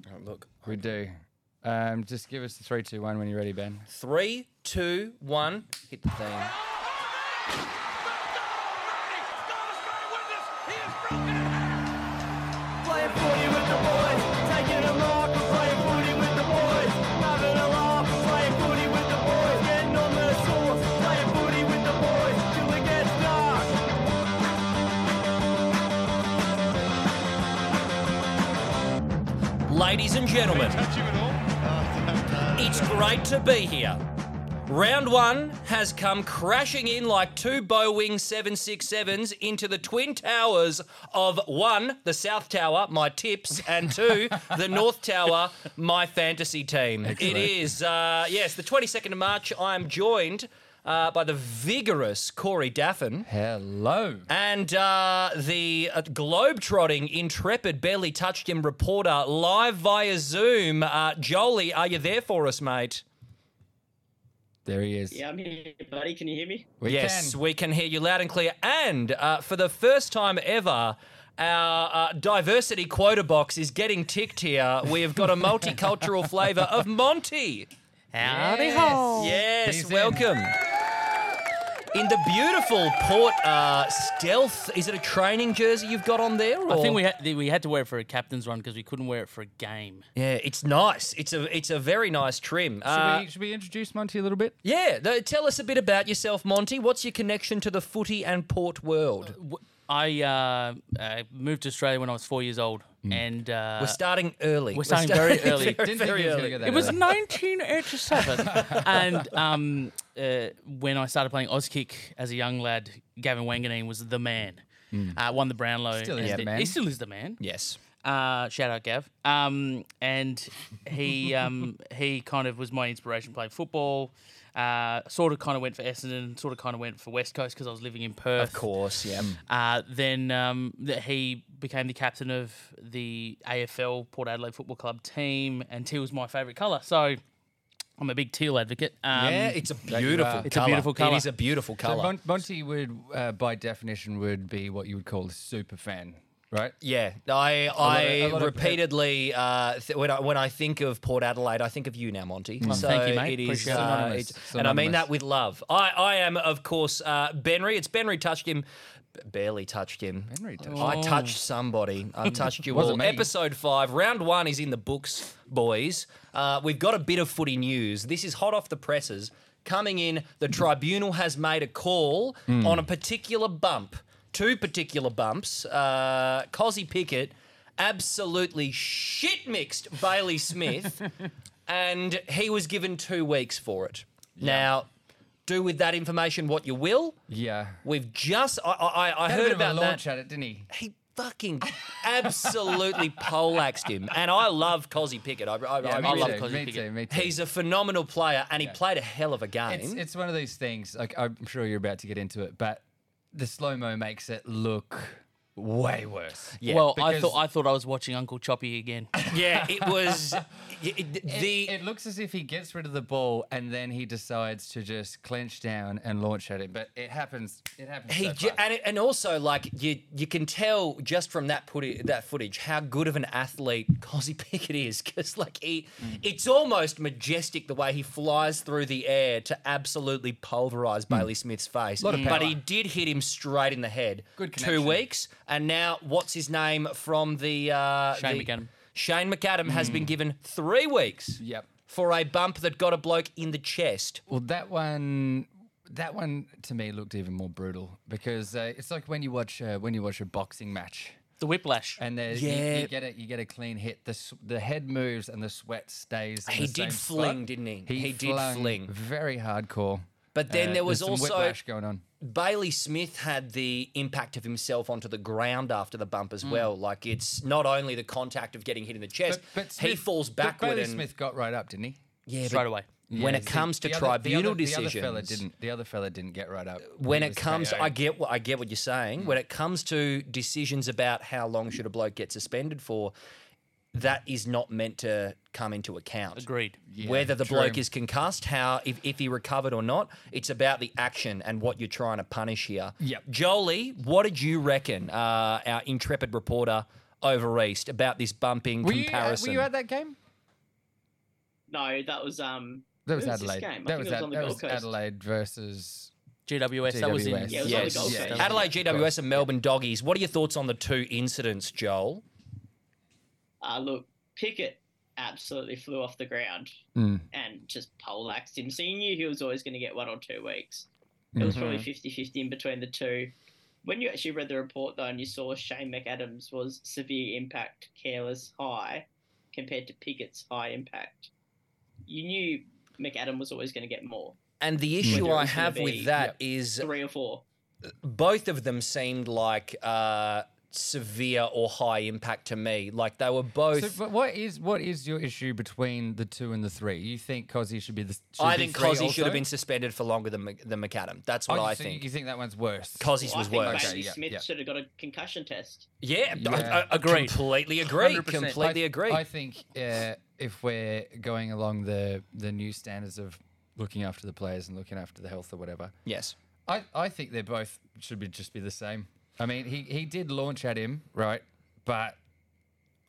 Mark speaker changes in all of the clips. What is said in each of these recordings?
Speaker 1: don't Oh, look.
Speaker 2: We do. Um, just give us the three, two, one when you're ready, Ben.
Speaker 1: Three, two, one. Hit the thing.
Speaker 3: Playing footy with the boys, taking a mark and playing footy with the boys. Having a laugh, playing footy with the boys, getting on the source, playing footy with the boys till it gets dark.
Speaker 1: Ladies and gentlemen, it's great to be here. Round one has come crashing in like two Boeing 767s into the twin towers of one, the South Tower, my tips, and two, the North Tower, my fantasy team. It is, uh, yes, the 22nd of March. I am joined uh, by the vigorous Corey Daffin.
Speaker 2: Hello.
Speaker 1: And uh, the uh, globe-trotting, intrepid, barely touched him reporter live via Zoom. Uh, Jolie, are you there for us, mate?
Speaker 2: There he is.
Speaker 4: Yeah, I'm here, buddy. Can you hear me?
Speaker 2: We
Speaker 1: yes,
Speaker 2: can.
Speaker 1: we can hear you loud and clear. And uh, for the first time ever, our uh, diversity quota box is getting ticked here. We have got a multicultural flavour of Monty.
Speaker 2: Howdy
Speaker 5: ho.
Speaker 1: Yes,
Speaker 2: Oh. He's in.
Speaker 1: welcome. In the beautiful Port uh, Stealth, is it a training jersey you've got on there? Or?
Speaker 5: I think we had we had to wear it for a captain's run because we couldn't wear it for a game.
Speaker 1: Yeah, it's nice. It's a it's a very nice trim. Uh,
Speaker 2: should, we, should we introduce Monty a little bit?
Speaker 1: yeah, th- tell us a bit about yourself, Monty. What's your connection to the footy and port world?
Speaker 5: W- I uh, uh, moved to Australia when I was four years old,
Speaker 2: Mm.
Speaker 5: and uh,
Speaker 1: We're starting early.
Speaker 5: we're starting very early.
Speaker 2: Didn't think he was gonna
Speaker 1: early.
Speaker 2: get that
Speaker 5: it was
Speaker 2: early.
Speaker 5: 1987, and um, uh, when I started playing Auskick as a young lad, Gavin Wanganeen was the man. Uh, won the Brownlow.
Speaker 2: Mm. Still is
Speaker 5: and
Speaker 2: the
Speaker 5: it-
Speaker 2: man.
Speaker 5: He still is the man.
Speaker 1: Yes.
Speaker 5: Uh, shout out Gav. Um, and he um, he kind of was my inspiration playing football. Uh, sort of kind of went for Essendon, sort of kind of went for West Coast because I was living in Perth.
Speaker 1: Of course, yeah.
Speaker 5: Uh, then um, that he became the captain of the AFL Port Adelaide Football Club team, and teal was my favourite colour. So I'm a big teal advocate. Um,
Speaker 1: yeah, it's a
Speaker 2: you
Speaker 1: beautiful
Speaker 2: are.
Speaker 5: It's a
Speaker 1: colour.
Speaker 5: beautiful colour.
Speaker 1: It is a beautiful
Speaker 2: So
Speaker 1: colour.
Speaker 2: Mon- Monty would, uh, by definition, would be what you would call a super fan, right?
Speaker 1: yeah, I
Speaker 2: a
Speaker 1: I
Speaker 2: lot of-
Speaker 1: repeatedly uh, th- when I when I think of Port Adelaide, I think of you now, Monty.
Speaker 2: Mm.
Speaker 1: So
Speaker 5: Thank you, mate.
Speaker 1: It is,
Speaker 5: Appreciate it.
Speaker 1: uh,
Speaker 2: Synonymous.
Speaker 1: it's- and I mean
Speaker 2: Synonymous.
Speaker 1: that with love. I I am of course uh, Benry. It's Benry touched him. b- Barely touched him.
Speaker 2: Benry touched
Speaker 1: I touched somebody. I touched you
Speaker 2: Wasn't
Speaker 1: all.
Speaker 2: me.
Speaker 1: Episode five, round one is in the books, boys. Uh, we've got a bit of footy news. This is hot off the presses. Coming in, the tribunal has made a call
Speaker 2: Hmm.
Speaker 1: on a particular bump, two particular bumps. Uh, Cosy Pickett absolutely shit mixed Bailey Smith, and he was given two weeks for it. Now, do with that information what you will.
Speaker 2: Yeah.
Speaker 1: We've just I I, I- I
Speaker 2: Had a
Speaker 1: heard
Speaker 2: bit of
Speaker 1: about
Speaker 2: a launch
Speaker 1: that.
Speaker 2: at it, didn't he?
Speaker 1: He fucking absolutely poleaxed him, and I love Cosy Pickett. I, I, I,
Speaker 2: me
Speaker 1: I love.
Speaker 2: too,
Speaker 5: Cosy
Speaker 2: me
Speaker 5: Pickett.
Speaker 2: too, me too.
Speaker 1: He's a phenomenal player, and he played a hell of a game.
Speaker 2: It's, it's one of these things. Like I'm sure you're about to get into it, but the slow mo makes it look way worse.
Speaker 1: yeah,
Speaker 5: well, I
Speaker 2: because-
Speaker 5: thought I thought I was watching Uncle Choppy again.
Speaker 1: yeah, it was it- it- the.
Speaker 2: It looks as if he gets rid of the ball and then he decides to just clench down and launch at it. But it happens. It happens.
Speaker 1: he
Speaker 2: so
Speaker 1: ju-
Speaker 2: fast.
Speaker 1: and, it- and also like you you can tell just from that put that footage how good of an athlete Cosy Pickett is because like he
Speaker 2: Mm.
Speaker 1: it's almost majestic the way he flies through the air to absolutely pulverize Bailey Smith's face
Speaker 2: Mm. Lot of
Speaker 1: but
Speaker 2: power.
Speaker 1: he did hit him straight in the head
Speaker 2: Good
Speaker 1: two
Speaker 2: connection.
Speaker 1: weeks and now what's his name from the uh,
Speaker 5: Shane
Speaker 1: the-
Speaker 5: McAdam.
Speaker 1: Shane McAdam has been given three weeks
Speaker 2: Mm. Yep.
Speaker 1: for a bump that got a bloke in the chest
Speaker 2: Well, that one, that one to me looked even more brutal because uh, it's like when you watch uh, when you watch a boxing match
Speaker 5: The Whiplash.
Speaker 2: and there you- you,
Speaker 1: Uh, Yeah.
Speaker 2: get a you get a clean hit. The s- the head moves and the sweat stays. in
Speaker 1: He
Speaker 2: the
Speaker 1: did
Speaker 2: same
Speaker 1: fling,
Speaker 2: spot.
Speaker 1: didn't he?
Speaker 2: He,
Speaker 1: He did
Speaker 2: flung
Speaker 1: fling.
Speaker 2: very hardcore.
Speaker 1: But then there was
Speaker 2: Uh, there's some
Speaker 1: also-
Speaker 2: whiplash going on.
Speaker 1: Bailey Smith had the impact of himself onto the ground after the bump
Speaker 2: Hmm.
Speaker 1: as well. Like it's not only the contact of getting hit in the chest, he
Speaker 2: Smith-
Speaker 1: falls
Speaker 2: but
Speaker 1: backward
Speaker 2: Bailey
Speaker 1: and
Speaker 2: Smith got right up, didn't he?
Speaker 1: yeah,
Speaker 5: Straight
Speaker 1: but
Speaker 5: away.
Speaker 1: When
Speaker 2: Yeah,
Speaker 1: it
Speaker 2: see,
Speaker 1: comes to
Speaker 2: the other- the
Speaker 1: tribunal
Speaker 2: other-
Speaker 1: decisions,
Speaker 2: the other fella didn't. The other fella didn't get right up.
Speaker 1: When
Speaker 2: He
Speaker 1: it
Speaker 2: was
Speaker 1: comes,
Speaker 2: KO'd.
Speaker 1: I get what I get what you're
Speaker 2: Hmm.
Speaker 1: saying. When it comes to decisions about how long should a bloke get suspended for, that is not meant to come into account.
Speaker 5: Agreed.
Speaker 1: Whether the
Speaker 2: true.
Speaker 1: bloke is concussed, how if, if he recovered or not, it's about the action and what you're trying to punish here.
Speaker 2: Yep.
Speaker 1: Jolie, what did you reckon? Uh, our intrepid reporter over East about this bumping
Speaker 2: Were you, uh,
Speaker 1: comparison.
Speaker 2: were you at that game?
Speaker 4: No, that was um.
Speaker 2: That
Speaker 4: who
Speaker 2: was
Speaker 4: This
Speaker 2: Adelaide.
Speaker 4: game? I
Speaker 2: that
Speaker 4: think
Speaker 2: was,
Speaker 4: it was
Speaker 2: Ad-
Speaker 4: on the
Speaker 2: that
Speaker 4: Gold
Speaker 2: was
Speaker 4: Coast.
Speaker 2: Adelaide versus.
Speaker 5: GWS, that was in.
Speaker 2: GWS.
Speaker 5: Yeah,
Speaker 4: it was on the
Speaker 1: yes.
Speaker 4: Gold Coast.
Speaker 1: yes.
Speaker 4: Yeah.
Speaker 1: Adelaide GWS and Melbourne Doggies. What are your thoughts on the two incidents, Joel?
Speaker 4: Uh, look, Pickett absolutely flew off the ground
Speaker 1: Mm.
Speaker 4: and just poleaxed him. So you knew he was always going to get one or two weeks. It was
Speaker 1: Mm-hmm.
Speaker 4: probably 50-50 in between the two. When you actually read the report though, and you saw Shane McAdams was severe impact, careless high, compared to Pickett's high impact, you knew McAdam was always going to get more,
Speaker 1: And the issue
Speaker 4: Whether
Speaker 1: I
Speaker 4: it's gonna
Speaker 1: have with
Speaker 4: be-
Speaker 1: that is
Speaker 4: three or four.
Speaker 1: both of them seemed like uh, severe or high impact to me. Like they were both.
Speaker 2: So, but what is what is your issue between the two and the three? You think Cozzy should be the? Should
Speaker 1: I
Speaker 2: be
Speaker 1: think
Speaker 2: three
Speaker 1: Cozzy should have
Speaker 2: also?
Speaker 1: been suspended for longer than Mc- than McAdam. That's what
Speaker 2: Oh,
Speaker 1: I
Speaker 2: you
Speaker 1: think.
Speaker 2: You think that one's worse?
Speaker 1: Cozzy's
Speaker 4: Well, I
Speaker 1: was
Speaker 4: think
Speaker 1: worse.
Speaker 4: Bailey
Speaker 2: Okay, yeah,
Speaker 4: Smith
Speaker 2: yeah.
Speaker 4: should have got a concussion test.
Speaker 1: Yeah, I-
Speaker 2: Yeah.
Speaker 1: I, agreed. Completely agree.
Speaker 5: 100%.
Speaker 1: Completely
Speaker 2: I,
Speaker 1: agree.
Speaker 2: I think uh, if we're going along the the new standards of looking after the players and looking after the health or whatever,
Speaker 1: yes.
Speaker 2: I, I think they both should be just be the same. I mean, he, he did launch at him, right? But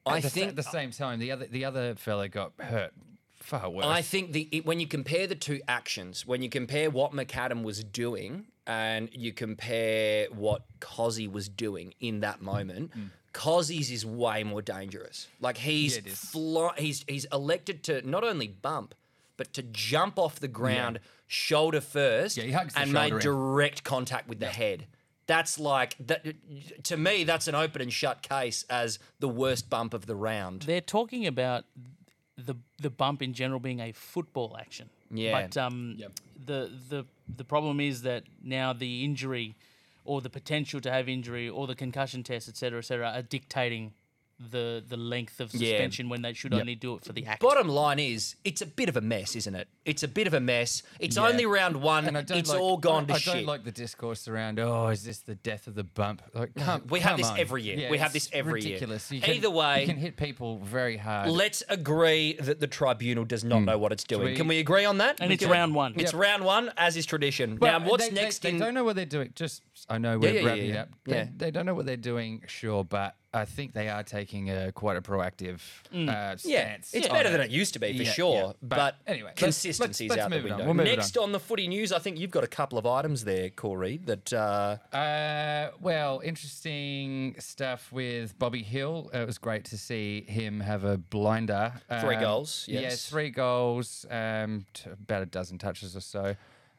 Speaker 1: I
Speaker 2: at the, sa-
Speaker 1: think
Speaker 2: at the same time the other the other fella got hurt far worse.
Speaker 1: I think the it, when you compare the two actions, when you compare what McAdam was doing and you compare what Cozzy was doing in that moment, Cozzy's is way more dangerous. Like he's
Speaker 2: Mm. it is.
Speaker 1: fly, he's he's elected to not only bump but to jump off the ground shoulder first
Speaker 2: Yeah, he hugs the
Speaker 1: and made
Speaker 2: shoulder in.
Speaker 1: direct contact with the head. That's like that to me that's an open and shut case as the worst bump of the round.
Speaker 5: They're talking about the the bump in general being a football action.
Speaker 1: Yeah.
Speaker 5: But um, the the the problem is that now the injury, or the potential to have injury, or the concussion test, et cetera, et cetera, are dictating the the length of suspension when they should only do it for the act.
Speaker 1: Bottom line is, it's a bit of a mess, isn't it? It's a bit of a mess. It's only round one.
Speaker 2: And I don't
Speaker 1: It's
Speaker 2: like,
Speaker 1: all gone to
Speaker 2: I, I
Speaker 1: shit.
Speaker 2: don't like the discourse around. Oh, is this the death of the bump? Like, come,
Speaker 1: we have
Speaker 2: come
Speaker 1: this
Speaker 2: on.
Speaker 1: every year.
Speaker 2: Yeah,
Speaker 1: We have
Speaker 2: it's
Speaker 1: this every year.
Speaker 2: ridiculous. You
Speaker 1: Either way-
Speaker 2: you can hit people very hard.
Speaker 1: Let's agree that the tribunal does not know what it's doing.
Speaker 2: Hmm. we-
Speaker 1: Can we agree on that?
Speaker 5: And
Speaker 1: We
Speaker 5: it's
Speaker 1: can.
Speaker 5: round one.
Speaker 1: It's round one, as is tradition.
Speaker 2: But
Speaker 1: now, what's
Speaker 2: they- they-
Speaker 1: next
Speaker 2: They,
Speaker 1: in?
Speaker 2: don't know what they're doing. Just I know we're
Speaker 1: yeah, yeah,
Speaker 2: wrapping
Speaker 1: yeah.
Speaker 2: it up. They,
Speaker 1: Yeah.
Speaker 2: they don't know what they're doing, sure, but I think they are taking a quite a proactive uh, stance.
Speaker 1: Mm. yeah, it's
Speaker 2: on
Speaker 1: better than it used to be for
Speaker 2: Yeah,
Speaker 1: sure.
Speaker 2: yeah.
Speaker 1: But,
Speaker 2: anyway, let's- let's-
Speaker 1: consistency's
Speaker 2: let's
Speaker 1: out the
Speaker 2: move it on.
Speaker 1: window.
Speaker 2: We'll move it
Speaker 1: next
Speaker 2: on.
Speaker 1: on. the footy news, I think you've got a couple of items there, Corey. That uh,
Speaker 2: Uh, well, interesting stuff with Bobby Hill. Uh, It was great to see him have a blinder.
Speaker 1: Three
Speaker 2: Um,
Speaker 1: goals,
Speaker 2: Yeah,
Speaker 1: yes.
Speaker 2: three goals, um, t- about a dozen touches or so.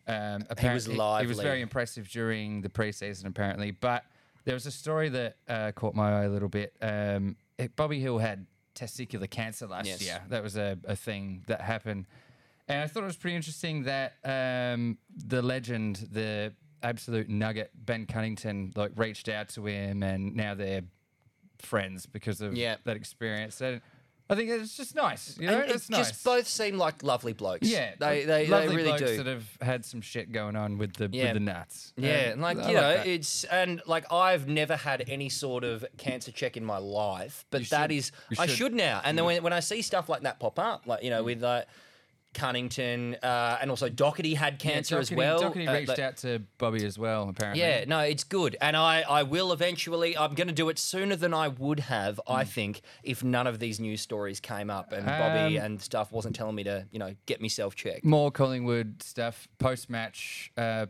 Speaker 2: Um, apparently, He was
Speaker 1: lively.
Speaker 2: very impressive during the preseason, apparently. But there was a story that uh, caught my eye a little bit. Um, it- Bobby Hill had testicular cancer last
Speaker 1: Yes.
Speaker 2: year. That was a, a thing that happened. And I thought it was pretty interesting that um, the legend, the absolute nugget, Ben Cunnington, like reached out to him and now they're friends because of
Speaker 1: Yeah.
Speaker 2: that experience. And I think it's just nice. You know,
Speaker 1: and it
Speaker 2: it's nice.
Speaker 1: just both seem like lovely blokes.
Speaker 2: yeah,
Speaker 1: they they, they
Speaker 2: lovely
Speaker 1: really
Speaker 2: blokes
Speaker 1: do.
Speaker 2: that have had some shit going on with the
Speaker 1: Yeah.
Speaker 2: with the nuts.
Speaker 1: Yeah, and
Speaker 2: Um,
Speaker 1: like
Speaker 2: I
Speaker 1: you know,
Speaker 2: that.
Speaker 1: it's and like I've never had any sort of cancer check in my life, but that
Speaker 2: should.
Speaker 1: is
Speaker 2: You
Speaker 1: I
Speaker 2: should. Mm.
Speaker 1: should now. And then when, when I see stuff like that pop up, like you know, with like Cunnington uh, and also Doherty had
Speaker 2: Yeah,
Speaker 1: cancer as
Speaker 2: Doherty-
Speaker 1: well.
Speaker 2: Doherty
Speaker 1: uh,
Speaker 2: reached
Speaker 1: but-
Speaker 2: out to Bobby as well, apparently.
Speaker 1: Yeah, no, it's good, and I I will eventually. I'm going to do it sooner than I would have,
Speaker 2: Mm.
Speaker 1: I think, if none of these news stories came up and Bobby
Speaker 2: Um, Mm.
Speaker 1: and stuff wasn't telling me to you know get myself checked.
Speaker 2: More Collingwood stuff post match. Uh,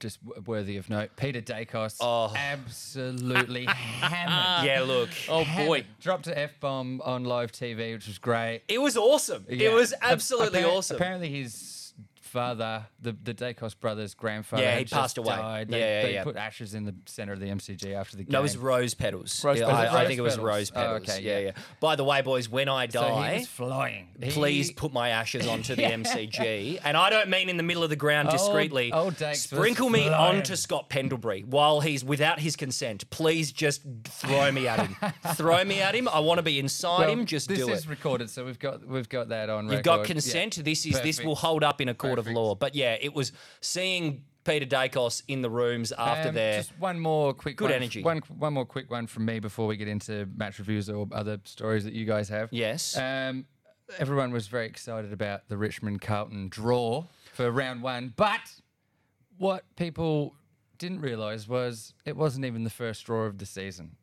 Speaker 2: just w- worthy of note. Peter Dacos
Speaker 1: Oh.
Speaker 2: absolutely hammered.
Speaker 1: yeah, look.
Speaker 5: oh boy.
Speaker 2: Hammered. Dropped an F bomb on live TV, which was great.
Speaker 1: It was awesome.
Speaker 2: Yeah.
Speaker 1: It was
Speaker 2: Ap-
Speaker 1: absolutely
Speaker 2: appar-
Speaker 1: awesome.
Speaker 2: Apparently, his father, the the Dacos brothers' grandfather,
Speaker 1: Yeah, he
Speaker 2: had just
Speaker 1: passed away.
Speaker 2: died. They,
Speaker 1: Yeah, yeah,
Speaker 2: they
Speaker 1: yeah.
Speaker 2: put ashes in the center of the MCG after the game.
Speaker 1: No, it was rose petals.
Speaker 5: Rose
Speaker 1: Yeah,
Speaker 5: petals.
Speaker 1: I,
Speaker 2: Was it
Speaker 1: I
Speaker 2: rose
Speaker 1: think it was
Speaker 2: petals?
Speaker 1: rose
Speaker 2: Oh,
Speaker 1: petals.
Speaker 2: okay,
Speaker 1: yeah,
Speaker 2: yeah.
Speaker 1: yeah. By the way, boys, when I
Speaker 2: so he
Speaker 1: die,
Speaker 2: was flying.
Speaker 1: please
Speaker 2: He-
Speaker 1: put my ashes onto the MCG, and I don't mean in the middle of the ground discreetly.
Speaker 2: Oh, old Dakes was
Speaker 1: Sprinkle me
Speaker 2: flying.
Speaker 1: onto Scott Pendlebury while he's without his consent. Please just throw me at him. throw me at him. I want to be inside
Speaker 2: Well,
Speaker 1: him. Just
Speaker 2: this
Speaker 1: do
Speaker 2: is
Speaker 1: it.
Speaker 2: recorded, so we've got we've got that on.
Speaker 1: You've got consent. This is this
Speaker 2: Perfect.
Speaker 1: will hold up in a court of
Speaker 2: Perfect.
Speaker 1: law. But yeah, it was seeing Peter Dacos in the rooms after
Speaker 2: Um,
Speaker 1: their
Speaker 2: Just one more quick
Speaker 1: Good
Speaker 2: one.
Speaker 1: energy.
Speaker 2: One one more quick one from me before we get into match reviews or other stories that you guys have.
Speaker 1: Yes.
Speaker 2: Um, everyone was very excited about the Richmond Carlton draw for round one, but what people didn't realise was it wasn't even the first draw of the season.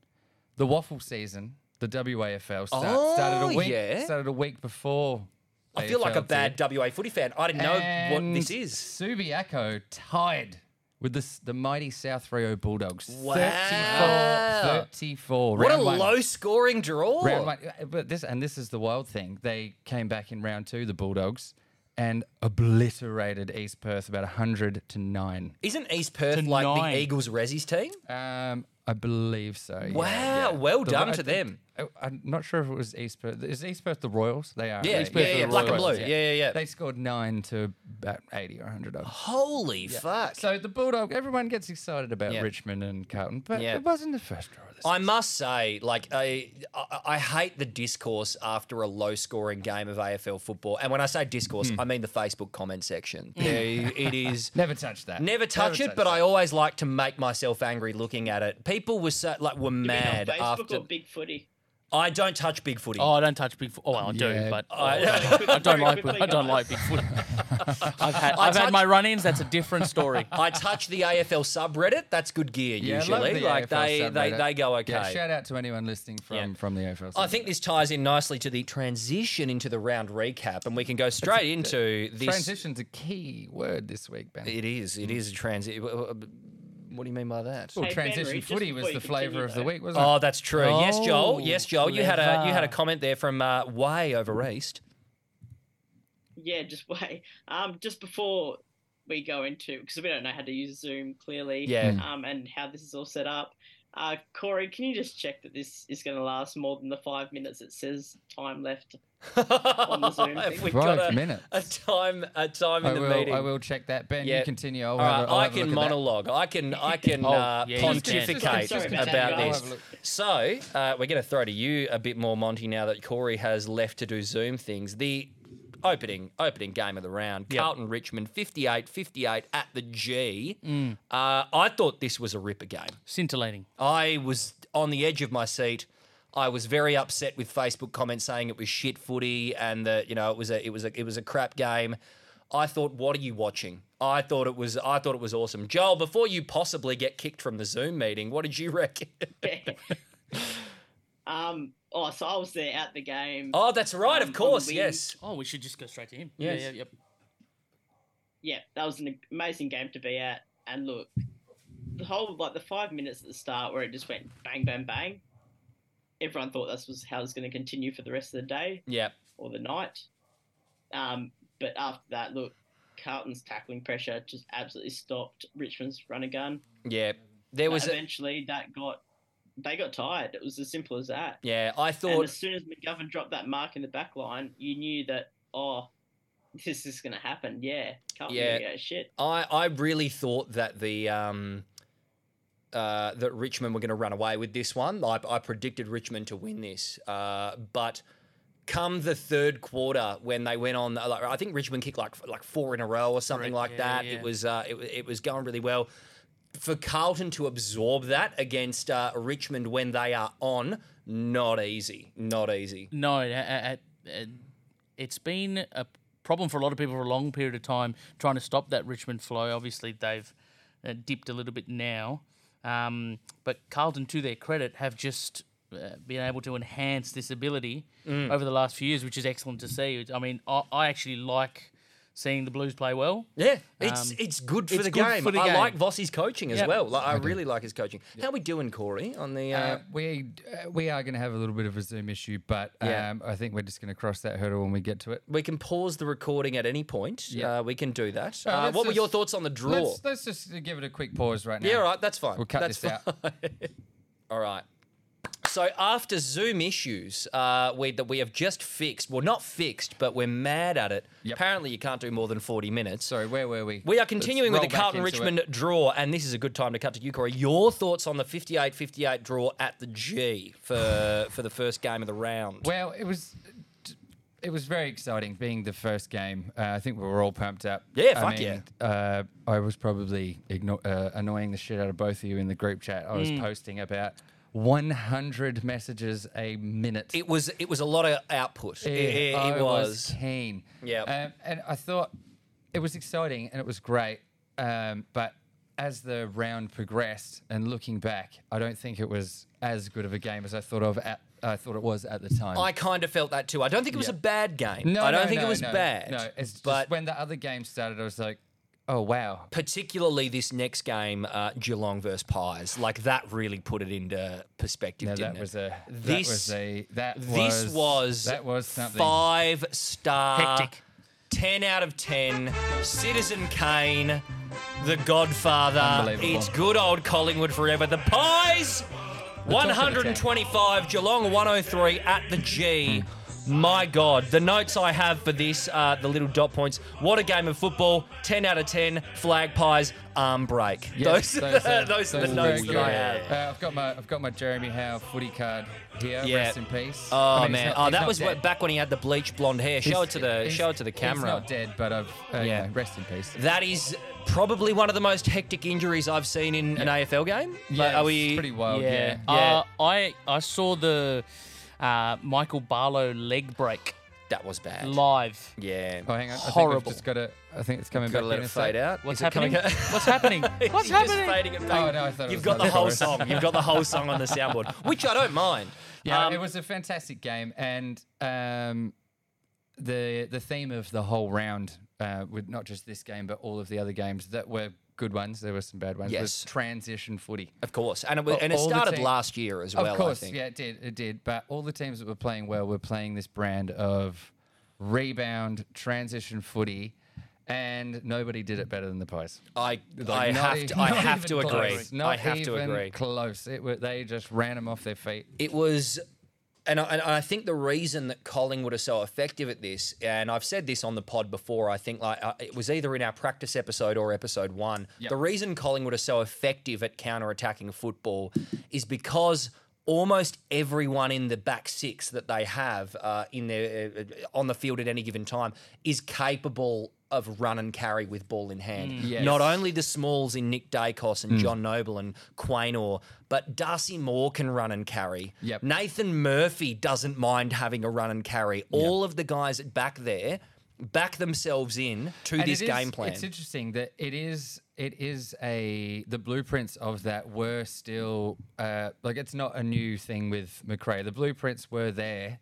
Speaker 2: the waffle season, the WAFL start,
Speaker 1: Oh,
Speaker 2: started a week
Speaker 1: yeah.
Speaker 2: started a week before.
Speaker 1: I feel like a
Speaker 2: AFL did.
Speaker 1: bad WA footy fan. I didn't know what this
Speaker 2: And
Speaker 1: is.
Speaker 2: Subiaco tied with the, s- the mighty South Rio Bulldogs.
Speaker 1: Wow.
Speaker 2: 34. 34
Speaker 1: What a
Speaker 2: round one.
Speaker 1: low scoring draw.
Speaker 2: Round one. uh, But this and this is the wild thing. They came back in round two, the Bulldogs, and obliterated East Perth about hundred to nine.
Speaker 1: Isn't East Perth
Speaker 5: To
Speaker 1: like
Speaker 5: nine.
Speaker 1: the Eagles Resi's team?
Speaker 2: Um, I believe so. yeah,
Speaker 1: Wow,
Speaker 2: yeah.
Speaker 1: well
Speaker 2: The-
Speaker 1: done
Speaker 2: I
Speaker 1: to
Speaker 2: think-
Speaker 1: them.
Speaker 2: I, am not sure if it was East Perth. Is East Perth the Royals? They are.
Speaker 1: Yeah,
Speaker 2: they-
Speaker 1: East Perth Yeah, are the yeah, black and
Speaker 2: Royals,
Speaker 1: blue. Yeah, yeah, yeah.
Speaker 2: They scored nine to about eighty or hundred.
Speaker 1: Holy fuck.
Speaker 2: So the Bulldog, everyone gets excited about
Speaker 1: Yeah.
Speaker 2: Richmond and Carlton, but
Speaker 1: Yeah.
Speaker 2: it wasn't the first draw. Of this.
Speaker 1: I must say, like, I, I I hate the discourse after a low scoring game of AFL football. And when I say discourse,
Speaker 2: Hmm.
Speaker 1: I mean the Facebook comment section. There- it is.
Speaker 2: never touch that.
Speaker 1: Never touch it, but I always like to make myself angry looking at it. People were so, like were
Speaker 4: You mean on
Speaker 1: mad
Speaker 4: Facebook
Speaker 1: after.
Speaker 4: or Big Footy?
Speaker 1: I don't touch big footy.
Speaker 5: Oh, I don't touch big. Fo- oh, well, I do,
Speaker 2: Yeah.
Speaker 5: but
Speaker 1: I,
Speaker 5: I don't
Speaker 4: Very
Speaker 5: like.
Speaker 4: quickly,
Speaker 5: I don't like
Speaker 4: guys.
Speaker 5: big foot. I've had.
Speaker 1: I
Speaker 5: I've had
Speaker 1: touch-
Speaker 5: my run-ins. That's a different story.
Speaker 1: I touch the AFL subreddit. That's good gear
Speaker 2: Yeah, I love
Speaker 1: usually.
Speaker 2: the
Speaker 1: like
Speaker 2: AFL
Speaker 1: they, they
Speaker 2: subreddit.
Speaker 1: they go okay.
Speaker 2: Yeah, shout out to anyone listening from
Speaker 1: Yeah.
Speaker 2: from the AFL.
Speaker 1: I think this ties in nicely to the transition into the round recap, and we can go straight into this.
Speaker 2: transition's a key word this week, Ben.
Speaker 1: It is. It is a transit. What do you mean by that?
Speaker 2: Well,
Speaker 4: Hey, Ben
Speaker 2: transition
Speaker 4: Reed, just
Speaker 2: footy
Speaker 4: before
Speaker 2: was
Speaker 4: you
Speaker 2: the
Speaker 4: continue,
Speaker 2: flavour of the
Speaker 4: though.
Speaker 2: week, wasn't
Speaker 1: Oh,
Speaker 2: it?
Speaker 1: that's true. yes, Joel.
Speaker 5: Oh,
Speaker 1: Yes, Joel. You had a you had a
Speaker 5: clever.
Speaker 1: comment there from uh, way over east.
Speaker 4: Yeah, just wait. Um, just before we go into, because we don't know how to use Zoom clearly.
Speaker 1: Yeah.
Speaker 4: Um, and how this is all set up. Uh, Corey, can you just check that this is going to last more than the five minutes it says time left? the Zoom
Speaker 1: Have
Speaker 4: thing.
Speaker 1: we
Speaker 2: Five
Speaker 1: got a,
Speaker 2: minutes.
Speaker 1: a time a time
Speaker 2: I
Speaker 1: in the
Speaker 2: will,
Speaker 1: meeting.
Speaker 2: I will check that. Ben,
Speaker 1: Yeah.
Speaker 2: you continue. I'll
Speaker 1: All right,
Speaker 2: have a- I'll
Speaker 1: Uh, I
Speaker 2: have a
Speaker 1: can
Speaker 2: look at that.
Speaker 1: monologue. I can I can
Speaker 5: Oh,
Speaker 1: uh,
Speaker 5: yeah, you can.
Speaker 1: pontificate
Speaker 4: Sorry
Speaker 1: about,
Speaker 4: about that, guys.
Speaker 1: this. So uh, we're going to throw to you a bit more, Monty, now that Corey has left to do Zoom things. The opening opening game of the round, Carlton Richmond, 58-58 at the G.
Speaker 2: Mm.
Speaker 1: Uh, I thought this was a ripper game.
Speaker 5: Scintillating.
Speaker 1: I was on the edge of my seat. I was very upset with Facebook comments saying it was shit footy and that you know it was a it was a it was a crap game. I thought, what are you watching? I thought it was I thought it was awesome. Joel, before you possibly get kicked from the Zoom meeting, what did you reckon?
Speaker 4: um. Oh, so I was there at the game.
Speaker 1: oh, that's right, of
Speaker 4: Um,
Speaker 1: course,
Speaker 4: we-
Speaker 1: yes.
Speaker 5: Oh, we should just go straight to him.
Speaker 1: Yes.
Speaker 5: Yeah, yeah, yep.
Speaker 4: yeah, that was an amazing game to be at. And look, the whole like the five minutes at the start where it just went bang, bang, bang. Everyone thought this was how it was going to continue for the rest of the day
Speaker 1: Yeah.
Speaker 4: or the night. Um, but after that, look, Carlton's tackling pressure just absolutely stopped Richmond's run and gun.
Speaker 1: Yeah. There
Speaker 4: It
Speaker 1: was a,
Speaker 4: eventually that got they got tired. It was as simple as that.
Speaker 1: yeah, I
Speaker 4: And
Speaker 1: thought
Speaker 4: as soon as McGovern dropped that mark in the back line, you knew that oh, this is going to happen. Yeah, Carlton
Speaker 1: Yeah.
Speaker 4: yeah. go to shit.
Speaker 1: I, I really thought that the um, uh, that Richmond were going to run away with this one. I, I predicted Richmond to win this, uh, but come the third quarter when they went on, like, I think Richmond kicked like like four in a row or something
Speaker 5: Correct.
Speaker 1: like
Speaker 5: Yeah,
Speaker 1: that.
Speaker 5: yeah.
Speaker 1: It was uh, it, wa- it was going really well for Carlton to absorb that against uh, Richmond when they are on. Not easy, not easy.
Speaker 5: No, it, it, it, it's been a problem for a lot of people for a long period of time trying to stop that Richmond flow. Obviously, they've uh, dipped a little bit now, um, but Carlton, to their credit, have just uh, been able to enhance this ability
Speaker 2: Mm.
Speaker 5: over the last few years, which is excellent to see. I mean, I, I actually like seeing the Blues play well.
Speaker 1: Yeah, it's it's good for
Speaker 5: Um, it's
Speaker 1: the
Speaker 5: good
Speaker 1: game.
Speaker 5: for the
Speaker 1: I
Speaker 5: game.
Speaker 1: like Vossi's coaching as
Speaker 5: Yep.
Speaker 1: well. Like, I really like his coaching. How we doing, Corey? On the uh,
Speaker 2: Uh, we uh, we are going to have a little bit of a Zoom issue, but um,
Speaker 1: Yeah. Uh,
Speaker 2: I think we're just going to cross that hurdle when we get to it.
Speaker 1: we can pause the recording at any point.
Speaker 2: Yeah.
Speaker 1: Uh, we can do that.
Speaker 2: right,
Speaker 1: Uh,
Speaker 2: let's
Speaker 1: what were your
Speaker 2: just-
Speaker 1: thoughts on the draw?
Speaker 2: Let's, let's just give it a quick pause right now.
Speaker 1: Yeah, all right, that's fine.
Speaker 2: We'll cut
Speaker 1: that's
Speaker 2: this out.
Speaker 1: out. all right. So after Zoom issues, uh, we that we have just fixed. Well, not fixed, but we're mad at it.
Speaker 2: Yep.
Speaker 1: Apparently, you can't do more than forty minutes.
Speaker 2: Sorry, where were we?
Speaker 1: We are
Speaker 2: Let's
Speaker 1: continuing with
Speaker 2: roll
Speaker 1: the
Speaker 2: back
Speaker 1: Carlton
Speaker 2: into it.
Speaker 1: Richmond draw, and this is a good time to cut to you, Corey. Your thoughts on the 58 58 draw at the G for, for the first game of the round?
Speaker 2: Well, it was it was very exciting being the first game. Uh, I think we were all pumped up.
Speaker 1: Yeah,
Speaker 2: I
Speaker 1: fuck yeah.
Speaker 2: Uh, I was probably igno- uh, annoying the shit out of both of you in the group chat. I
Speaker 1: Hmm.
Speaker 2: was posting about 100 messages a minute.
Speaker 1: it was it was a lot of output. It- it,
Speaker 2: I
Speaker 1: it was.
Speaker 2: keen.
Speaker 1: Yep.
Speaker 2: Um, and I thought it was exciting and it was great. Um, but as the round progressed and looking back, I don't think it was as good of a game as I thought of. At, I thought it was at the time.
Speaker 1: I kind of felt that too. I don't think it was
Speaker 2: Yeah.
Speaker 1: a bad game.
Speaker 2: no,
Speaker 1: I don't
Speaker 2: no,
Speaker 1: think
Speaker 2: no,
Speaker 1: it was
Speaker 2: no,
Speaker 1: bad.
Speaker 2: No, it's just
Speaker 1: but
Speaker 2: when the other game started, I was like, oh wow,
Speaker 1: particularly this next game, uh, Geelong versus Pies, like that really put it into perspective.
Speaker 2: No,
Speaker 1: didn't
Speaker 2: that
Speaker 1: it?
Speaker 2: was a that
Speaker 1: This-
Speaker 2: was a that
Speaker 1: This was,
Speaker 2: that was something.
Speaker 1: five star,
Speaker 2: Uh,
Speaker 5: Hectic.
Speaker 1: ten out of ten. Citizen Kane, The Godfather.
Speaker 2: Unbelievable.
Speaker 1: It's good old Collingwood forever. The Pies, one hundred and twenty-five. Geelong, one hundred three at the G. My God, the notes I have for this, uh, the little dot points. What a game of football! Ten out of ten. Flag pies, arm break.
Speaker 2: Yeah,
Speaker 1: those, those, are, the
Speaker 2: very
Speaker 1: notes that
Speaker 2: good.
Speaker 1: I have.
Speaker 2: Uh, I've got my I've got my Jeremy Howe footy card here.
Speaker 1: Yeah.
Speaker 2: Rest in peace.
Speaker 1: Oh
Speaker 2: I mean, he's
Speaker 1: man!
Speaker 2: not-
Speaker 1: oh,
Speaker 2: he's
Speaker 1: that
Speaker 2: not
Speaker 1: was
Speaker 2: dead.
Speaker 1: what, back when he had the bleach blonde hair. Show it to the
Speaker 2: He's-
Speaker 1: show it to the
Speaker 2: He's
Speaker 1: camera.
Speaker 2: not dead, but I've uh,
Speaker 1: Yeah.
Speaker 2: yeah. rest in peace.
Speaker 1: That is probably one of the most hectic injuries I've seen in an AFL game. Like,
Speaker 2: Yeah,
Speaker 1: are
Speaker 2: it's
Speaker 1: we?
Speaker 2: pretty wild. Yeah.
Speaker 5: Yeah.
Speaker 1: Yeah.
Speaker 5: Uh, I I saw the uh, Michael Barlow leg break
Speaker 1: That was bad.
Speaker 5: live.
Speaker 1: yeah.
Speaker 2: Oh, hang on. I think
Speaker 5: Horrible.
Speaker 2: we've just got to. I think it's coming
Speaker 1: Gotta
Speaker 2: back
Speaker 1: let
Speaker 2: in
Speaker 1: it
Speaker 2: a sec.
Speaker 1: fade out.
Speaker 5: What's
Speaker 1: Is it coming
Speaker 5: happening?
Speaker 1: out?
Speaker 5: What's happening? What's
Speaker 1: You're just
Speaker 5: happening?
Speaker 1: fading it back.
Speaker 2: Oh no, I thought it
Speaker 1: You've
Speaker 2: was
Speaker 1: got the
Speaker 2: another
Speaker 1: whole
Speaker 2: chorus.
Speaker 1: song. You've got the whole song on the soundboard, which I don't mind.
Speaker 2: Yeah,
Speaker 1: Um,
Speaker 2: it was a fantastic game, and um, the the theme of the whole round, uh, with not just this game but all of the other games that were good ones. There were some bad ones.
Speaker 1: Yes.
Speaker 2: was transition footy.
Speaker 1: Of course, and it was, and it
Speaker 2: All the
Speaker 1: started
Speaker 2: team-
Speaker 1: last year as well.
Speaker 2: of course,
Speaker 1: I think.
Speaker 2: yeah, it did, it did. But all the teams that were playing well were playing this brand of rebound transition footy, and nobody did it better than the Pies.
Speaker 1: I I
Speaker 2: Like, not
Speaker 1: have
Speaker 2: e-
Speaker 1: to I
Speaker 2: not
Speaker 1: have
Speaker 2: even
Speaker 1: to agree.
Speaker 2: close.
Speaker 1: I
Speaker 2: Not
Speaker 1: have to
Speaker 2: even
Speaker 1: agree.
Speaker 2: Close. It, wa- they just ran them off their feet.
Speaker 1: it was and I, and I think the reason that Collingwood are so effective at this, and I've said this on the pod before, I think like uh, it was either in our practice episode or episode one. The reason Collingwood are so effective at counter-attacking football is because almost everyone in the back six that they have uh, in their uh, uh, on the field at any given time is capable of run and carry with ball in hand.
Speaker 2: Yes.
Speaker 1: Not only the smalls in Nick Dacos
Speaker 2: Hmm.
Speaker 1: and John Noble and Quaynor, but Darcy Moore can run and carry.
Speaker 2: Yep.
Speaker 1: Nathan Murphy doesn't mind having a run and carry. All of the guys back there back themselves in to
Speaker 2: And
Speaker 1: this
Speaker 2: it is-
Speaker 1: game plan.
Speaker 2: It's interesting that it is it is a the blueprints of that were still uh, like it's not a new thing with McRae. The blueprints were there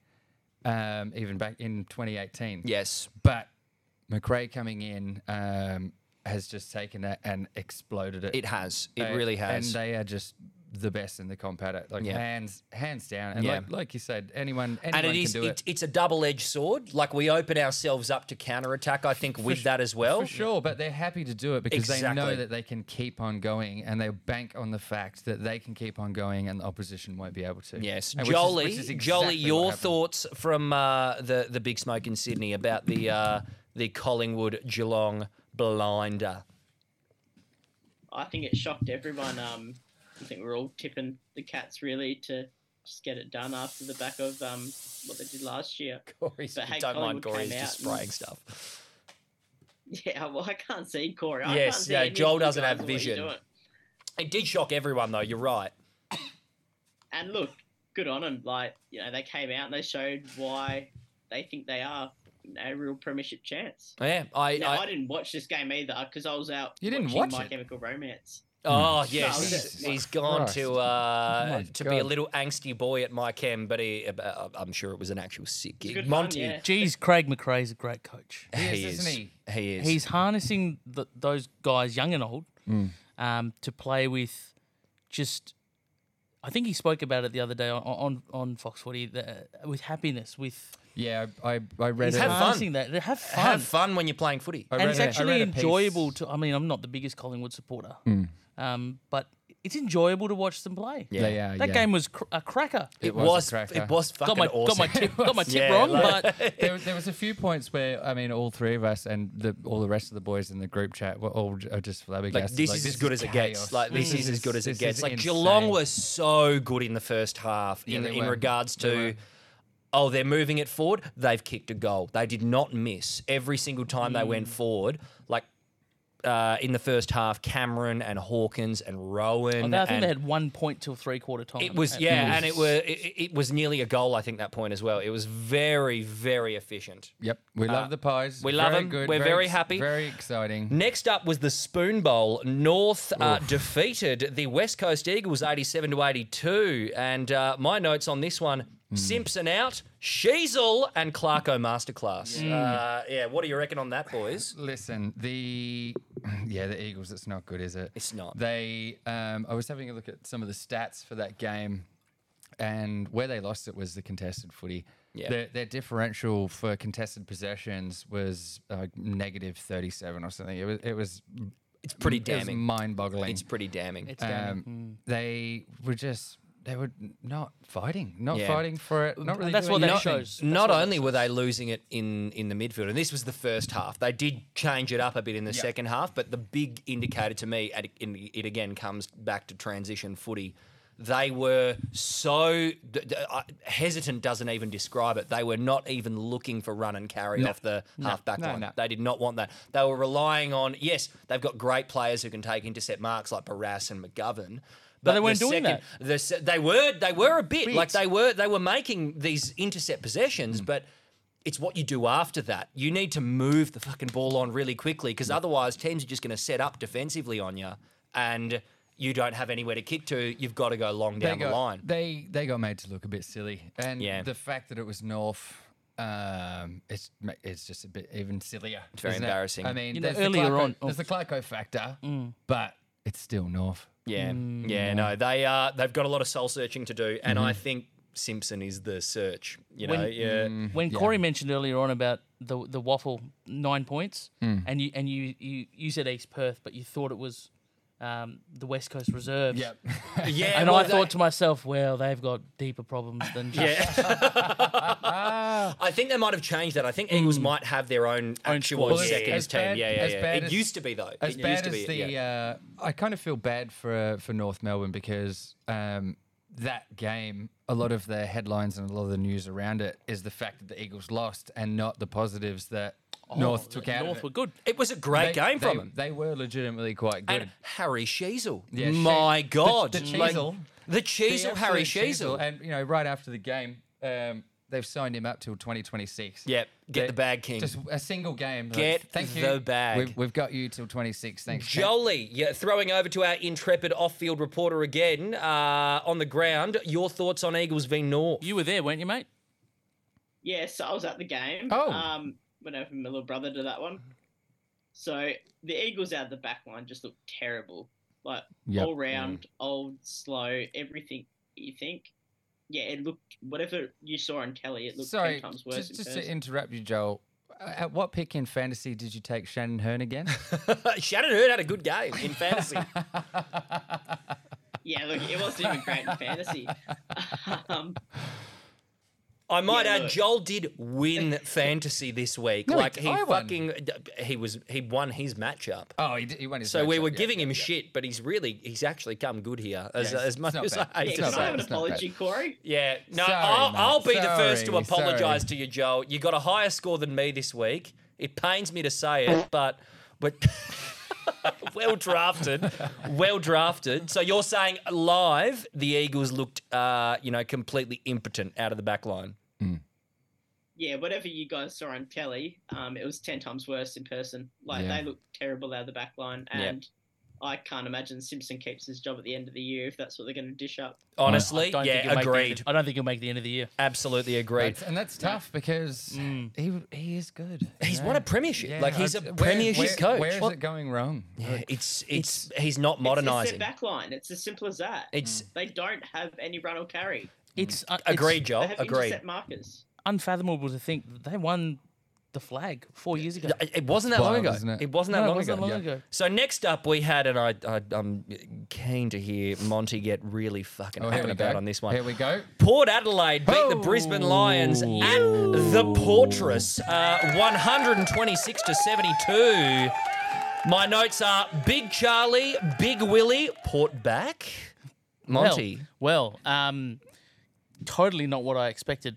Speaker 2: um, even back in 2018.
Speaker 1: yes.
Speaker 2: but McRae coming in um, has just taken that and exploded it.
Speaker 1: It has. It
Speaker 2: Uh,
Speaker 1: really has.
Speaker 2: And they are just the best in the comp at it. Like
Speaker 1: Yeah.
Speaker 2: hands hands down. And
Speaker 1: Yeah.
Speaker 2: like, like you said, anyone
Speaker 1: and
Speaker 2: anyone
Speaker 1: it
Speaker 2: can
Speaker 1: is
Speaker 2: do
Speaker 1: it's, it's a double-edged sword. Like we open ourselves up to counterattack, I think, with that as well.
Speaker 2: For sure, but they're happy to do it because they
Speaker 1: Oh, Exactly.
Speaker 2: know that they can keep on going and they bank on the fact that they can keep on going and the opposition won't be able to.
Speaker 1: Yes,
Speaker 2: And which is-
Speaker 1: Jolie.
Speaker 2: which is
Speaker 1: Jolie,
Speaker 2: exactly what
Speaker 1: your
Speaker 2: happened.
Speaker 1: thoughts from uh, the the big smoke in Sydney about the uh, the Collingwood Geelong blinder?
Speaker 4: I think it shocked everyone. Um, I think we're all tipping the cats really to just get it done after the back of um, what they did last year.
Speaker 1: Corey's,
Speaker 4: But hey,
Speaker 1: don't mind
Speaker 4: Collingwood came
Speaker 1: Corey's just
Speaker 4: out and-
Speaker 1: spraying stuff.
Speaker 4: Yeah, well, I can't see Corey. I
Speaker 1: Yes,
Speaker 4: can't see
Speaker 1: yeah,
Speaker 4: any of
Speaker 1: Joel
Speaker 4: you
Speaker 1: doesn't
Speaker 4: guys
Speaker 1: have
Speaker 4: and what you're
Speaker 1: vision.
Speaker 4: doing.
Speaker 1: It did shock everyone though. You're right.
Speaker 4: And look, good on them. Like you know, they came out and they showed why they think they are a real premiership chance.
Speaker 1: Yeah, I.
Speaker 4: Now, I,
Speaker 1: I
Speaker 4: didn't watch this game either because I was out.
Speaker 2: You didn't
Speaker 4: watching
Speaker 2: watch
Speaker 4: My
Speaker 2: it?
Speaker 4: Chemical Romance.
Speaker 1: oh
Speaker 4: No,
Speaker 1: yes,
Speaker 4: Jesus
Speaker 1: he's gone to
Speaker 2: Christ.
Speaker 1: uh,
Speaker 2: My
Speaker 1: to be a
Speaker 2: God.
Speaker 1: little angsty boy at my chem, but he, uh, I'm sure it was an actual sick
Speaker 4: good
Speaker 1: gig.
Speaker 4: fun,
Speaker 1: Monty,
Speaker 4: yeah.
Speaker 5: Geez, Craig McRae's a great coach.
Speaker 2: He is,
Speaker 1: he is,
Speaker 2: isn't he?
Speaker 1: he is.
Speaker 5: He's harnessing th those guys, young and old, um, to play with. Just, I think he spoke about it the other day on on, on Fox Forty the, with happiness, with
Speaker 2: Yeah, I, I read
Speaker 1: He's
Speaker 2: it.
Speaker 1: had fun.
Speaker 5: harnessing that. Have fun.
Speaker 1: Have fun Oh, when you're playing footy.
Speaker 2: I
Speaker 5: and
Speaker 2: read
Speaker 5: it's
Speaker 2: a- I
Speaker 5: actually
Speaker 2: read a piece-
Speaker 5: enjoyable to. I mean, I'm not the biggest Collingwood supporter, um, but it's enjoyable to watch them play.
Speaker 1: Yeah.
Speaker 2: They are,
Speaker 5: that
Speaker 2: yeah.
Speaker 5: game was cr- a cracker.
Speaker 1: It
Speaker 2: was a
Speaker 1: was.
Speaker 2: cracker.
Speaker 1: It was fucking
Speaker 5: got my
Speaker 1: awesome.
Speaker 5: got my tip got my tip
Speaker 1: Yeah,
Speaker 5: wrong,
Speaker 1: like-
Speaker 5: but
Speaker 2: there, was- there was a few points where I mean, all three of us and the, all the rest of the boys in the group chat were all j- are just flabbergasted.
Speaker 1: Like this is as good as it gets.
Speaker 2: chaos.
Speaker 1: Like this is as good as it
Speaker 2: this
Speaker 1: gets.
Speaker 2: is
Speaker 1: Like Geelong
Speaker 2: insane.
Speaker 1: was so good in the first half
Speaker 2: Yeah,
Speaker 1: in,
Speaker 2: they
Speaker 1: in
Speaker 2: were.
Speaker 1: regards
Speaker 2: They
Speaker 1: to.
Speaker 2: were.
Speaker 1: Oh, they're moving it forward. They've kicked a goal. They did not miss every single time they went forward. Like uh, in the first half, Cameron and Hawkins and Rowan.
Speaker 5: I think
Speaker 1: and
Speaker 5: they had one point till three quarter time.
Speaker 1: it was
Speaker 5: at-
Speaker 1: yeah, and it were it, it was nearly a goal. I think that point as well. It was very very efficient.
Speaker 2: Yep, we love the pies.
Speaker 1: uh, we love
Speaker 2: Very
Speaker 1: 'em. We're very
Speaker 2: ex-
Speaker 1: happy.
Speaker 2: Very exciting.
Speaker 1: Next up was the Spoon Bowl. North uh, defeated the West Coast Eagles 87 to 82. And uh, my notes on this one
Speaker 2: Hmm.
Speaker 1: Simpson out, Sheasel, and Clarko masterclass.
Speaker 2: Hmm.
Speaker 1: Uh, yeah, what do you reckon on that, boys?
Speaker 2: Listen, the yeah, the Eagles. It's not good, is it?
Speaker 1: It's not.
Speaker 2: They. Um, I was having a look at some of the stats for that game, and where they lost it was the contested footy.
Speaker 1: Yeah.
Speaker 2: Their, their differential for contested possessions was uh, negative thirty-seven or something. It was. It was.
Speaker 1: It's pretty
Speaker 2: it was
Speaker 1: damning.
Speaker 2: mind-boggling.
Speaker 1: It's pretty damning.
Speaker 5: It's damning.
Speaker 2: um, they were just. They were not fighting, not
Speaker 1: Yeah.
Speaker 2: fighting for it. Not really.
Speaker 5: that's what
Speaker 2: doing
Speaker 5: that
Speaker 2: anything.
Speaker 5: shows.
Speaker 1: Not only were they losing it in, in the midfield, and this was the first half, they did change it up a bit in the second half, but the big indicator to me, and it, and it again comes back to transition footy, they were so d- d- I- hesitant, doesn't even describe it. They were not even looking for run and carry off the half back
Speaker 2: No,
Speaker 1: line.
Speaker 2: no.
Speaker 1: They did not want that. They were relying on, yes, they've got great players who can take intercept marks like Barras and McGovern. But,
Speaker 5: they weren't
Speaker 1: the
Speaker 5: doing
Speaker 1: second-
Speaker 5: that.
Speaker 1: the se- they were they were a bit like
Speaker 2: Bit.
Speaker 1: they were they were making these intercept possessions,
Speaker 5: Hmm.
Speaker 1: but it's what you do after that. You need to move the fucking ball on really quickly
Speaker 5: Hmm.
Speaker 1: because otherwise teams are just going to set up defensively on you, and you don't have anywhere to kick to. You've got to go long down
Speaker 2: got,
Speaker 1: the line.
Speaker 2: They they got made to look a bit silly, and
Speaker 1: Yeah.
Speaker 2: the fact that it was North, um, it's ma- it's just a bit even sillier. It's
Speaker 1: very embarrassing.
Speaker 2: I mean,
Speaker 5: You know,
Speaker 2: there's the
Speaker 5: earlier
Speaker 2: Clarko-
Speaker 5: on- oh. Mm.
Speaker 2: there's the Clarko factor, but it's still North.
Speaker 1: yeah, Mm, yeah, no, they uh, they've got a lot of soul searching to do, and I think Simpson is the search. You know,
Speaker 5: Mm-hmm. When- Mm.
Speaker 1: yeah.
Speaker 5: when Corey mentioned earlier on about the the waffle nine points,
Speaker 1: Mm.
Speaker 5: and you and you, you you said East Perth, but you thought it was um, the West Coast Reserves.
Speaker 2: Yep.
Speaker 1: Yeah,
Speaker 5: And
Speaker 1: well,
Speaker 5: I
Speaker 1: they-
Speaker 5: thought to myself, well, they've got deeper problems than just
Speaker 1: Yeah. I think they might have changed that. I think
Speaker 2: Hmm.
Speaker 1: Eagles might have their own
Speaker 5: Own
Speaker 1: actual
Speaker 5: squad. Well,
Speaker 2: as-
Speaker 1: seconds
Speaker 2: as
Speaker 1: team.
Speaker 2: bad-
Speaker 1: yeah, yeah,
Speaker 2: as
Speaker 1: yeah.
Speaker 2: bad
Speaker 1: It
Speaker 2: as-
Speaker 1: used to be though.
Speaker 2: As
Speaker 1: it used
Speaker 2: bad
Speaker 1: to
Speaker 2: as
Speaker 1: be.
Speaker 2: the,
Speaker 1: yeah.
Speaker 2: uh, I kind of feel bad for uh, for North Melbourne because um, that game, a lot of the headlines and a lot of the news around it is the fact that the Eagles lost and not the positives that
Speaker 1: Oh,
Speaker 2: North took out. of
Speaker 5: North
Speaker 2: it.
Speaker 5: were good.
Speaker 1: It was a great
Speaker 2: they,
Speaker 1: game
Speaker 2: they,
Speaker 1: from them.
Speaker 2: They were legitimately quite good.
Speaker 1: and Harry Sheasel.
Speaker 2: Yeah, She-
Speaker 1: My
Speaker 2: the-
Speaker 1: God.
Speaker 2: the Sheasel.
Speaker 1: the
Speaker 2: The
Speaker 1: Cheezel, Harry
Speaker 2: absolute
Speaker 1: Sheasel.
Speaker 2: And you know, right after the game, um, they've signed him up till 2026.
Speaker 1: Yep, get
Speaker 2: They-
Speaker 1: the bag, King.
Speaker 2: Just a single game. like,
Speaker 1: Get
Speaker 2: thank you.
Speaker 1: the bag.
Speaker 2: We've, we've got you till 26. Thanks. Ken.
Speaker 1: Jolie, yeah, throwing over to our intrepid off-field reporter again uh, on the ground. Your thoughts on Eagles v North?
Speaker 5: You were there, weren't you, mate?
Speaker 4: Yes, I was at the game.
Speaker 2: Oh.
Speaker 4: Um, went over with my little brother to that one. So the Eagles out the back line just looked terrible. Like
Speaker 2: Yep.
Speaker 4: all round, old, slow, everything you think. Yeah, it looked whatever you saw on telly, it looked
Speaker 2: Sorry,
Speaker 4: ten times worse.
Speaker 2: just,
Speaker 4: in
Speaker 2: just to
Speaker 4: person.
Speaker 2: interrupt you, Joel. uh, At what pick in fantasy did you take Shannon Hearn again?
Speaker 1: Shannon Hurd had a good game in fantasy.
Speaker 4: yeah, look, it wasn't even great in fantasy. um,
Speaker 1: I might
Speaker 4: Yeah,
Speaker 1: add,
Speaker 4: look.
Speaker 1: Joel did win fantasy this week.
Speaker 2: No, he
Speaker 1: like
Speaker 2: d-
Speaker 1: he
Speaker 2: I won.
Speaker 1: fucking he was he won his matchup.
Speaker 2: oh, he, did, he won his.
Speaker 1: So we
Speaker 2: matchup,
Speaker 1: were
Speaker 2: yeah,
Speaker 1: giving
Speaker 2: yeah,
Speaker 1: him
Speaker 2: yeah.
Speaker 1: shit, but he's really he's actually come good here. As,
Speaker 2: Yeah, it's-
Speaker 1: as much
Speaker 2: it's not
Speaker 1: as
Speaker 2: bad.
Speaker 1: I hate
Speaker 4: yeah,
Speaker 1: to
Speaker 4: can
Speaker 2: not
Speaker 1: say
Speaker 4: I
Speaker 2: bad,
Speaker 4: have an
Speaker 1: it.
Speaker 2: it's not bad.
Speaker 4: apology, Corey?
Speaker 1: Yeah, no,
Speaker 2: Sorry,
Speaker 1: I'll,
Speaker 2: mate.
Speaker 1: I'll be the first to
Speaker 2: Sorry, sorry.
Speaker 1: apologise to you, Joel. You got a higher score than me this week. It pains me to say it, but but well drafted, well drafted. So you're saying live the Eagles looked, uh, you know, completely impotent out of the back line.
Speaker 4: yeah, whatever you guys saw on telly, um, it was ten times worse in person. Like
Speaker 2: Yeah.
Speaker 4: they looked terrible out of the back line,
Speaker 1: Yeah.
Speaker 4: and I can't imagine Simpson keeps his job at the end of the year if that's what they're going to dish up.
Speaker 1: Honestly,
Speaker 5: Don't think he'll
Speaker 1: yeah,
Speaker 5: make the end
Speaker 1: agreed. Mm.
Speaker 5: of- I don't think he'll make the end of the year.
Speaker 1: Absolutely agreed.
Speaker 2: That's- and that's tough because he he is good.
Speaker 1: Mm. He's
Speaker 2: yeah.
Speaker 1: won a premiership. like he's a
Speaker 2: I'd- where-
Speaker 1: premiership
Speaker 2: where-
Speaker 1: coach.
Speaker 2: Where is
Speaker 1: What-
Speaker 2: it going wrong?
Speaker 1: Yeah, it's, it's he's not
Speaker 4: It's
Speaker 1: modernising.
Speaker 4: their back line. It's as simple as that.
Speaker 1: It's,
Speaker 4: they don't have any run or carry.
Speaker 5: It's uh, it's
Speaker 1: agreed,
Speaker 4: They
Speaker 1: Joel.
Speaker 4: have
Speaker 1: Oh, Agreed.
Speaker 4: intercept markers.
Speaker 5: unfathomable to think that they won the flag four years ago.
Speaker 1: It- It wasn't that
Speaker 2: wild,
Speaker 1: long ago.
Speaker 2: isn't
Speaker 1: It?
Speaker 2: it?
Speaker 1: wasn't that
Speaker 5: No, it
Speaker 1: long,
Speaker 5: wasn't
Speaker 1: ago.
Speaker 5: that long Yeah. ago.
Speaker 1: So next up, we had, and I, I I'm keen to hear Monty get really fucking
Speaker 2: Oh,
Speaker 1: up
Speaker 2: here
Speaker 1: and
Speaker 2: we go.
Speaker 1: about on this one.
Speaker 2: Here we go.
Speaker 1: Port Adelaide beat the Brisbane Lions
Speaker 5: Oh.
Speaker 1: at the Portress, uh, 126 to 72. My notes are Big Charlie, Big Willie, Port back. Monty.
Speaker 5: Well, well um, totally not what I expected.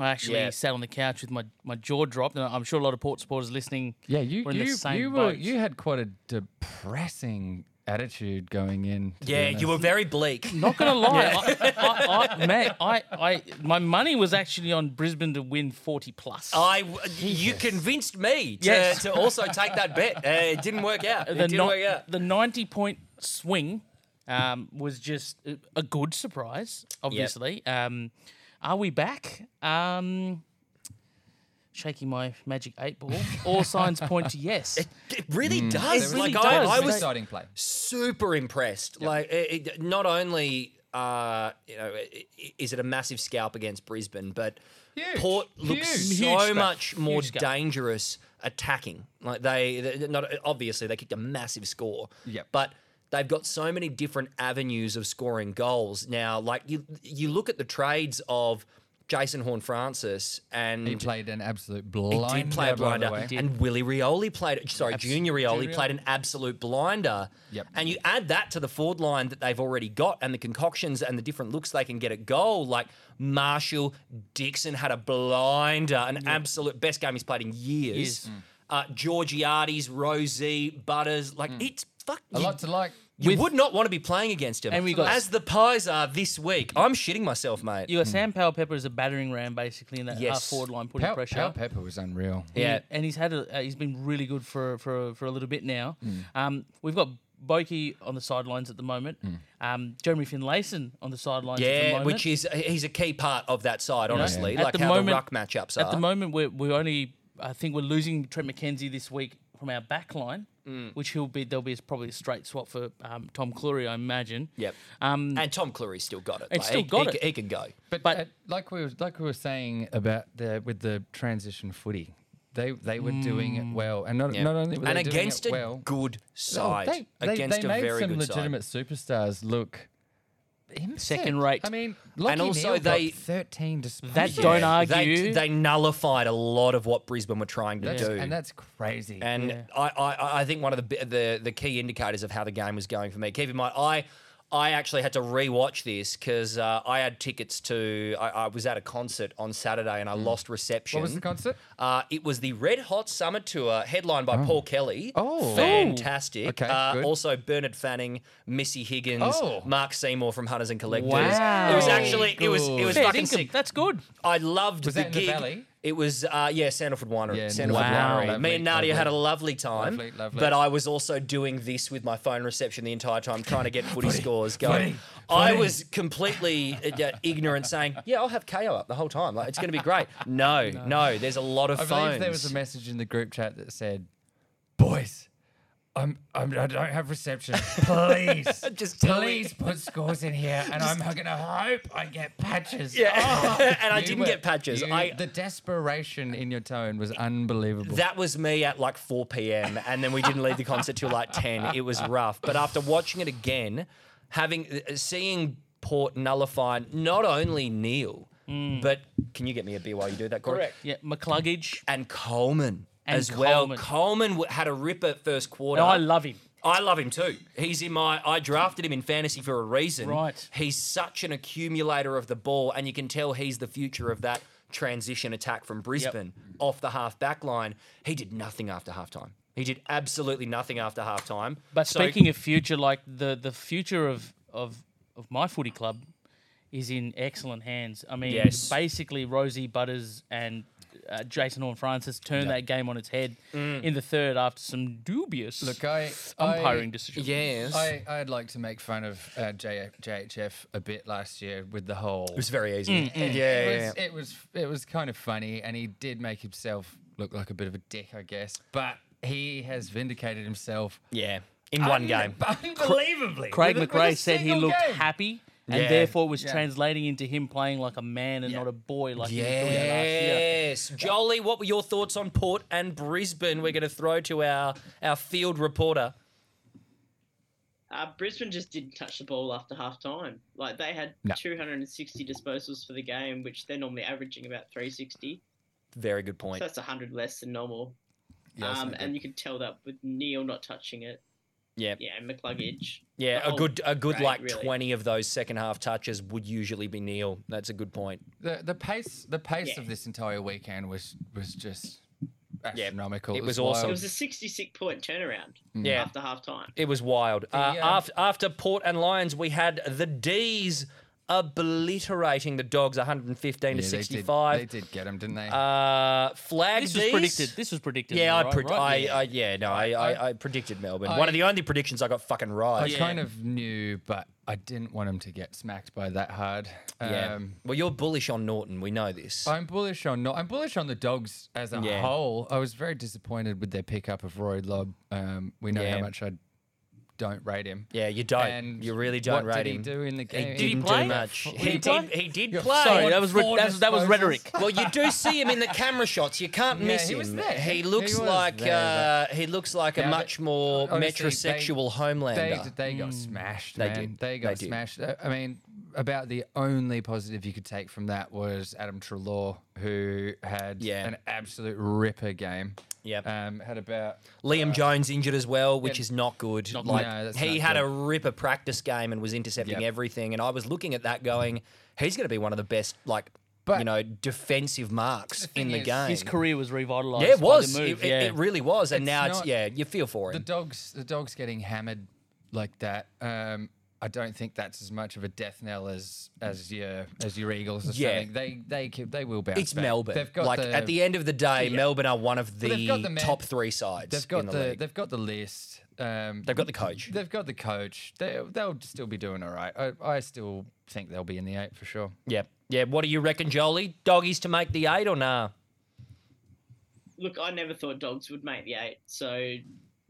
Speaker 5: I actually
Speaker 1: Yeah.
Speaker 5: sat on the couch with my, my jaw dropped, and I'm sure a lot of Port supporters listening.
Speaker 2: Yeah, you
Speaker 5: were in
Speaker 2: you,
Speaker 5: the same
Speaker 2: you were
Speaker 5: boat.
Speaker 2: you had quite a depressing attitude going in. to be
Speaker 1: Yeah, you
Speaker 2: honest.
Speaker 1: were very bleak.
Speaker 5: Not gonna lie, I, I, I, mate, I, I, my money was actually on Brisbane to win forty plus.
Speaker 1: I, you convinced me to,
Speaker 5: Yes.
Speaker 1: to also take that bet. Uh, it didn't work out. It
Speaker 5: the,
Speaker 1: didn't
Speaker 5: no-
Speaker 1: work out.
Speaker 5: the 90 point swing um, was just a- a good surprise, obviously. Um, are we back? Um, shaking my magic eight ball. All signs point to yes.
Speaker 1: It really does.
Speaker 5: Hmm. It really
Speaker 1: like
Speaker 5: does.
Speaker 1: I, I
Speaker 5: Really
Speaker 1: was
Speaker 2: exciting play.
Speaker 1: super impressed. Like, it, it- not only uh, you know, i- i- is it a massive scalp against Brisbane, but
Speaker 2: Huge.
Speaker 1: Port looks
Speaker 2: Huge.
Speaker 1: so
Speaker 5: Huge scalp.
Speaker 1: much more
Speaker 5: scalp.
Speaker 1: dangerous attacking. Like they, they- not obviously they kicked a massive score.
Speaker 2: Yep.
Speaker 1: but. They've got so many different avenues of scoring goals now. Like you, you look at the trades of Jason Horn Francis and
Speaker 2: He played an absolute
Speaker 1: he
Speaker 2: blinder.
Speaker 1: did play a
Speaker 2: by the
Speaker 1: blinder,
Speaker 2: way.
Speaker 1: and Willie Rioli played. Sorry,
Speaker 2: Abs-
Speaker 1: Junior Rioli
Speaker 2: Junior
Speaker 1: played an absolute blinder.
Speaker 2: Yep.
Speaker 1: And you add that to the forward line that they've already got, and the concoctions and the different looks they can get at goal. Like Marshall Dixon had a blinder, an absolute best game he's played in years.
Speaker 5: Years.
Speaker 1: Uh,
Speaker 2: Mm.
Speaker 1: Georgiades, Rosie Butters, like it's fuck.
Speaker 2: A
Speaker 1: you-
Speaker 2: lot to like.
Speaker 1: you would not want to be playing against him.
Speaker 5: And we got-
Speaker 1: as the pies are this week. I'm shitting myself, mate.
Speaker 5: You got Sam Powell Pepper as a battering ram, basically, in that half
Speaker 1: Hmm. Yes.
Speaker 5: forward line, putting
Speaker 2: Pal,
Speaker 5: pressure.
Speaker 2: Pal Pepper was unreal.
Speaker 1: yeah.
Speaker 5: and he's had a, uh, he's been really good for for for a little bit now.
Speaker 1: Hmm.
Speaker 5: Um, we've got Boki on the sidelines at the moment. Um, Jeremy Finlayson on the sidelines. at the
Speaker 1: Hmm. Yeah,
Speaker 5: moment.
Speaker 1: which is he's a key part of that side, honestly.
Speaker 5: At
Speaker 1: Like
Speaker 5: the
Speaker 1: how the
Speaker 5: moment-
Speaker 1: ruck matchups are.
Speaker 5: At the moment, we're, we're only, I think we're losing Trent McKenzie this week from our back line,
Speaker 1: Hmm.
Speaker 5: which he'll be, there'll be probably a straight swap for um, Tom Cleary, I imagine.
Speaker 1: Yep.
Speaker 5: Um,
Speaker 1: and Tom Cleary's still got it.
Speaker 5: It's still
Speaker 1: he,
Speaker 5: got
Speaker 1: he,
Speaker 5: it.
Speaker 1: He can go.
Speaker 2: But,
Speaker 5: But-
Speaker 2: uh, like we were, like we were saying about the with the transition footy, they they were doing it well, and not
Speaker 1: Mm. Yeah.
Speaker 2: not only were
Speaker 1: and
Speaker 2: they
Speaker 1: against
Speaker 2: doing
Speaker 1: a
Speaker 2: it well,
Speaker 1: good
Speaker 2: oh,
Speaker 1: side.
Speaker 2: they, they,
Speaker 1: against
Speaker 2: they
Speaker 1: a
Speaker 2: made
Speaker 1: very
Speaker 2: some
Speaker 1: good
Speaker 2: legitimate superstars look. innocent.
Speaker 5: Second rate.
Speaker 2: I mean, Lockie and
Speaker 1: also
Speaker 2: also they
Speaker 1: they-
Speaker 2: thirteen disposals.
Speaker 5: That
Speaker 1: side.
Speaker 5: don't
Speaker 1: Yeah. They,
Speaker 5: argue.
Speaker 1: they nullified a lot of what Brisbane were trying to
Speaker 2: That's-
Speaker 1: do.
Speaker 2: and that's crazy.
Speaker 1: And
Speaker 5: Yeah.
Speaker 1: I, I, I think one of the, bi- the the key indicators of how the game was going for me. Keep in mind, I I actually had to rewatch this because uh, I had tickets to. I, I was at a concert on Saturday and I lost reception.
Speaker 2: Mm. what was the concert?
Speaker 1: Uh, it was the Red Hot Summer Tour, headlined by Paul Kelly.
Speaker 2: Oh.
Speaker 1: fantastic!
Speaker 2: Okay,
Speaker 1: uh,
Speaker 2: good.
Speaker 1: also Bernard Fanning, Missy Higgins,
Speaker 2: Oh.
Speaker 1: Mark Seymour from Hunters and Collectors.
Speaker 5: Wow.
Speaker 1: It was actually it was it was
Speaker 5: Fair
Speaker 1: fucking
Speaker 5: dinkum.
Speaker 1: sick.
Speaker 5: That's good.
Speaker 1: I loved
Speaker 2: Was
Speaker 1: the
Speaker 2: that in the
Speaker 1: gig.
Speaker 2: valley?
Speaker 1: It was uh, yeah, Sandalford Winery.
Speaker 2: Yeah,
Speaker 1: Sandalford
Speaker 5: wow.
Speaker 1: Winery.
Speaker 2: Lovely,
Speaker 1: Me and Nadia
Speaker 2: lovely.
Speaker 1: had a lovely time,
Speaker 2: Lovely, lovely.
Speaker 1: but I was also doing this with my phone reception the entire time, trying to get footy scores going.
Speaker 2: footy,
Speaker 1: I
Speaker 2: footy.
Speaker 1: was completely uh, ignorant, saying, "Yeah, I'll have KO up the whole time. Like it's going to be great." No, no, there's a lot of
Speaker 2: I
Speaker 1: phones.
Speaker 2: believe there was a message in the group chat that said, "Boys, I'm, I'm I don't have reception. Please,
Speaker 1: Just tell me.
Speaker 2: please put scores in here, and I'm gonna hope I get patches."
Speaker 1: Yeah.
Speaker 2: Oh.
Speaker 1: And I
Speaker 2: You
Speaker 1: didn't
Speaker 2: were-
Speaker 1: get patches.
Speaker 2: you-
Speaker 1: I-
Speaker 2: the desperation in your tone was unbelievable.
Speaker 1: That was me at like 4 p.m. and then we didn't leave the concert till like 10. It was rough, but after watching it again, having uh, seeing Port nullify not only Neil, but can you get me a beer while you do that? Corey?
Speaker 5: Mm. Correct. Yeah, McCluggage.
Speaker 1: And Coleman
Speaker 5: And
Speaker 1: as well.
Speaker 5: Coleman.
Speaker 1: Coleman w- had a rip at first quarter.
Speaker 5: No, I love him.
Speaker 1: I love him too. He's in my. I drafted him in fantasy for a reason.
Speaker 5: Right.
Speaker 1: He's such an accumulator of the ball, and you can tell he's the future of that transition attack from Brisbane off the half back line. He did nothing after halftime. He did absolutely nothing after halftime.
Speaker 5: But
Speaker 1: So-
Speaker 5: speaking of future, like the, the future of, of, of my footy club is in excellent hands. I mean,
Speaker 1: Yes.
Speaker 5: basically, Rosie Butters and uh, Jason Horn Francis turned that game on its head
Speaker 1: Mm.
Speaker 5: in the third after some dubious
Speaker 2: Look, I,
Speaker 5: umpiring
Speaker 2: I,
Speaker 5: decisions.
Speaker 1: yes,
Speaker 2: I, I'd like to make fun of uh, J, JHF a bit last year with the whole.
Speaker 1: it was very
Speaker 5: Mm,
Speaker 1: easy. Yeah,
Speaker 2: it,
Speaker 1: yeah,
Speaker 2: was, it was it was kind of funny, and he did make himself look like a bit of a dick, I guess. But he has vindicated himself.
Speaker 1: yeah. In one game.
Speaker 2: unbelievably.
Speaker 5: Craig
Speaker 2: With a-
Speaker 5: McRae
Speaker 2: with a
Speaker 5: said he
Speaker 2: single
Speaker 5: looked
Speaker 2: game.
Speaker 5: happy, and
Speaker 1: Yeah.
Speaker 5: therefore was
Speaker 2: Yeah.
Speaker 5: translating into him playing like a man and
Speaker 2: Yeah.
Speaker 5: not a boy like he was doing last year.
Speaker 1: Yes, Jolie. What were your thoughts on Port and Brisbane? We're going to throw to our our field reporter.
Speaker 4: Uh, Brisbane just didn't touch the ball after half time. Like they had
Speaker 2: No.
Speaker 4: 260 disposals for the game, which they're normally averaging about 360.
Speaker 1: Very good point.
Speaker 4: So that's 100 less than normal.
Speaker 2: Yeah, it's
Speaker 4: um,
Speaker 2: not good.
Speaker 4: and you could tell that with Neil not touching it.
Speaker 1: Yeah.
Speaker 4: yeah, McCluggage.
Speaker 1: Yeah,
Speaker 4: the
Speaker 1: a
Speaker 4: whole
Speaker 1: good a good
Speaker 4: grade,
Speaker 1: like
Speaker 4: really.
Speaker 1: twenty of those second half touches would usually be Neil. That's a good point.
Speaker 2: The the pace the pace
Speaker 4: Yeah.
Speaker 2: of this entire weekend was was just astronomical.
Speaker 1: It was awesome.
Speaker 2: wild.
Speaker 4: It was a 66 point turnaround
Speaker 1: Yeah.
Speaker 4: after half time.
Speaker 1: It was wild. uh,
Speaker 2: um,
Speaker 1: after, after Port and Lions, we had the D's obliterating the Dogs 115
Speaker 2: Yeah,
Speaker 1: to
Speaker 2: they did-
Speaker 1: 65.
Speaker 2: They did, get him, didn't they?
Speaker 1: Uh, flag
Speaker 5: This was
Speaker 1: D's.
Speaker 5: predicted. This was predicted.
Speaker 1: yeah,
Speaker 5: though,
Speaker 1: I,
Speaker 5: right?
Speaker 1: pred-
Speaker 5: Right?
Speaker 1: I,
Speaker 5: Yeah.
Speaker 1: I yeah no I, I, I predicted Melbourne. One of
Speaker 2: I-
Speaker 1: the only predictions I got fucking right.
Speaker 2: I
Speaker 1: yeah.
Speaker 2: kind of knew, but I didn't want him to get smacked by that hard. Um,
Speaker 1: well, you're bullish on Norton. We know this.
Speaker 2: I'm bullish on not. I'm bullish on the dogs as a
Speaker 1: Yeah.
Speaker 2: whole. I was very disappointed with their pickup of Roy Lobb. Um, we know
Speaker 1: Yeah.
Speaker 2: how much I don't rate him.
Speaker 1: yeah, you don't.
Speaker 2: And
Speaker 1: you really don't
Speaker 2: what
Speaker 1: rate
Speaker 2: did he
Speaker 1: him.
Speaker 2: do in the
Speaker 1: He
Speaker 2: game?
Speaker 1: didn't
Speaker 5: he
Speaker 1: do
Speaker 5: play?
Speaker 1: much.
Speaker 5: Did
Speaker 1: He,
Speaker 5: he
Speaker 1: did.
Speaker 5: play?
Speaker 1: He did
Speaker 2: You're
Speaker 1: play.
Speaker 5: Sorry,
Speaker 2: Four-
Speaker 5: that was re-
Speaker 2: four
Speaker 5: that's, that was
Speaker 2: disposals.
Speaker 5: rhetoric.
Speaker 1: Well, you do see him in the camera shots. You can't miss
Speaker 2: he
Speaker 1: him.
Speaker 2: was there.
Speaker 1: He
Speaker 2: He
Speaker 1: looks
Speaker 2: was
Speaker 1: like
Speaker 2: there,
Speaker 1: uh, he looks like a
Speaker 2: Yeah, but
Speaker 1: much more
Speaker 2: honestly,
Speaker 1: metrosexual
Speaker 2: They,
Speaker 1: homelander.
Speaker 2: they got smashed.
Speaker 1: They
Speaker 2: man.
Speaker 1: did.
Speaker 2: They got
Speaker 1: They did.
Speaker 2: smashed. Uh, I mean, about the only positive you could take from that was Adam Trelaw, who had
Speaker 1: Yeah.
Speaker 2: an absolute ripper game.
Speaker 1: Yep.
Speaker 2: Um, had about
Speaker 1: Liam Jones injured as well, which is not good.
Speaker 2: uh, Not good.
Speaker 1: like
Speaker 2: No, that's
Speaker 1: he
Speaker 2: not
Speaker 1: had
Speaker 2: good.
Speaker 1: a ripper practice game and was intercepting
Speaker 2: Yep.
Speaker 1: everything. And I was looking at that, going, he's going to be one of the best, like
Speaker 2: But-
Speaker 1: you know, defensive marks
Speaker 2: thing
Speaker 1: in the
Speaker 2: is,
Speaker 1: game.
Speaker 5: His career was revitalized.
Speaker 1: yeah, it was.
Speaker 5: By the move.
Speaker 1: it, it-
Speaker 5: yeah.
Speaker 1: it really was. And
Speaker 2: It's
Speaker 1: now it's
Speaker 2: not-
Speaker 1: yeah, you feel for
Speaker 2: the
Speaker 1: him.
Speaker 2: dogs the dogs getting hammered like that um I don't think that's as much of a death knell as as your as your Eagles or
Speaker 1: Yeah.
Speaker 2: something. They they keep, they will bounce.
Speaker 1: It's
Speaker 2: back.
Speaker 1: Melbourne.
Speaker 2: They've got
Speaker 1: like
Speaker 2: the,
Speaker 1: at the end of the day, Melbourne are one of the,
Speaker 2: they've got the man-
Speaker 1: top three sides.
Speaker 2: they've got
Speaker 1: in the,
Speaker 2: the,
Speaker 1: league.
Speaker 2: they've got the list. Um,
Speaker 1: They've got the coach.
Speaker 2: They've got the coach. They they'll still be doing all right. I, I still think they'll be in the eight for sure.
Speaker 1: Yeah. Yeah. What do you reckon, Jolie? Doggies to make the eight or nah?
Speaker 4: Look, I never thought dogs would make the eight, so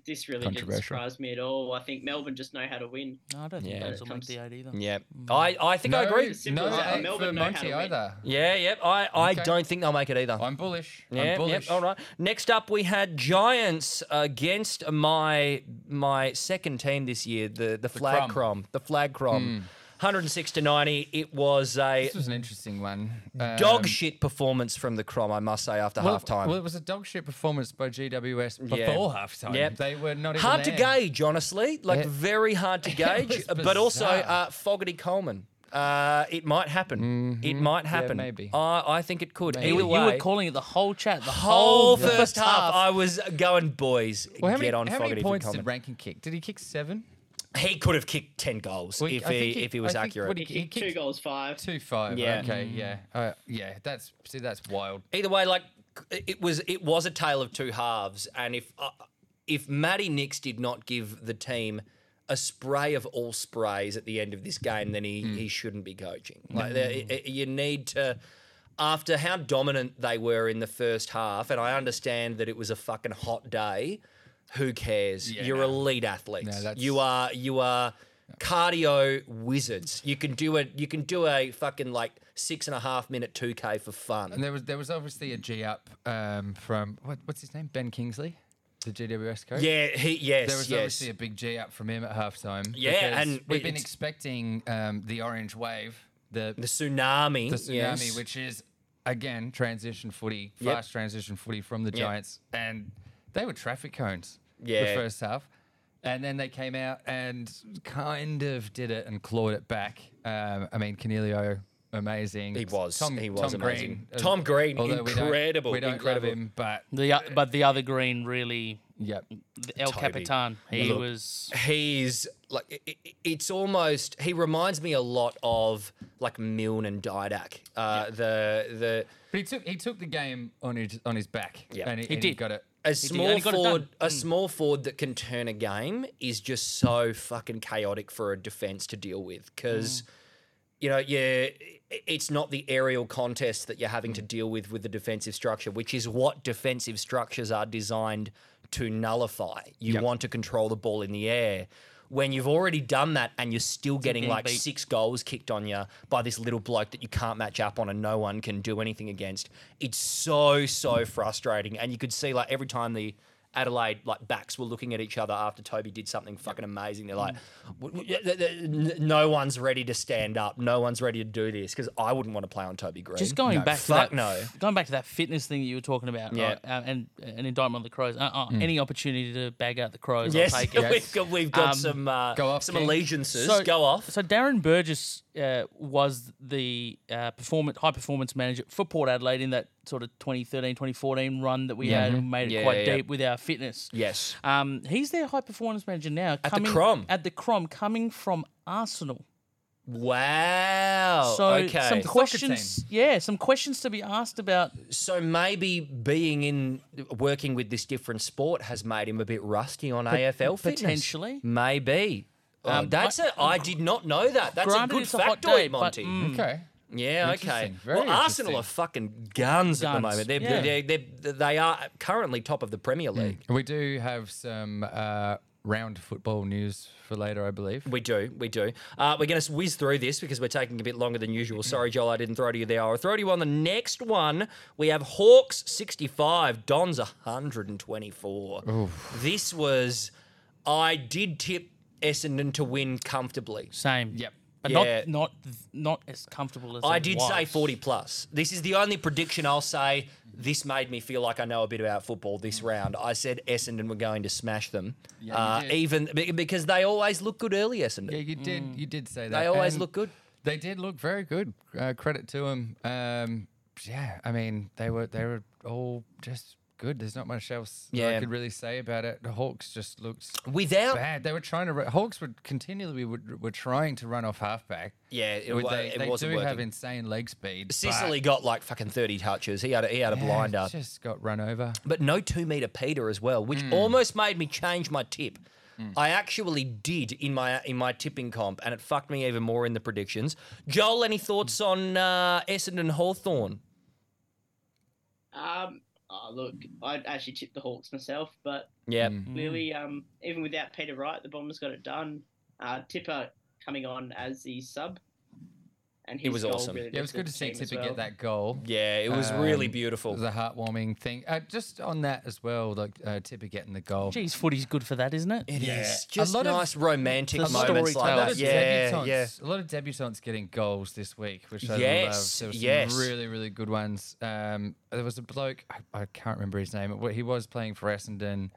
Speaker 4: this really didn't
Speaker 2: Controversial.
Speaker 4: surprise me at all. I think Melbourne just know how to win.
Speaker 5: No, I don't think
Speaker 1: Yeah.
Speaker 5: those will make the eight either.
Speaker 1: Yeah. I, I think I
Speaker 2: No-
Speaker 1: agree.
Speaker 4: Simple
Speaker 2: No
Speaker 4: as that.
Speaker 2: eight for
Speaker 4: Melbourne know how
Speaker 2: Monty
Speaker 4: to win.
Speaker 2: either.
Speaker 1: Yeah, yep. I, I
Speaker 2: Okay.
Speaker 1: don't think they'll make it either.
Speaker 2: I'm bullish.
Speaker 1: yeah,
Speaker 2: I'm bullish.
Speaker 1: yep. All right. Next up, we had Giants against my my second team this year, the the flag
Speaker 2: Crom. Hmm.
Speaker 1: crom, the flag crom, 106 to 90. It was a
Speaker 2: This was an interesting one. Um,
Speaker 1: dog shit performance from the crom, I must say, after
Speaker 2: Well,
Speaker 1: half time.
Speaker 2: Well, it was a dog shit performance by GWS before
Speaker 1: Yeah.
Speaker 2: half time.
Speaker 1: Yep.
Speaker 2: They were not even
Speaker 1: hard to
Speaker 2: there.
Speaker 1: gauge, honestly. Like
Speaker 2: Yeah.
Speaker 1: very hard to gauge.
Speaker 2: was
Speaker 1: uh, But also
Speaker 2: bizarre. Mm-hmm.
Speaker 1: uh, Fogarty Coleman. Uh, it might happen. It might happen.
Speaker 2: maybe.
Speaker 1: I, I think it could.
Speaker 2: Maybe.
Speaker 1: Either
Speaker 5: You were-
Speaker 1: way,
Speaker 5: you were calling it the whole chat, the
Speaker 1: whole
Speaker 5: whole
Speaker 1: first half, I was going, boys,
Speaker 2: Well, how
Speaker 1: get
Speaker 2: many,
Speaker 1: on
Speaker 2: how many
Speaker 1: Fogarty for
Speaker 2: points did
Speaker 1: Coleman.
Speaker 2: Rankin kick? Did he kick seven?
Speaker 1: He could have kicked ten goals
Speaker 2: Well,
Speaker 1: if
Speaker 2: I
Speaker 1: he,
Speaker 2: think he-
Speaker 1: if he was
Speaker 2: I think
Speaker 1: accurate.
Speaker 2: what
Speaker 4: He
Speaker 2: he-
Speaker 4: kicked two
Speaker 2: kicked-
Speaker 4: goals, five.
Speaker 2: Two five.
Speaker 1: Yeah.
Speaker 2: Okay. Yeah. Uh, yeah. That's see. That's wild.
Speaker 1: Either way, like it was, it was a tale of two halves. And if uh, if Matty Nix did not give the team a spray of all sprays at the end of this game, then
Speaker 2: Hmm.
Speaker 1: he, he shouldn't be coaching. Like there- i- i- you need to. After how dominant they were in the first half, and I understand that it was a fucking hot day, who cares?
Speaker 2: Yeah,
Speaker 1: You're
Speaker 2: no.
Speaker 1: elite athletes.
Speaker 2: No, that's-
Speaker 1: You are you are cardio wizards. You can do a you can do a fucking like six and a half minute two k for fun.
Speaker 2: And there was there was obviously a G up um, from what, what's his name? Ben Kingsley, the GWS coach.
Speaker 1: Yeah, he yes,
Speaker 2: There was
Speaker 1: yes.
Speaker 2: obviously a big G up from him at halftime.
Speaker 1: Yeah,
Speaker 2: because
Speaker 1: and
Speaker 2: we've been
Speaker 1: it's-
Speaker 2: expecting um, the orange wave, the
Speaker 1: the tsunami.
Speaker 2: the tsunami,
Speaker 1: yes.
Speaker 2: which is again transition footy,
Speaker 1: Yep.
Speaker 2: fast transition footy from the Giants, and they were traffic cones.
Speaker 1: Yeah.
Speaker 2: the first half, and then they came out and kind of did it and clawed it back. Um, I mean, Canelio. Amazing.
Speaker 1: He was-
Speaker 2: Tom,
Speaker 1: he was
Speaker 2: Tom
Speaker 1: amazing.
Speaker 2: Green, uh,
Speaker 1: Tom Green,
Speaker 2: although we don't-
Speaker 1: incredible,
Speaker 2: We don't,
Speaker 1: incredible.
Speaker 2: Love him, but
Speaker 5: The o- but the other green really,
Speaker 2: yeah,
Speaker 5: the El
Speaker 1: Toby.
Speaker 5: Capitan. He
Speaker 1: Look,
Speaker 5: was.
Speaker 1: he's like i- i- it's almost he reminds me a lot of like Milne and Didak. Uh, The the
Speaker 2: but he took he took the game on his on his back.
Speaker 1: Yeah.
Speaker 2: and he,
Speaker 5: He
Speaker 2: and
Speaker 5: did.
Speaker 2: got it.
Speaker 1: a
Speaker 5: did,
Speaker 1: small
Speaker 5: and he got it done. Mm.
Speaker 1: forward a small forward that can turn a game is just so fucking chaotic for a defense to deal with
Speaker 5: Mm.
Speaker 1: because you know yeah i- it's not the aerial contest that you're having to deal with with the defensive structure which is what defensive structures are designed to nullify you want to control the ball in the air when you've already done that and you're still getting
Speaker 5: getting
Speaker 1: like
Speaker 5: beat.
Speaker 1: six goals kicked on you by this little bloke that you can't match up on and no one can do anything against. It's so so frustrating, and you could see like every time the Adelaide like backs were looking at each other after Toby did something fucking amazing.
Speaker 5: Mm.
Speaker 1: They're like, "W- w- th- th- n- no one's ready to stand up. No one's ready to do this because I wouldn't want to play on Toby Green.
Speaker 5: Just going
Speaker 1: No,
Speaker 5: back to
Speaker 1: fuck
Speaker 5: that,
Speaker 1: no.
Speaker 5: going back to that fitness thing that you were talking about,
Speaker 1: Yeah. Mm.
Speaker 5: right? Uh, and an indictment on the crows. Uh, uh, Any opportunity to bag out the crows,
Speaker 1: Yes,
Speaker 5: I'll take it.
Speaker 2: Yes.
Speaker 1: we've got, we've got
Speaker 5: Um,
Speaker 1: some uh,
Speaker 2: go off,
Speaker 1: some
Speaker 2: King.
Speaker 1: allegiances. go off.
Speaker 5: So Darren Burgess uh, was the uh, performance high performance manager for Port Adelaide in that sort of 2013 2014 run that we had and made it
Speaker 1: Yeah,
Speaker 5: quite
Speaker 1: yeah.
Speaker 5: deep with our fitness.
Speaker 1: Yes.
Speaker 5: Um, he's their high performance manager now. At
Speaker 1: the Crom.
Speaker 5: At the Crom, coming from Arsenal.
Speaker 1: Wow.
Speaker 5: So
Speaker 1: Oh, okay.
Speaker 5: some
Speaker 2: team.
Speaker 5: questions. Yeah, some questions to be asked about.
Speaker 1: So maybe being in working with this different sport has made him a bit rusty on AFL fitness.
Speaker 5: potentially.
Speaker 1: Maybe. Oh,
Speaker 5: Um,
Speaker 1: that's
Speaker 5: I-
Speaker 1: a. I did not know that. That's a
Speaker 5: Granted,
Speaker 1: good
Speaker 5: it's a hot
Speaker 1: factoid,
Speaker 5: day, but,
Speaker 1: Monty.
Speaker 5: mm,
Speaker 2: Okay.
Speaker 1: Yeah. Okay.
Speaker 2: Interesting. Very
Speaker 1: Well, Arsenal
Speaker 2: interesting.
Speaker 1: are fucking guns, at the
Speaker 5: Guns,
Speaker 1: moment. They're,
Speaker 5: yeah.
Speaker 1: they're, they're, they are currently top of the Premier League.
Speaker 2: We do have some uh, round football news for later, I believe.
Speaker 1: We do, we do. Uh, we're going to whiz through this because we're taking a bit longer than usual.
Speaker 2: Hmm.
Speaker 1: Sorry, Joel, I didn't throw to you there. I'll throw to you on the next one. We have Hawks 65, Dons 124. This was, I did tip Essendon to win comfortably.
Speaker 5: Same.
Speaker 2: Yep.
Speaker 5: But
Speaker 1: Yeah.
Speaker 5: not not not as comfortable as
Speaker 1: I
Speaker 5: it
Speaker 1: did
Speaker 5: was.
Speaker 1: say 40 plus. This is the only prediction I'll say. This made me feel like I know a bit about football this round. I said Essendon were going to smash them.
Speaker 2: Mm. Yeah, you
Speaker 1: uh,
Speaker 2: did.
Speaker 1: even be- because they always look good early, Essendon.
Speaker 2: Yeah, you did. You did say that.
Speaker 1: Mm. They always look good.
Speaker 2: They did look very good. Uh, credit to them. Um, yeah, I mean, they were they were all just good. There's not much else that
Speaker 1: Yeah.
Speaker 2: I could really say about it. The Hawks just looked
Speaker 1: Without
Speaker 2: bad. They were trying to ru- Hawks were continually were, were trying to run off halfback.
Speaker 1: Yeah, it
Speaker 2: With
Speaker 1: wa-
Speaker 2: they,
Speaker 1: it
Speaker 2: they
Speaker 1: wasn't
Speaker 2: do have
Speaker 1: working.
Speaker 2: insane leg speed. but
Speaker 1: Sicily got like fucking 30 touches. He had a, he had a
Speaker 2: yeah,
Speaker 1: blinder.
Speaker 2: Just got run over.
Speaker 1: But no 2 meter Peter as well,
Speaker 2: Hmm.
Speaker 1: which almost made me change my tip. I actually did in my in my tipping comp and it fucked me even more in the predictions. Joel, any thoughts on uh, Essendon Hawthorn?
Speaker 4: Um, oh, look, I'd actually tipped the Hawks myself, but
Speaker 2: Hmm.
Speaker 1: Yeah.
Speaker 2: Mm.
Speaker 5: Mm.
Speaker 4: clearly, um, even without Peter Wright, the Bombers got it done. Uh, Tipper coming on as the sub, and his
Speaker 1: was
Speaker 4: goal
Speaker 1: awesome.
Speaker 4: really
Speaker 2: Yeah, it was
Speaker 4: lifted
Speaker 2: good to
Speaker 4: the
Speaker 2: see
Speaker 4: team as
Speaker 2: Tipper
Speaker 4: well.
Speaker 2: get that goal.
Speaker 1: Yeah, it was really
Speaker 2: Um,
Speaker 1: beautiful.
Speaker 2: It was a heartwarming thing. Uh, just on that as well, like uh, Tipper getting the goal.
Speaker 5: Geez, footy's good for that, isn't it?
Speaker 1: It
Speaker 2: Yeah.
Speaker 1: is
Speaker 2: A
Speaker 1: just
Speaker 2: lot of-
Speaker 1: nice romantic
Speaker 5: the
Speaker 1: moments like
Speaker 5: storytelling.
Speaker 1: that.
Speaker 5: A lot of
Speaker 1: Yeah,
Speaker 2: debutants,
Speaker 1: yeah.
Speaker 2: A lot of debutants getting goals this week, which I
Speaker 1: Yes,
Speaker 2: love. There were some
Speaker 1: yes.
Speaker 2: really, really good ones. Um, there was a bloke, I, I can't remember his name. but He was playing for Essendon.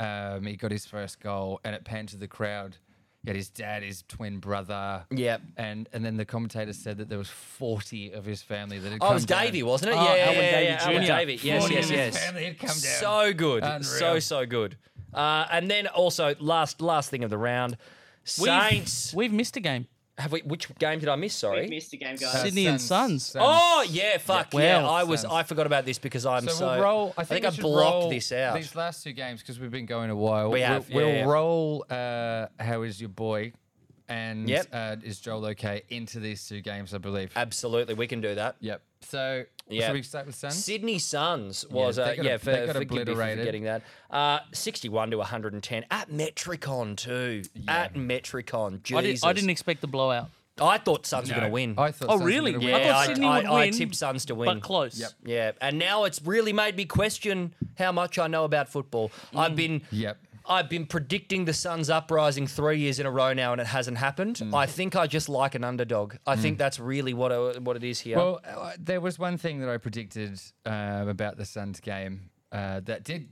Speaker 2: Um, he got his first goal, and it panned to the crowd. He had his dad, his twin brother.
Speaker 1: Yep.
Speaker 2: And and then the commentator said that there was 40 of his family that had
Speaker 1: Oh, it was
Speaker 2: come down.
Speaker 1: Davey, wasn't it?
Speaker 5: Oh,
Speaker 1: yeah,
Speaker 5: Alan
Speaker 1: yeah,
Speaker 5: Davey
Speaker 1: yeah, Alan
Speaker 5: Jr..
Speaker 1: Davey. Yes,
Speaker 2: Morning
Speaker 1: yes,
Speaker 2: and his
Speaker 1: yes.
Speaker 2: family had come down.
Speaker 1: So good. So
Speaker 2: Unreal.
Speaker 1: so good. Uh, and then also last last thing of the round,
Speaker 5: We've-
Speaker 1: Saints.
Speaker 5: We've missed a game.
Speaker 1: have we? Which game did I miss? Sorry.
Speaker 4: We missed the game,
Speaker 2: Uh,
Speaker 4: guys.
Speaker 5: Sydney and Suns.
Speaker 1: Oh yeah, um, fuck
Speaker 5: Yeah.
Speaker 1: yeah!
Speaker 5: Well,
Speaker 1: I was
Speaker 2: Suns.
Speaker 1: I forgot about this because I'm so.
Speaker 2: So, we'll roll. I
Speaker 1: I think
Speaker 2: think,
Speaker 1: I,
Speaker 2: we should roll
Speaker 1: blocked this out.
Speaker 2: These last two games because we've been going a while.
Speaker 1: We have, yeah,
Speaker 2: We'll, we'll
Speaker 1: yeah.
Speaker 2: roll. Uh, how is your boy? And
Speaker 1: Yep.
Speaker 2: uh, is Joel okay into these two games? I believe.
Speaker 1: Absolutely, we can do that.
Speaker 2: yep. So
Speaker 1: Yeah.
Speaker 2: should we start with Suns?
Speaker 1: Sydney Suns was
Speaker 2: they
Speaker 1: yeah, uh,
Speaker 2: got-
Speaker 1: yeah
Speaker 2: they
Speaker 1: for,
Speaker 2: got
Speaker 1: forgive me for
Speaker 2: obliterated.
Speaker 1: getting that uh, sixty one to one hundred and ten at Metricon too at Metricon. Jesus.
Speaker 5: I, did, I didn't expect the blowout.
Speaker 1: I thought Suns were going
Speaker 2: No.
Speaker 1: to win.
Speaker 2: I thought.
Speaker 5: Oh,
Speaker 2: Suns were
Speaker 5: really?
Speaker 2: gonna
Speaker 5: I
Speaker 2: win.
Speaker 5: thought
Speaker 1: yeah, I,
Speaker 5: Sydney
Speaker 1: I,
Speaker 5: would
Speaker 1: I
Speaker 5: win,
Speaker 1: tipped Suns to win.
Speaker 5: But close.
Speaker 2: Yep.
Speaker 1: Yeah, and now it's really made me question how much I know about football.
Speaker 2: Mm.
Speaker 1: I've been
Speaker 2: Yep.
Speaker 1: I've been predicting the Suns uprising three years in a row now, and it hasn't happened. I think I just like an underdog. I think that's really what I, what it is here.
Speaker 2: Well, uh, there was one thing that I predicted um, about the Suns game uh, that did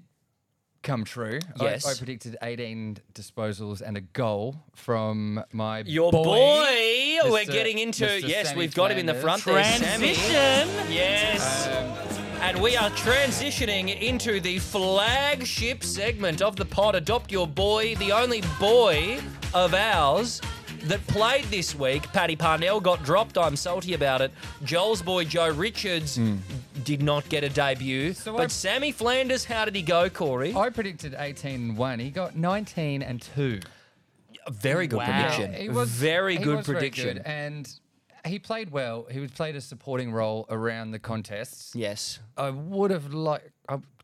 Speaker 2: come true. I-
Speaker 1: Yes.
Speaker 2: I, predicted 18 disposals and a goal from my
Speaker 1: Your boy,
Speaker 2: boy.
Speaker 1: we're
Speaker 2: Mr.
Speaker 1: getting into.
Speaker 2: Mr.
Speaker 1: Yes,
Speaker 2: Sammy
Speaker 1: we've got him in the
Speaker 2: Flanders.
Speaker 1: front there, Sammy.
Speaker 5: Transition.
Speaker 2: Um,
Speaker 1: Yes. and we are transitioning into the flagship segment of the pod Adopt Your Boy, the only boy of ours that played this week. Paddy Parnell got dropped. I'm salty about it. Joel's boy, Joe Richards, did not get a debut.
Speaker 2: So
Speaker 1: but
Speaker 2: I-
Speaker 1: Sammy Flanders, how did he go, Corey?
Speaker 2: I predicted 18 and 1. He got 19 and 2.
Speaker 1: A very good
Speaker 5: Wow.
Speaker 1: prediction.
Speaker 2: He was
Speaker 1: very
Speaker 2: he
Speaker 1: good
Speaker 2: was
Speaker 1: prediction.
Speaker 2: good, and he played well. He was played a supporting role around the contests.
Speaker 1: yes.
Speaker 2: I would have liked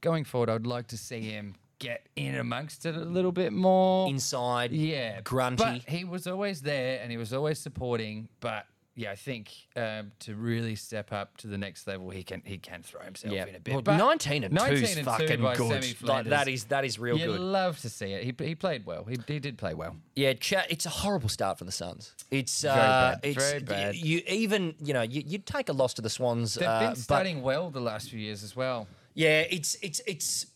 Speaker 2: going forward I'd like to see him get in amongst it a little bit more.
Speaker 1: Inside.
Speaker 2: Yeah.
Speaker 1: Grunty.
Speaker 2: But he was always there and he was always supporting, but yeah, I think um, to really step up to the next level, he can he can throw himself
Speaker 1: Yeah.
Speaker 2: in a bit.
Speaker 1: Well,
Speaker 2: But
Speaker 1: 19 and 2 is
Speaker 2: 19 and two
Speaker 1: fucking
Speaker 2: by Sammy
Speaker 1: good. Like, that
Speaker 2: Flanders.
Speaker 1: is that is real
Speaker 2: You
Speaker 1: good.
Speaker 2: love to see it. He, he played well. He, he did play well.
Speaker 1: Yeah, Cha- it's a horrible start for the Suns. It's uh,
Speaker 2: bad,
Speaker 1: it's
Speaker 2: very bad.
Speaker 1: You, even you know you, you'd take a loss to the Swans.
Speaker 2: They've
Speaker 1: uh,
Speaker 2: been
Speaker 1: but-
Speaker 2: studying well the last few years as well.
Speaker 1: Yeah, it's it's it's.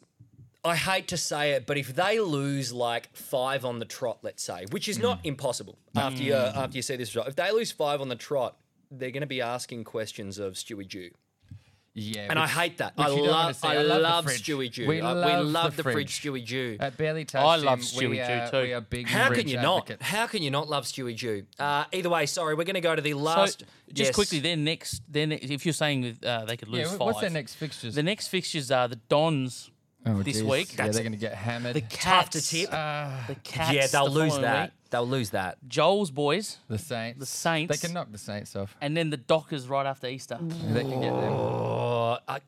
Speaker 1: I hate to say it, but if they lose like five on the trot, let's say, which is
Speaker 2: Mm.
Speaker 1: not impossible after you after you see this result, if they lose five on the trot, they're going to be asking questions of Stewie Jew,
Speaker 2: Yeah,
Speaker 1: and I
Speaker 2: which-
Speaker 1: hate that.
Speaker 2: which
Speaker 1: I
Speaker 2: you don't wanna
Speaker 1: love
Speaker 2: see.
Speaker 1: I,
Speaker 2: the
Speaker 1: love,
Speaker 2: fridge.
Speaker 1: Stewie Jew.
Speaker 2: We
Speaker 1: I-
Speaker 2: love,
Speaker 1: the fridge Stewie Jew.
Speaker 2: At barely touched
Speaker 5: I love
Speaker 2: him.
Speaker 5: Stewie
Speaker 2: we
Speaker 5: Jew
Speaker 2: are,
Speaker 5: too.
Speaker 2: We are big
Speaker 1: How can
Speaker 2: fridge
Speaker 1: you not?
Speaker 2: advocates.
Speaker 1: How can you not love Stewie Jew? Uh, either way, sorry, we're going to go to the
Speaker 5: So,
Speaker 1: last.
Speaker 5: just
Speaker 1: yes.
Speaker 5: quickly, their next, their next, if you're saying with, uh, they could
Speaker 2: Yeah,
Speaker 5: lose
Speaker 2: wh-
Speaker 5: five,
Speaker 2: what's their next fixtures?
Speaker 5: The next fixtures are the Dons
Speaker 2: Oh,
Speaker 5: this
Speaker 2: geez.
Speaker 5: week.
Speaker 2: Yeah, they're going to get hammered.
Speaker 5: the
Speaker 1: Tough
Speaker 5: Cats
Speaker 1: to tip.
Speaker 5: The Cats.
Speaker 1: yeah, they'll
Speaker 5: the
Speaker 1: lose
Speaker 5: following
Speaker 1: that.
Speaker 5: week.
Speaker 1: They'll lose that.
Speaker 5: Joel's boys,
Speaker 2: The Saints.
Speaker 5: the Saints.
Speaker 2: They can knock the Saints off.
Speaker 5: and then the Dockers right after Easter.
Speaker 2: They can get them.
Speaker 1: Oh, I,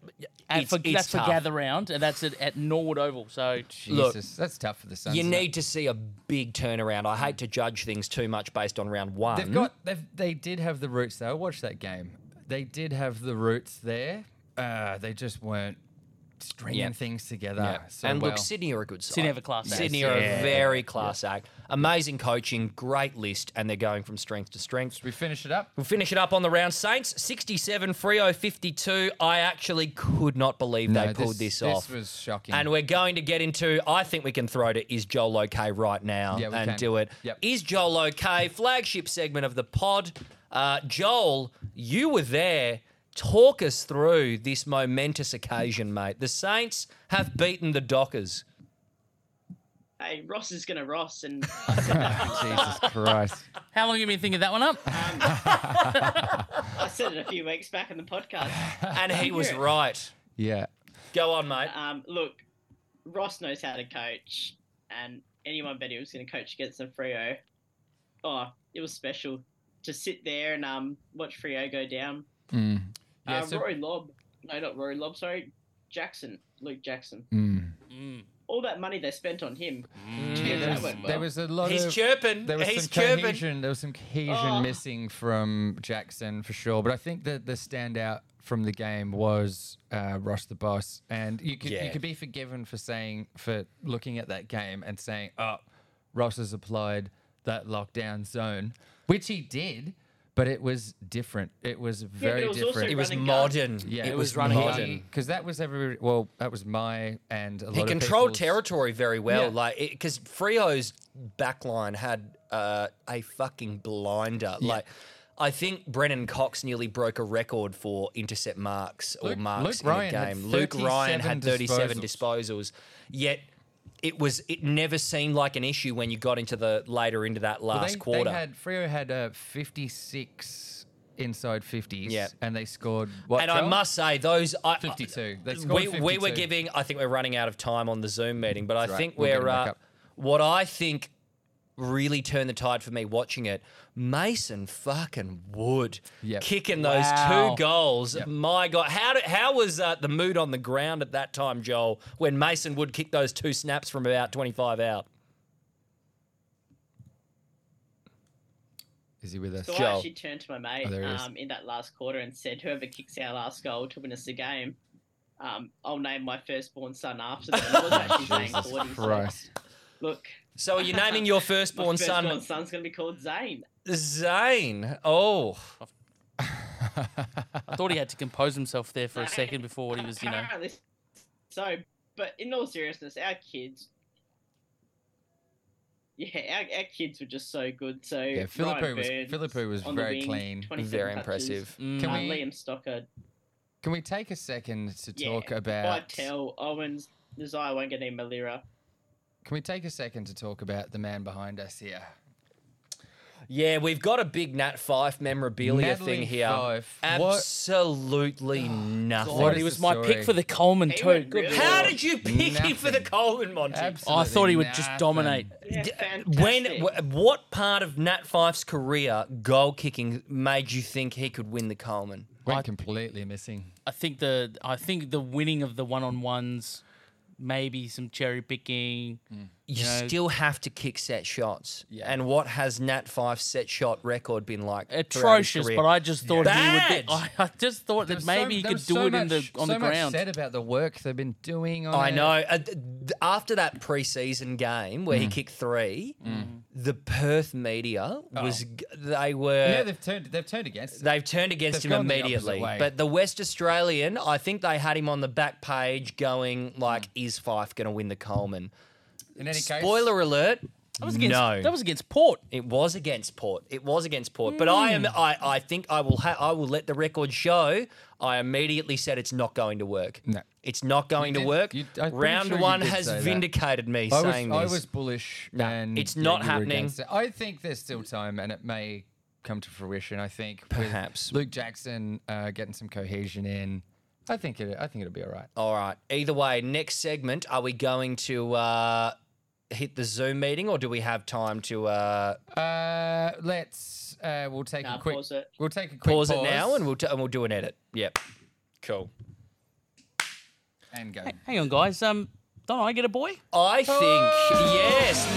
Speaker 5: And
Speaker 1: it's,
Speaker 5: for,
Speaker 1: it's
Speaker 5: Uh, that's
Speaker 1: tough.
Speaker 5: for gather round, and that's at, at Norwood Oval. So
Speaker 1: Look,
Speaker 2: Jesus, that's tough for the Suns.
Speaker 1: You
Speaker 2: isn't it?
Speaker 1: need to see a big turnaround. I hate to judge things too much based on round one.
Speaker 2: They've got. They've, they did have the roots though. Watch that game. They did have the roots there. Uh, they just weren't stringing
Speaker 1: Yeah.
Speaker 2: things together.
Speaker 1: Yeah.
Speaker 2: So
Speaker 1: and
Speaker 2: well.
Speaker 1: look, Sydney are a good side.
Speaker 5: Sydney have a class act.
Speaker 1: Sydney are a very class act. Amazing coaching, great list, and they're going from strength to strength.
Speaker 2: we finish it up.
Speaker 1: We'll finish it up on the round. Saints 67, Frio 52. I actually could not believe they
Speaker 2: No,
Speaker 1: pulled this, off.
Speaker 2: This was shocking.
Speaker 1: and we're going to get into, I think we can throw to Is Joel OK right now
Speaker 2: Yeah, we
Speaker 1: and
Speaker 2: can.
Speaker 1: do it. Is
Speaker 2: Yep.
Speaker 1: Joel OK? Flagship segment of the pod. Uh, Joel, you were there. Talk us through this momentous occasion, mate. The Saints have beaten the Dockers.
Speaker 4: Hey, Ross is gonna Ross, and
Speaker 2: Jesus Christ.
Speaker 5: how long have you been thinking that one up?
Speaker 4: I said it a few weeks back in the podcast.
Speaker 1: And he was
Speaker 4: Yeah.
Speaker 1: right.
Speaker 2: Yeah.
Speaker 1: Go on, mate.
Speaker 4: Um, look, Ross knows how to coach, and anyone bet he was going to coach against the Frio. Oh, it was special to sit there and um watch Frio go down.
Speaker 2: Mm. Yeah,
Speaker 4: uh,
Speaker 2: so-
Speaker 4: Rory Lobb, no, not Rory Lobb, sorry, Jackson, Luke Jackson.
Speaker 2: Mm.
Speaker 4: All that money they spent on him.
Speaker 2: Yeah,
Speaker 4: Jeez,
Speaker 2: there,
Speaker 4: that
Speaker 2: was,
Speaker 4: went well.
Speaker 2: there was a lot
Speaker 1: He's
Speaker 2: of.
Speaker 1: chirping.
Speaker 2: There was
Speaker 1: He's
Speaker 2: some
Speaker 1: chirping.
Speaker 2: cohesion. There was some cohesion
Speaker 4: Oh.
Speaker 2: missing from Jackson for sure. But I think that the standout from the game was uh, Ross the boss, and you could
Speaker 1: Yeah.
Speaker 2: you could be forgiven for saying for looking at that game and saying, "Oh, Ross has applied that lockdown zone," which he did, but it was different. It was very
Speaker 4: was also
Speaker 2: different.
Speaker 1: It was
Speaker 4: Running guard.
Speaker 1: modern.
Speaker 2: yeah,
Speaker 1: it, was, running modern.
Speaker 2: because that was every well, that was my and a lot
Speaker 1: He
Speaker 2: of
Speaker 1: controlled
Speaker 2: people's-
Speaker 1: territory very well,
Speaker 2: Yeah.
Speaker 1: like because Frio's back line had uh, a fucking blinder. Like, I think Brennan Cox nearly broke a record for intercept marks or
Speaker 2: Luke-
Speaker 1: marks
Speaker 2: Luke
Speaker 1: in
Speaker 2: Ryan
Speaker 1: a
Speaker 2: had
Speaker 1: game. Luke Ryan
Speaker 2: 37
Speaker 1: had thirty-seven disposals, yet. It was. It never seemed like an issue when you got into the later into that last
Speaker 2: Well, they,
Speaker 1: quarter.
Speaker 2: They had Frio had uh, 56 inside 50s,
Speaker 1: Yeah.
Speaker 2: and they scored what?
Speaker 1: and I
Speaker 2: Joel?
Speaker 1: must say, those I,
Speaker 2: 52. They scored
Speaker 1: we, we were
Speaker 2: 52.
Speaker 1: giving. I think we're running out of time on the Zoom meeting, but I
Speaker 2: right.
Speaker 1: think
Speaker 2: We'll get
Speaker 1: we're.
Speaker 2: it back
Speaker 1: uh,
Speaker 2: up.
Speaker 1: what I think really turned the tide for me watching it. Mason fucking Wood
Speaker 2: Yep.
Speaker 1: kicking those
Speaker 5: Wow.
Speaker 1: two goals. My God, how did, how was uh, the mood on the ground at that time, Joel, when Mason Wood kicked those two snaps from about twenty five out?
Speaker 2: Is he with us?
Speaker 4: So I
Speaker 1: Joel.
Speaker 4: actually turned to my mate
Speaker 2: Oh, there he is.
Speaker 4: um, in that last quarter and said, "Whoever kicks our last goal to win us the game, um, I'll name my firstborn son after them." I was actually saying
Speaker 2: Jesus
Speaker 4: 40, so
Speaker 2: Christ.
Speaker 4: Look,
Speaker 1: So are you naming your
Speaker 4: my
Speaker 1: firstborn
Speaker 4: firstborn
Speaker 1: son
Speaker 4: son's going to be called Zane.
Speaker 1: Zane? Oh,
Speaker 5: I thought he had to compose himself there for a second before what he was, you know.
Speaker 4: Apparently Ah, So, but in all seriousness, our kids, yeah, our, our kids were just so good. So
Speaker 2: Yeah, Philippou
Speaker 4: Ryan
Speaker 2: was-
Speaker 4: Burns
Speaker 2: Philippou was
Speaker 4: on the
Speaker 2: very
Speaker 4: wing,
Speaker 2: clean.
Speaker 4: 27
Speaker 1: very
Speaker 4: touches.
Speaker 1: impressive.
Speaker 5: Mm.
Speaker 2: Can
Speaker 4: Um,
Speaker 2: we-
Speaker 4: Liam Stockard,
Speaker 2: Can we take a second to
Speaker 4: yeah,
Speaker 2: talk about?
Speaker 4: Vitell, Owens, Desire won't get any Malira.
Speaker 2: Can we take a second to talk about the man behind us here?
Speaker 1: Yeah, we've got a big Nat Fife memorabilia
Speaker 2: Natalie
Speaker 1: thing here.
Speaker 2: Fife. What- Oh,
Speaker 1: Absolutely nothing.
Speaker 2: What
Speaker 5: he
Speaker 2: is
Speaker 5: was
Speaker 2: the
Speaker 5: my
Speaker 2: story?
Speaker 5: pick for the Coleman
Speaker 4: He
Speaker 5: too.
Speaker 4: went
Speaker 5: Good
Speaker 4: really
Speaker 5: lord.
Speaker 1: How did you pick him for the
Speaker 2: Nothing.
Speaker 1: Coleman, Monty?
Speaker 5: I thought he would just
Speaker 2: Absolutely
Speaker 5: dominate.
Speaker 2: nothing.
Speaker 4: Yeah,
Speaker 1: When,
Speaker 4: fantastic.
Speaker 1: wh- what part of Nat Fife's career goal kicking made you think he could win the Coleman?
Speaker 2: Went completely missing.
Speaker 5: I think the I think the winning of the one on ones maybe some cherry picking.
Speaker 1: you
Speaker 5: know-
Speaker 1: still have to kick set shots. And what has Nat Five's set shot record been like? throughout his
Speaker 5: Atrocious,
Speaker 1: career?
Speaker 5: but I just thought he would.
Speaker 1: Bad.
Speaker 5: Be, I, I just thought
Speaker 2: There
Speaker 5: that
Speaker 2: was
Speaker 5: maybe he
Speaker 2: there
Speaker 5: could
Speaker 2: was
Speaker 5: do
Speaker 2: so
Speaker 5: it in the
Speaker 2: much-
Speaker 5: on
Speaker 2: so
Speaker 5: the
Speaker 2: much
Speaker 5: ground.
Speaker 2: said about the work they've been doing on
Speaker 1: I
Speaker 2: it.
Speaker 1: know. Uh, th- th- after that preseason game where he
Speaker 2: Mm.
Speaker 1: kicked three, the Perth media was g they were.
Speaker 2: You know Oh. they've turned they've turned against it.
Speaker 1: They've turned against
Speaker 2: They've
Speaker 1: him
Speaker 2: gone the opposite
Speaker 1: immediately.
Speaker 2: way.
Speaker 1: But the West Australian, I think they had him on the back page going like, "Is Fife going to win the Coleman?"
Speaker 2: Mm. In any case,
Speaker 1: Spoiler alert.
Speaker 5: That was against,
Speaker 1: no,
Speaker 5: that was against Port.
Speaker 1: it was against Port. It was against Port. But I am. I, I think I will. Ha- I will let the record show. I immediately said it's not going to work.
Speaker 2: No.
Speaker 1: it's not going
Speaker 2: did-
Speaker 1: to work.
Speaker 2: you- I'm pretty
Speaker 1: Round
Speaker 2: sure you
Speaker 1: one
Speaker 2: did
Speaker 1: has
Speaker 2: say that.
Speaker 1: vindicated me
Speaker 2: I was,
Speaker 1: saying
Speaker 2: I
Speaker 1: this.
Speaker 2: was bullish. and
Speaker 1: it's
Speaker 2: yeah,
Speaker 1: not
Speaker 2: you were
Speaker 1: happening.
Speaker 2: against it. I think there's still time, and it may come to fruition. I think with
Speaker 1: Perhaps.
Speaker 2: Luke Jackson uh, getting some cohesion in. I think it. I think it'll be all right.
Speaker 1: All right. Either way, next segment, are we going to uh, hit the Zoom meeting, or do we have time to uh,
Speaker 2: Uh, let's. Uh, we'll take
Speaker 4: Nah,
Speaker 2: a quick.
Speaker 4: pause it.
Speaker 2: We'll take a quick
Speaker 1: pause,
Speaker 2: pause,
Speaker 1: it now and we'll t- and we'll do an edit? Yep. Cool.
Speaker 2: and go.
Speaker 5: Hang on, guys. Um, don't I get a boy?
Speaker 1: I think yes,
Speaker 5: Oh,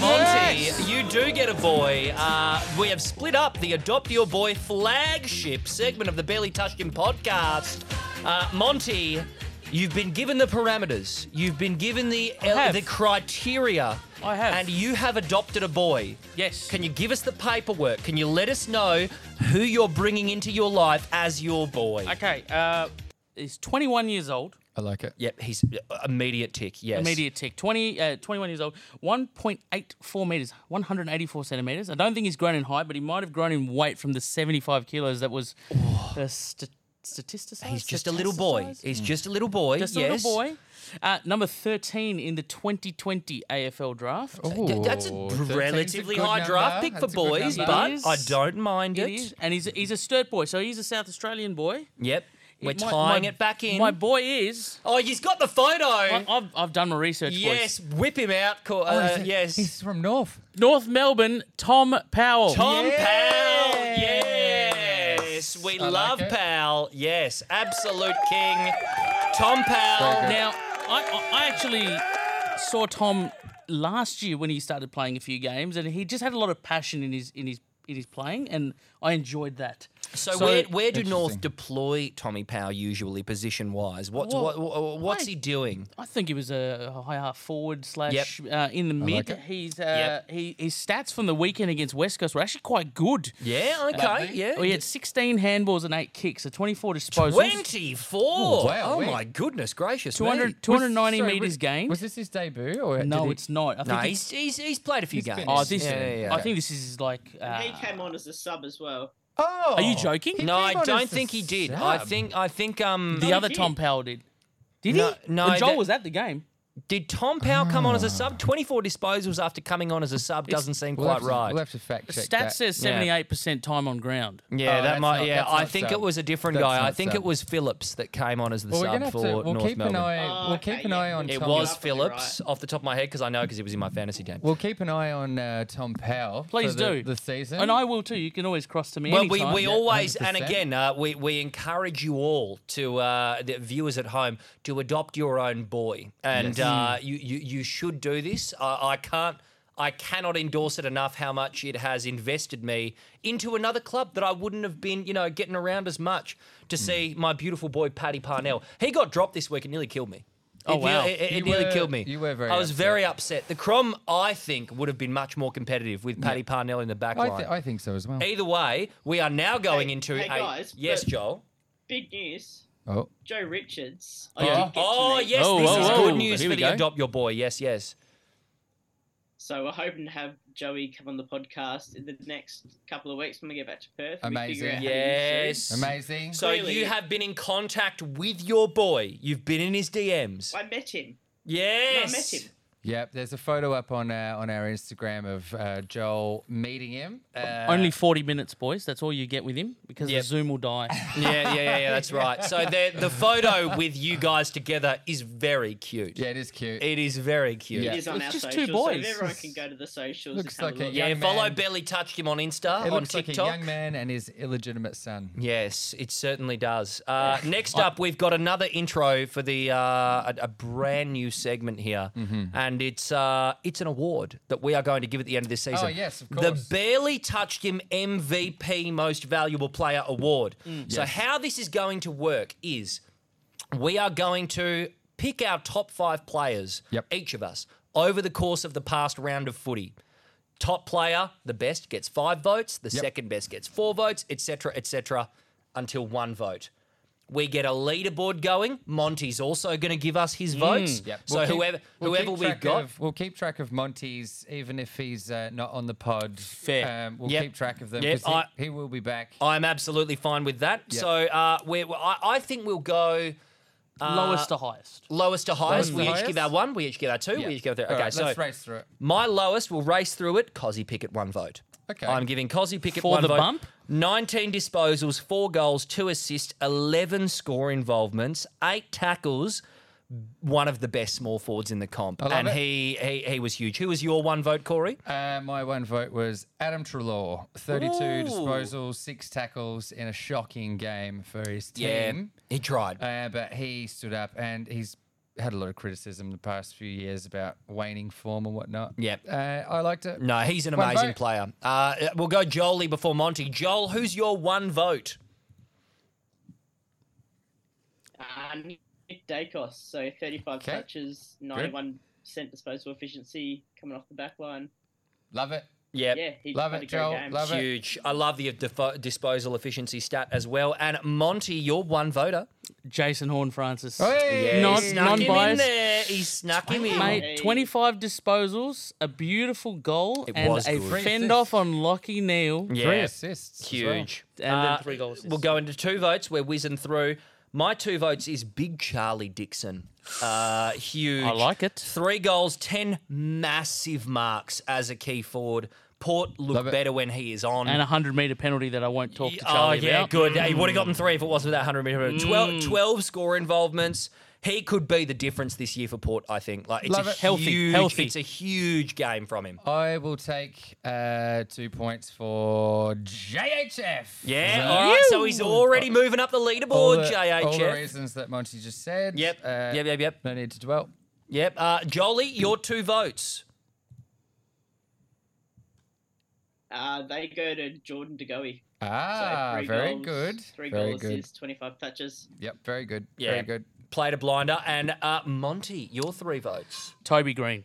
Speaker 1: Monty, you do get a boy. Uh, we have split up the Adopt Your Boy flagship segment of the Barely Touched Him podcast. Uh, Monty, you've been given the parameters. You've been given the
Speaker 5: have.
Speaker 1: the criteria.
Speaker 5: I have.
Speaker 1: And you have adopted a boy.
Speaker 5: Yes.
Speaker 1: Can you give us the paperwork? Can you let us know who you're bringing into your life as your boy?
Speaker 5: Okay. Uh, he's 21 years old.
Speaker 2: I like it.
Speaker 1: Yep, he's uh, immediate tick. Yes.
Speaker 5: Immediate tick. 20, uh, 21 years old. 1.84 meters. 184 centimeters. I don't think he's grown in height, but he might have grown in weight from the 75 kilos that was uh, st- statisticized.
Speaker 1: Oh. He's just a little boy.
Speaker 5: Statisticized?
Speaker 1: He's just a little boy.
Speaker 5: Just
Speaker 1: yes.
Speaker 5: a little boy. Uh, number 13 in the 2020 AFL draft.
Speaker 1: Th- that's a
Speaker 2: Ooh,
Speaker 1: br-
Speaker 2: 13's a
Speaker 1: relatively
Speaker 2: good
Speaker 1: high draft
Speaker 2: number.
Speaker 1: pick for
Speaker 2: That's a good
Speaker 1: boys,
Speaker 2: number.
Speaker 1: but
Speaker 5: It is.
Speaker 1: I don't mind
Speaker 5: It
Speaker 1: it.
Speaker 5: is. And he's, he's a sturd boy, so he's a South Australian boy.
Speaker 1: Yep. We're
Speaker 5: My-
Speaker 1: tying
Speaker 5: my-
Speaker 1: it back in.
Speaker 5: My boy is.
Speaker 1: oh, he's got the photo.
Speaker 5: I, I've, I've done my research. boys.
Speaker 1: yes, whip him out. Cor-
Speaker 2: Oh,
Speaker 1: uh,
Speaker 2: he's-
Speaker 1: yes.
Speaker 2: He's from North.
Speaker 5: North Melbourne, Tom Powell.
Speaker 1: Tom
Speaker 2: Yes.
Speaker 1: Powell. Yes. We
Speaker 2: I like
Speaker 1: love
Speaker 2: it.
Speaker 1: Powell. Yes. Absolute king. Tom Powell.
Speaker 2: Very good.
Speaker 5: Now, I, I I actually saw Tom last year when he started playing a few games, and he just had a lot of passion in his in his in his playing, and I enjoyed that.
Speaker 1: So, where, where do
Speaker 2: Interesting.
Speaker 1: North deploy Tommy Powell usually position wise? What's
Speaker 5: Well,
Speaker 1: what, what, what's
Speaker 5: I-
Speaker 1: he doing?
Speaker 5: I think he was a a high half forward slash uh, in the mid.
Speaker 2: it.
Speaker 5: He's uh,
Speaker 1: Yep.
Speaker 5: he his stats from the weekend against West Coast were actually quite good.
Speaker 1: Yeah, okay, Oh, yeah.
Speaker 5: Well, he had 16 handballs and eight kicks, so 24 disposals.
Speaker 1: 24. Oh,
Speaker 2: wow, wait.
Speaker 1: my goodness gracious.
Speaker 5: 200
Speaker 1: me.
Speaker 5: 290
Speaker 2: Sorry,
Speaker 5: meters
Speaker 2: was-
Speaker 5: gained.
Speaker 2: Was this his debut or
Speaker 5: no,
Speaker 2: did he-
Speaker 5: it's not. I
Speaker 1: No,
Speaker 5: think
Speaker 1: he's,
Speaker 5: it's,
Speaker 1: he's, he's played a few
Speaker 2: been-
Speaker 1: games.
Speaker 5: oh, this.
Speaker 1: Yeah, yeah, yeah.
Speaker 5: I think this is like. Uh,
Speaker 4: he came on as a sub as well.
Speaker 2: Oh,
Speaker 5: are you joking?
Speaker 1: no, I
Speaker 2: on
Speaker 1: don't
Speaker 2: as the
Speaker 1: think he did. I
Speaker 2: sub.
Speaker 1: think I think um
Speaker 5: The other
Speaker 4: did.
Speaker 5: Tom Powell did. Did
Speaker 1: No-
Speaker 5: he?
Speaker 1: no,
Speaker 5: And Joel
Speaker 1: that-
Speaker 5: was at the game.
Speaker 1: did Tom Powell come on as a sub? 24 disposals after coming on as a sub doesn't seem
Speaker 2: Ah. We'll
Speaker 1: quite
Speaker 2: have to-
Speaker 1: right.
Speaker 2: We'll have to fact check.
Speaker 5: Stats
Speaker 2: that.
Speaker 5: says
Speaker 1: Yeah.
Speaker 5: seventy-eight percent time on ground.
Speaker 1: yeah,
Speaker 2: Oh,
Speaker 1: that
Speaker 2: that's
Speaker 1: might
Speaker 2: not-
Speaker 1: yeah,
Speaker 2: that's
Speaker 1: I
Speaker 2: not
Speaker 1: think
Speaker 2: sub.
Speaker 1: it was a different
Speaker 2: That's
Speaker 1: guy. I
Speaker 2: not
Speaker 1: think
Speaker 2: sub.
Speaker 1: it was Phillips that came on as the
Speaker 2: Well, we're
Speaker 1: sub
Speaker 2: gonna have
Speaker 1: for
Speaker 2: to. We'll
Speaker 1: North
Speaker 2: keep
Speaker 1: Melbourne.
Speaker 2: an eye.
Speaker 4: Oh,
Speaker 2: we'll
Speaker 4: okay,
Speaker 2: keep an
Speaker 4: yeah.
Speaker 2: eye on.
Speaker 1: It
Speaker 2: Tom.
Speaker 1: was
Speaker 4: You're probably
Speaker 1: Phillips off the top of my head because I know because he was in my fantasy team.
Speaker 2: We'll keep an eye on uh, Tom Powell. for
Speaker 5: Please
Speaker 2: the,
Speaker 5: do
Speaker 2: the season.
Speaker 5: and I will too. You can always cross to me.
Speaker 1: Well, we,
Speaker 5: anytime.
Speaker 1: we always, and
Speaker 2: 100%.
Speaker 1: again, uh, we, we encourage you all to, uh, the viewers at home, to adopt your own boy. And uh, you, you, you should do this. I I can't. I cannot endorse it enough how much it has invested me into another club that I wouldn't have been, you know, getting around as much
Speaker 2: Hmm.
Speaker 1: to see my beautiful boy Paddy Parnell. He got dropped this week and nearly killed me.
Speaker 5: Oh,
Speaker 1: It near-
Speaker 5: wow.
Speaker 1: It, it
Speaker 2: You
Speaker 1: nearly
Speaker 2: were-
Speaker 1: killed me.
Speaker 2: you were very
Speaker 1: I was
Speaker 2: upset.
Speaker 1: very upset. The Crom, I think, would have been much more competitive with Paddy Parnell in the back
Speaker 2: I,
Speaker 1: line.
Speaker 2: thi- I think so as well.
Speaker 1: Either way, we are now going into
Speaker 4: hey,
Speaker 1: a
Speaker 4: guys,
Speaker 1: yes,
Speaker 4: but-
Speaker 1: Joel.
Speaker 4: Big news.
Speaker 2: Oh,
Speaker 4: Joe Richards. I
Speaker 5: Yeah.
Speaker 4: didn't get to
Speaker 1: Oh
Speaker 4: meet.
Speaker 1: yes,
Speaker 5: Oh,
Speaker 1: this
Speaker 5: whoa,
Speaker 1: is
Speaker 5: whoa,
Speaker 1: good news
Speaker 5: here
Speaker 1: for
Speaker 5: we
Speaker 1: the
Speaker 5: go.
Speaker 1: adopt your boy. Yes, yes.
Speaker 4: So we're hoping to have Joey come on the podcast in the next couple of weeks when we get back to Perth. and we
Speaker 2: Amazing.
Speaker 4: figure out how to
Speaker 1: Yes.
Speaker 4: use
Speaker 2: amazing.
Speaker 1: So you
Speaker 4: Really?
Speaker 1: have been in contact with your boy. You've been in his DMs.
Speaker 4: Zoom. I met him.
Speaker 1: Yes.
Speaker 4: No, I met him.
Speaker 2: Yep, there's a photo up on uh, on our Instagram of uh, Joel meeting him. Uh,
Speaker 5: Only 40 minutes, boys. That's all you get with him because
Speaker 1: Yep.
Speaker 5: the Zoom will die.
Speaker 1: Yeah, yeah, yeah, yeah. That's right. So the the photo with you guys together is very cute.
Speaker 2: yeah, it is cute.
Speaker 1: It is very cute.
Speaker 2: Yeah.
Speaker 4: It is on
Speaker 5: It's
Speaker 4: our
Speaker 5: just two
Speaker 4: socials,
Speaker 5: boys.
Speaker 4: so if everyone can go to the socials.
Speaker 2: Looks
Speaker 4: and have
Speaker 2: like
Speaker 4: a
Speaker 2: a
Speaker 4: look.
Speaker 1: Yeah,
Speaker 2: young
Speaker 1: follow
Speaker 2: man.
Speaker 1: Belly Touched him on Insta,
Speaker 2: it
Speaker 1: on
Speaker 2: looks
Speaker 1: TikTok.
Speaker 2: like a young man and his illegitimate son.
Speaker 1: Yes, it certainly does. Uh, next up, we've got another intro for the uh, a, a brand new segment here,
Speaker 2: Mm-hmm.
Speaker 1: and it's uh, it's an award that we are going to give at the end of this season.
Speaker 2: Oh, yes, of course.
Speaker 1: The barely touched him MVP Most Valuable Player Award.
Speaker 2: Mm.
Speaker 1: So how this is going to work is we are going to pick our top five players,
Speaker 2: Yep.
Speaker 1: each of us, over the course of the past round of footy. Top player, the best, gets five votes. The second best gets four votes, etc., etc., until one vote. We get a leaderboard going. Monty's also going to give us his votes.
Speaker 2: Mm. Yep.
Speaker 1: So
Speaker 2: We'll keep-
Speaker 1: whoever
Speaker 2: we'll keep
Speaker 1: whoever we've
Speaker 2: track
Speaker 1: got,
Speaker 2: of- we'll keep track of Monty's, even if he's uh, not on the pod.
Speaker 5: Fair.
Speaker 2: Um, we'll
Speaker 1: Yep.
Speaker 2: keep track of them
Speaker 1: Yep,
Speaker 2: because
Speaker 1: I-
Speaker 2: he, he will be back.
Speaker 1: I'm absolutely fine with that.
Speaker 2: Yeah.
Speaker 1: So uh, we're, I, I think we'll go Uh,
Speaker 5: Lowest to highest.
Speaker 1: lowest to highest.
Speaker 2: to
Speaker 1: we each
Speaker 2: highest?
Speaker 1: give our one. We each give our two.
Speaker 2: Yeah.
Speaker 1: We each give our three.
Speaker 2: All
Speaker 1: Okay,
Speaker 2: right,
Speaker 1: so
Speaker 2: let's race through it.
Speaker 1: my lowest, we'll race through it. Cosy Pickett, one vote.
Speaker 2: Okay.
Speaker 1: I'm giving Cosy Pickett
Speaker 5: For
Speaker 1: one
Speaker 5: the
Speaker 1: vote.
Speaker 5: bump?
Speaker 1: 19 disposals, four goals, two assists, 11 score involvements, eight tackles. One of the best small forwards in the comp,
Speaker 2: love
Speaker 1: and
Speaker 2: it.
Speaker 1: he, he he was huge. Who was your one vote, Corey?
Speaker 2: Uh, my one vote was Adam Trelaw, 32
Speaker 1: Ooh.
Speaker 2: disposals, six tackles in a shocking game for his team.
Speaker 1: he tried.
Speaker 2: Uh, but he stood up and he's had a lot of criticism the past few years about waning form and whatnot.
Speaker 1: Yep.
Speaker 2: Uh, I liked it.
Speaker 1: no, he's an
Speaker 2: one
Speaker 1: amazing
Speaker 2: vote.
Speaker 1: player. Uh, we'll go Jolie before Monty. Joel, who's your one vote?
Speaker 4: Uh, Nick Dacos, so 35
Speaker 2: Okay.
Speaker 4: touches, 91% disposal efficiency coming off the back line.
Speaker 2: Love it.
Speaker 4: Yeah, he
Speaker 2: Love it,
Speaker 4: played a great
Speaker 2: Joel.
Speaker 4: game.
Speaker 2: Love it.
Speaker 1: Huge. I love the uh, defo- disposal efficiency stat as well. And Monty, you're one voter.
Speaker 5: Jason Horn Francis.
Speaker 2: Hey!
Speaker 5: Not-
Speaker 1: he snuck him in
Speaker 5: non-biased.
Speaker 1: there. He snuck him in.
Speaker 5: Made 25 disposals, a beautiful goal,
Speaker 1: It
Speaker 5: and
Speaker 1: was
Speaker 5: a
Speaker 1: good.
Speaker 2: Three
Speaker 5: fend
Speaker 2: assists.
Speaker 5: off on Lockie Neal.
Speaker 1: Yeah.
Speaker 2: Three assists. as well.
Speaker 1: Huge.
Speaker 5: And then three goal assists.
Speaker 1: Uh, We'll go into two votes. We're whizzing through. My two votes is Big Charlie Dixon. Uh, huge.
Speaker 5: I like it.
Speaker 1: Three goals, 10 massive marks as a key forward. Port look
Speaker 2: Love it.
Speaker 1: better when he is on.
Speaker 5: And a 100 metre penalty that I won't talk to
Speaker 1: oh,
Speaker 5: Charlie Mm.
Speaker 1: yeah,
Speaker 5: about.
Speaker 1: good. He would have gotten three if it wasn't for that 100 meter. 12, 12 score involvements. He could be the difference this year for Port, I think. Like it's
Speaker 2: Love
Speaker 1: a
Speaker 2: it.
Speaker 5: Healthy,
Speaker 1: huge,
Speaker 5: healthy.
Speaker 1: It's a huge game from him.
Speaker 2: I will take uh, two points for JHF.
Speaker 1: Yeah, Oh,
Speaker 2: Is
Speaker 1: all
Speaker 2: that-
Speaker 1: right. So he's already moving up the
Speaker 2: all
Speaker 1: leaderboard,
Speaker 2: the, All the
Speaker 1: JHF.
Speaker 2: reasons that Monty just said.
Speaker 1: Yep.
Speaker 2: Uh,
Speaker 1: yep, yep, yep.
Speaker 2: No need to dwell.
Speaker 1: Yep. Uh, Jolie, your two votes.
Speaker 4: Uh, they go to Jordan DeGoey. So
Speaker 2: Ah,
Speaker 4: three
Speaker 2: very
Speaker 4: goals,
Speaker 2: good.
Speaker 4: Three
Speaker 2: very
Speaker 4: goal
Speaker 2: good.
Speaker 4: assists, 25 touches.
Speaker 2: Yep, very good.
Speaker 1: Yeah.
Speaker 2: Very good.
Speaker 1: Played a blinder. And uh, Monty, your three votes.
Speaker 5: Toby Green.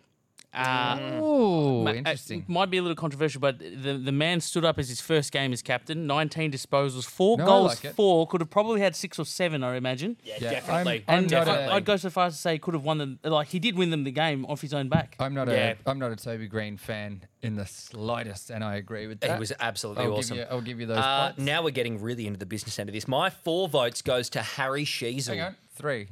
Speaker 5: Uh,
Speaker 1: Mm.
Speaker 2: Ooh,
Speaker 5: Ma- uh,
Speaker 2: interesting.
Speaker 5: might be a little controversial, but the, the man stood up as his first game as captain. 19 disposals, four
Speaker 2: No, I
Speaker 5: goals,
Speaker 2: like it.
Speaker 5: four. Could have probably had six or seven, I imagine.
Speaker 2: Yeah, I'm
Speaker 5: And
Speaker 2: not
Speaker 5: I,
Speaker 2: a-
Speaker 5: I'd go so far as to say he could have won them. Like he did win them the game off his own back.
Speaker 2: I'm not
Speaker 1: Yeah.
Speaker 2: a I'm not a Toby Green fan in the slightest, and I agree with that.
Speaker 1: He was absolutely
Speaker 2: I'll
Speaker 1: awesome.
Speaker 2: Give you, I'll give you those
Speaker 1: Uh,
Speaker 2: points.
Speaker 1: now we're getting really into the business end of this. My four votes goes to Harry Sheezel.
Speaker 2: Hang on, three.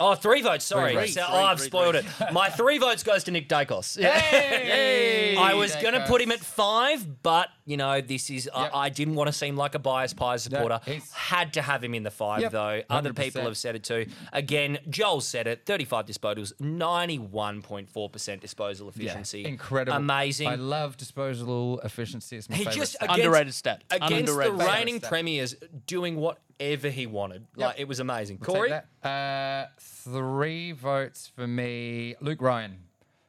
Speaker 1: Oh, three votes. Sorry.
Speaker 2: votes.
Speaker 1: So- oh, I've spoiled it. My three votes goes to Nick Dacos.
Speaker 2: Hey!
Speaker 1: I was going to
Speaker 2: Dacos.
Speaker 1: put him at five, but, you know, this is,
Speaker 2: Yep.
Speaker 1: I, I didn't want to seem like a biased pie supporter.
Speaker 2: he's-
Speaker 1: Had to have him in the five,
Speaker 2: Yep,
Speaker 1: though. Other people
Speaker 2: 100%.
Speaker 1: have said it too. Again, Joel said it 35 disposals, 91.4% disposal efficiency.
Speaker 2: Incredible,
Speaker 1: Amazing.
Speaker 2: I love disposal efficiency. It's my
Speaker 1: He
Speaker 2: favorite.
Speaker 1: just
Speaker 2: stat.
Speaker 1: against-
Speaker 5: Underrated stat.
Speaker 1: Against the
Speaker 5: Underrated stat.
Speaker 1: reigning
Speaker 2: stat.
Speaker 1: premiers, doing whatever he wanted. Like, it was amazing.
Speaker 2: Take
Speaker 1: Corey?
Speaker 2: that. Uh, three votes for me, Luke Ryan,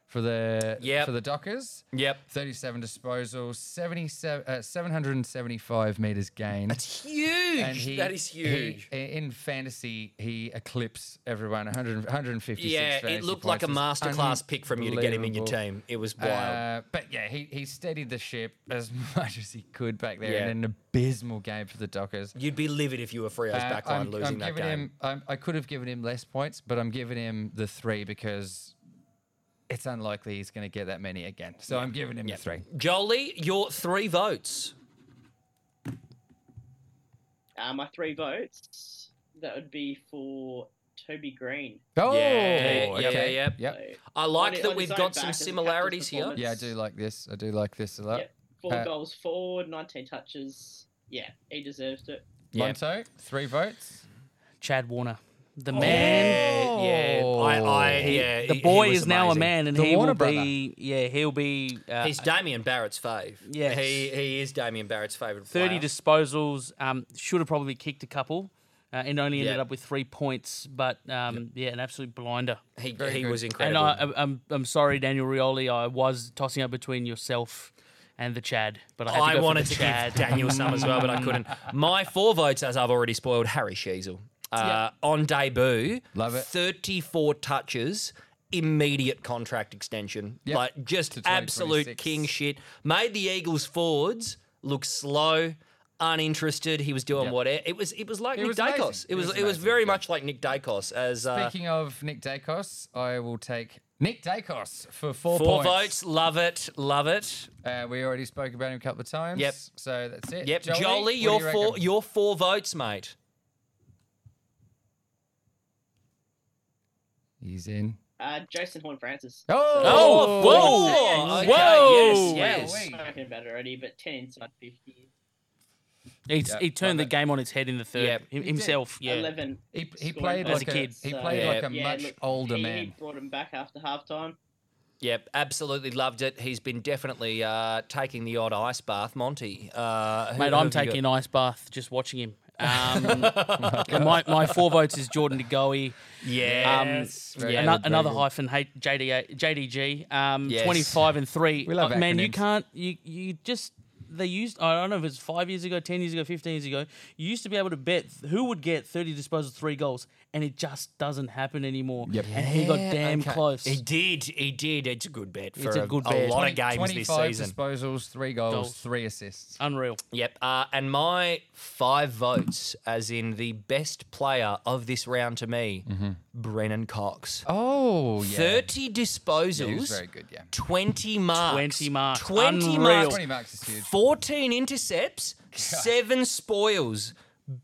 Speaker 2: for the
Speaker 1: Yep.
Speaker 2: for the Dockers.
Speaker 1: Yep.
Speaker 2: 37 disposals, 77, uh, 775 meters gained.
Speaker 1: It's huge.
Speaker 2: And he-
Speaker 1: that is
Speaker 2: he-
Speaker 1: huge.
Speaker 2: in fantasy, he eclipsed everyone. 100, 156.
Speaker 1: Yeah, it
Speaker 2: fantasy
Speaker 1: looked like a
Speaker 2: points. It's
Speaker 1: masterclass pick from you to get him in your
Speaker 2: unbelievable.
Speaker 1: team. It was wild.
Speaker 2: Uh, but yeah, he, he steadied the ship as much as he could back there
Speaker 1: Yeah.
Speaker 2: in an abysmal game for the Dockers.
Speaker 1: You'd be livid if you were Frio's
Speaker 2: Uh,
Speaker 1: backline
Speaker 2: I'm,
Speaker 1: losing
Speaker 2: I'm
Speaker 1: that
Speaker 2: giving
Speaker 1: game.
Speaker 2: him. I'm, I could have given him less points, but I'm giving him the three because it's unlikely he's going to get that many again. So I'm giving him the three.
Speaker 1: Jolie, your three votes.
Speaker 4: Uh, my three votes, that would be for Toby Green.
Speaker 2: Oh,
Speaker 1: Yeah, yeah,
Speaker 2: okay,
Speaker 1: yeah,
Speaker 2: yep.
Speaker 4: So,
Speaker 1: I like
Speaker 4: it-
Speaker 1: that
Speaker 4: on
Speaker 1: we've
Speaker 4: his
Speaker 1: got
Speaker 4: own
Speaker 1: some
Speaker 4: back as a captain's
Speaker 1: similarities here.
Speaker 4: performance.
Speaker 2: Yeah, I do like this. I do like this a lot.
Speaker 4: Yeah. Four
Speaker 2: Uh,
Speaker 4: goals forward, 19 touches. Yeah, he deserves it.
Speaker 1: Yeah.
Speaker 2: Monto, three votes.
Speaker 5: Chad Warner, the man.
Speaker 1: Yeah, yeah. I, I,
Speaker 2: Oh.
Speaker 1: yeah
Speaker 5: the
Speaker 1: he- he
Speaker 5: boy
Speaker 1: was
Speaker 5: is now a
Speaker 1: amazing.
Speaker 5: man, and
Speaker 2: The
Speaker 5: he
Speaker 2: Warner
Speaker 5: will be. Yeah, he'll be. Uh,
Speaker 1: He's Damien Barrett's fave.
Speaker 5: Yes.
Speaker 1: he he is Damien Barrett's favourite.
Speaker 5: thirty
Speaker 1: player.
Speaker 5: disposals. Um, should have probably kicked a couple, uh, and only ended
Speaker 1: Yeah.
Speaker 5: up with three points. But um, yeah, an absolute blinder.
Speaker 1: he,
Speaker 2: Very
Speaker 1: he
Speaker 2: good.
Speaker 1: was
Speaker 5: And
Speaker 1: incredible.
Speaker 5: I, I'm- I'm I'm sorry, Daniel Rioli. I was tossing up between yourself and the Chad, but I, had to
Speaker 1: I
Speaker 5: go for
Speaker 1: wanted
Speaker 5: the
Speaker 1: to
Speaker 5: Chad.
Speaker 1: give Daniel some as well, but I couldn't. My four votes, as I've already spoiled, Harry Sheasel. Uh, On debut,
Speaker 2: Love it.
Speaker 1: 34 touches, immediate contract extension.
Speaker 2: Yep.
Speaker 1: Like, just
Speaker 2: To
Speaker 1: absolute
Speaker 2: 2026.
Speaker 1: king shit. Made the Eagles forwards look slow, uninterested. He was doing
Speaker 2: Yep.
Speaker 1: what it was. It was like
Speaker 2: It
Speaker 1: Nick
Speaker 2: was amazing.
Speaker 1: Dacos. It
Speaker 2: It
Speaker 1: was.
Speaker 2: was
Speaker 1: It was
Speaker 2: amazing,
Speaker 1: very
Speaker 2: yeah.
Speaker 1: much like Nick Dacos as uh,
Speaker 2: Speaking of Nick Dacos, I will take Nick Dacos for four,
Speaker 1: four
Speaker 2: points.
Speaker 1: votes. Love it. Love it.
Speaker 2: Uh, we already spoke about him a couple of times.
Speaker 1: Yep.
Speaker 2: So that's it.
Speaker 1: Yep. Jolie,
Speaker 2: what
Speaker 1: your
Speaker 2: do you
Speaker 1: four.
Speaker 2: reckon?
Speaker 1: Your four votes, mate.
Speaker 2: He's in.
Speaker 4: Uh, Jason Horn Francis.
Speaker 2: Oh,
Speaker 1: Oh,
Speaker 5: whoa.
Speaker 1: whoa,
Speaker 5: Whoa.
Speaker 1: Okay, yes, yes.
Speaker 2: Wowee.
Speaker 4: I've spoken about it already, but 10 inside 50.
Speaker 5: He,
Speaker 2: Yeah,
Speaker 5: he turned
Speaker 2: like
Speaker 5: the
Speaker 2: that.
Speaker 5: game on its head in the third.
Speaker 1: Yeah.
Speaker 5: Him- himself. Yeah.
Speaker 4: 11.
Speaker 2: He, he
Speaker 4: scoring
Speaker 2: played
Speaker 5: As
Speaker 2: like
Speaker 5: a
Speaker 2: a,
Speaker 5: kid.
Speaker 2: he
Speaker 4: So,
Speaker 2: played
Speaker 1: Yeah.
Speaker 2: like a
Speaker 4: yeah,
Speaker 2: much
Speaker 4: look,
Speaker 2: older
Speaker 4: he,
Speaker 2: man.
Speaker 4: He brought him back after halftime.
Speaker 1: Yep, absolutely loved it. He's been definitely uh, taking the odd ice bath, Monty. Uh, who-
Speaker 5: Mate,
Speaker 1: who
Speaker 5: I'm
Speaker 1: have you
Speaker 5: taking an ice bath just watching him. Um, my, my four votes is Jordan DeGoey.
Speaker 1: got? Yeah,
Speaker 5: Um,
Speaker 2: very
Speaker 5: ano-
Speaker 2: good, very
Speaker 5: another
Speaker 2: good.
Speaker 5: hyphen hey, JD, JDG. Um,
Speaker 1: Yes.
Speaker 5: 25 and 3.
Speaker 2: We love
Speaker 5: Uh, man, you
Speaker 2: acronyms.
Speaker 5: can't, you, you just, they used, I don't know if it's five years ago, 10 years ago, 15 years ago, you used to be able to bet who would get 30 disposals, three goals, and it just doesn't happen anymore.
Speaker 2: Yep.
Speaker 5: And he got
Speaker 2: Yeah,
Speaker 5: damn
Speaker 2: okay.
Speaker 5: close.
Speaker 1: he did. He did. It's a good bet for
Speaker 5: It's a
Speaker 1: a,
Speaker 5: good
Speaker 1: a
Speaker 5: bet.
Speaker 1: lot of
Speaker 2: 20
Speaker 1: games this
Speaker 2: 25
Speaker 1: season.
Speaker 2: disposals, three goals,
Speaker 5: Goals.
Speaker 2: three assists.
Speaker 5: Unreal.
Speaker 1: Yep. Uh, and my five votes, as in the best player of this round to me,
Speaker 5: Mm-hmm.
Speaker 1: Brennan Cox.
Speaker 2: Oh, yeah.
Speaker 1: 30 disposals,
Speaker 2: He was very good, yeah.
Speaker 1: 20 marks.
Speaker 5: 20 marks.
Speaker 1: 20
Speaker 5: Unreal.
Speaker 1: marks.
Speaker 2: 20 marks is huge.
Speaker 1: 14 intercepts, seven spoils.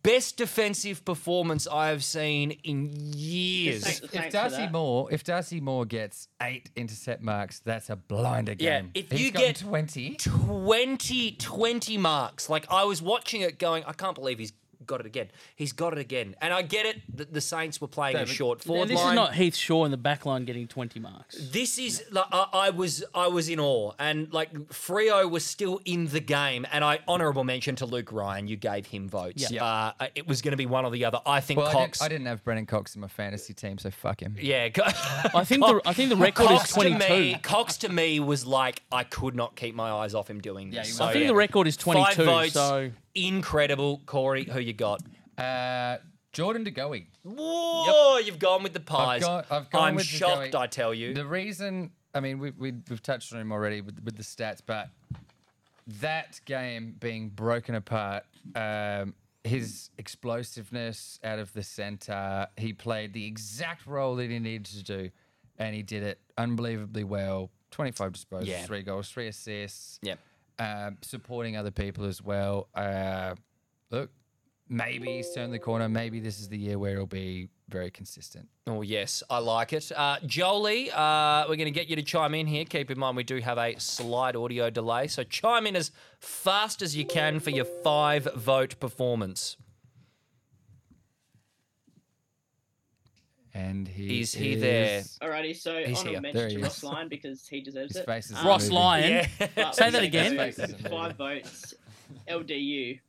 Speaker 1: Best defensive performance I have seen in
Speaker 4: Thank
Speaker 1: years.
Speaker 4: the
Speaker 2: If
Speaker 4: Saints for
Speaker 2: Darcy
Speaker 4: that.
Speaker 2: Moore, if Darcy Moore gets eight intercept marks, that's a blinder
Speaker 1: Yeah,
Speaker 2: game.
Speaker 1: if
Speaker 2: He's
Speaker 1: you
Speaker 2: gotten
Speaker 1: get-
Speaker 2: 20,
Speaker 1: 20, 20 marks. Like, I was watching it going, I can't believe he's got it again. He's got it again. And I get it that the Saints were playing a
Speaker 2: David,
Speaker 1: short
Speaker 5: Now,
Speaker 1: forward
Speaker 5: this
Speaker 1: line.
Speaker 5: is not Heath Shaw in the back line getting 20 marks.
Speaker 1: This is like, I, I was I was in awe, and like Frio was still in the game. And I honourable mention to Luke Ryan, you gave him votes.
Speaker 5: Yeah.
Speaker 1: Uh, it was going to be one or the other. I think
Speaker 2: well, I
Speaker 1: Cox.
Speaker 2: didn't, I didn't have Brennan Cox in my fantasy team, so fuck him.
Speaker 1: Yeah, Co-
Speaker 5: I think the, I think the record
Speaker 1: Cox
Speaker 5: is
Speaker 1: to
Speaker 5: 22.
Speaker 1: me, Cox to me was like I could not keep my eyes off him doing
Speaker 2: Yeah,
Speaker 1: this.
Speaker 2: he was.
Speaker 1: So,
Speaker 5: I
Speaker 1: Oh,
Speaker 5: think
Speaker 1: yeah.
Speaker 5: the record is 22.
Speaker 1: Five votes,
Speaker 5: So
Speaker 1: incredible, Corey. Who you got?
Speaker 2: Uh, Jordan DeGoey.
Speaker 1: Whoa, you've gone with the pies.
Speaker 2: got- I've gone
Speaker 1: am
Speaker 2: with the
Speaker 1: shocked.
Speaker 2: Joey.
Speaker 1: I tell you,
Speaker 2: The reason, I mean, we, we, we've touched on him already with, with the stats, but that game being broken apart, um, his explosiveness out of the center, he played the exact role that he needed to do, and he did it unbelievably well. 25 disposals,
Speaker 1: Yeah.
Speaker 2: three goals, three assists.
Speaker 1: Yep.
Speaker 2: Um, supporting other people as well. Uh, look, maybe he's turned the corner. Maybe this is the year where he'll be very consistent.
Speaker 1: Oh, yes, I like it. Uh, Jolie, uh, we're going to get you to chime in here. Keep in mind, we do have a slight audio delay, so chime in as fast as you can for your five vote performance.
Speaker 2: And he
Speaker 1: Is he there?
Speaker 2: is-
Speaker 4: Alrighty, so
Speaker 1: He's
Speaker 4: honorable
Speaker 1: here.
Speaker 2: There
Speaker 4: mention
Speaker 2: he
Speaker 4: to
Speaker 2: is.
Speaker 4: Ross Lyon because he deserves
Speaker 2: His
Speaker 4: it. Um,
Speaker 2: face is
Speaker 5: Ross
Speaker 2: moving.
Speaker 5: Lyon.
Speaker 1: Ah, Yeah.
Speaker 4: but
Speaker 5: Say
Speaker 4: we
Speaker 5: that
Speaker 4: should
Speaker 5: again.
Speaker 4: go
Speaker 2: His face is
Speaker 4: Five votes, LDU.